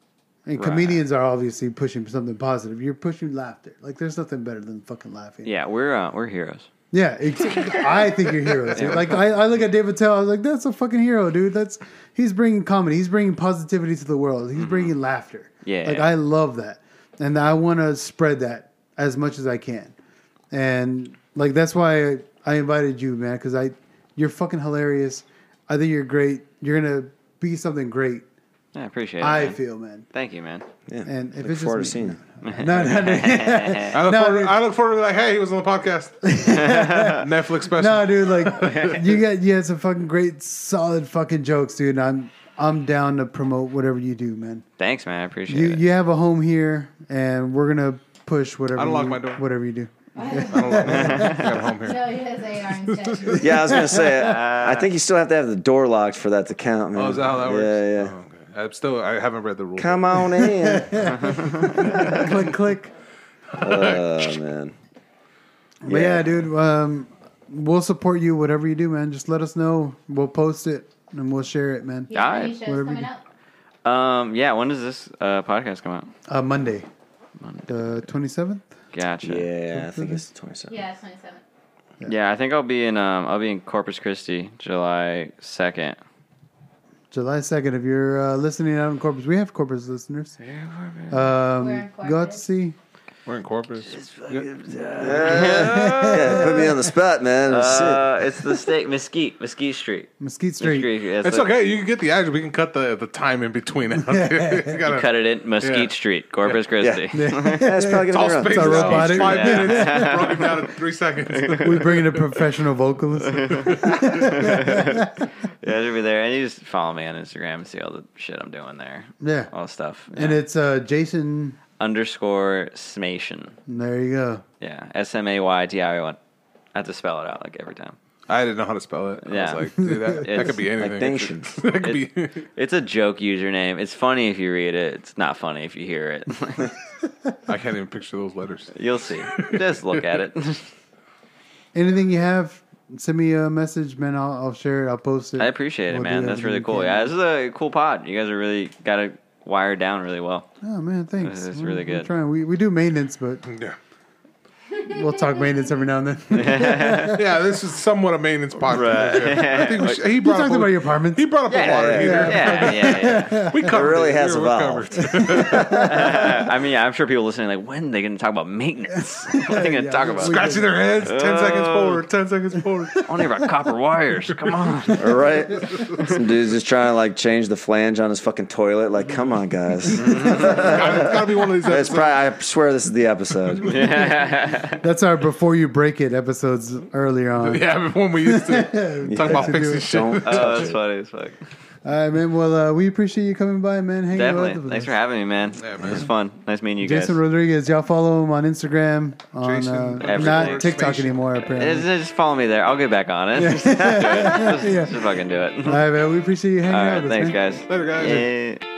And
Right.
comedians are obviously pushing something positive. You're pushing laughter. Like there's nothing better than fucking laughing.
Yeah. We're uh, we're heroes.
Yeah, it's, I think you're heroes. dude. Like I, I look at Dave Attell, I was like, that's a fucking hero, dude. That's he's bringing comedy, he's bringing positivity to the world, he's bringing laughter.
Mm-hmm. Yeah.
like I love that, and I want to spread that as much as I can, and like that's why I, I invited you, man, because I, you're fucking hilarious. I think you're great. You're gonna be something great.
Yeah, I appreciate it.
I
man.
feel,
(laughs)
man.
Thank you, man.
yeah.
And if
Look
it's
forward
just
to
me-
seeing. it.
No, no, no,
I look,
No,
forward,
dude.
I look forward to like, hey, he was on the podcast. Netflix special.
no, dude. Like you got you had some fucking great, solid fucking jokes, dude. and I'm I'm down to promote whatever you do, man.
Thanks, man. I appreciate
You
it.
you have a home here, and we're gonna push whatever.
I don't lock
you,
my door.
Whatever you do.
I don't know. (laughs) I got home here.
(laughs) No, he has AR
(laughs)
instead.
uh, Yeah, I was gonna say. I think you still have to have the door locked for that to count, man.
Oh, is that how that works?
Yeah, yeah.
Oh, okay. I'm still I haven't read the rule. book.
Come
(laughs)
on in.
click, click.
oh man.
But yeah, dude, um, we'll support you whatever you do, man. Just let us know. We'll post it and we'll share it, man.
You have any
Alright.
shows
Whatever
coming
you-
up?
Um, yeah. When does this uh, podcast come out?
Uh, Monday, the twenty seventh.
Gotcha.
Yeah, I think it's the 27th.
Yeah, 27.
Yeah, I think I'll be in um I'll be in Corpus Christi July second.
July 2nd, if you're uh, listening out in Corpus, we have Corpus listeners.
We're
Um,
in Corpus.
go out to see.
We're in Corpus.
(laughs) Yeah, put me on the spot, man.
Uh, it's the state Mesquite Mesquite Street.
Mesquite Street.
Mesquite, that's
It's
what-
okay. You can get the address. We can cut the, the time in between. (laughs) out. You gotta-
Cut it in Mesquite
Yeah.
Street, Corpus Christi.
Shit. That's probably
It's all
gonna be
spaced
around.
out.
robotic.
Five
Yeah.
minutes. Broken down in three seconds.
We bring in a professional vocalist.
(laughs) You guys will be there, and you just follow me on Instagram and see all the shit I'm doing there.
Yeah.
all the stuff.
And
Yeah.
it's uh, Jason.
underscore smation.
There you go.
Yeah, S M A Y T I O N. I have to spell it out like every time.
I didn't know how to spell it. I
Yeah.
was like, dude, that, that
It's
could be
Like
anything.
nation.
(laughs) that could be.
It's a joke username. It's funny if you read it. It's not funny if you hear it.
(laughs)
(laughs)
I can't even picture those letters.
You'll see. Just
(laughs)
look at it.
Anything you have, send me a message, man. I'll, I'll share it. I'll post it.
I appreciate it,
We'll do
man. That's
everything
really
we
cool.
can.
Yeah, this is a cool pod. You guys are really got it wired down really well.
Oh man, thanks.
This is
We're-
really
we're
good.
Trying. We we do maintenance, but
Yeah.
we'll talk maintenance every now and
(laughs)
then. (laughs)
Yeah, this is somewhat a maintenance podcast. Yeah. I think we should- he
you
brought up
talked
a-
about your apartment.
he brought up a water heater.
Yeah, yeah, yeah.
We covered
really has
We're
evolved.
covered.
(laughs)
I mean, yeah, I'm sure people listening are like, when are they going to talk about maintenance? What are they going to
Yeah,
talk about?
we-
Scratching their heads. Ten seconds forward. Ten seconds forward.
Only about copper wires.
(laughs)
Come on.
All right. Some dude's just trying to like change the flange on his fucking toilet. Like, come on, guys.
Gotta- it's gotta be one of these. Episodes.
It's probably. I swear this is the episode.
That's our before you break it episodes earlier on.
Yeah, (laughs) when we used
(laughs)
to talk about
to do
fixing
it.
shit.
Don't
Oh,
touch
that's
it.
funny as fuck.
All right, man. Well, uh, we appreciate you coming by, man. Hanging out
Definitely.
with
Thanks
us.
for having me, man.
Yeah,
It was
man.
fun. Nice meeting you
Jason
guys.
Rodriguez. Y'all follow him on Instagram, on
Jason
uh,
Everything.
not TikTok
Jason.
anymore.
Just
Apparently.
just follow me there. I'll get back on it. (laughs) just, just fucking do
(laughs)
it.
All right, man. We appreciate you hanging
All
out
right.
with
Thanks,
us, man.
guys.
Later, guys.
Yeah.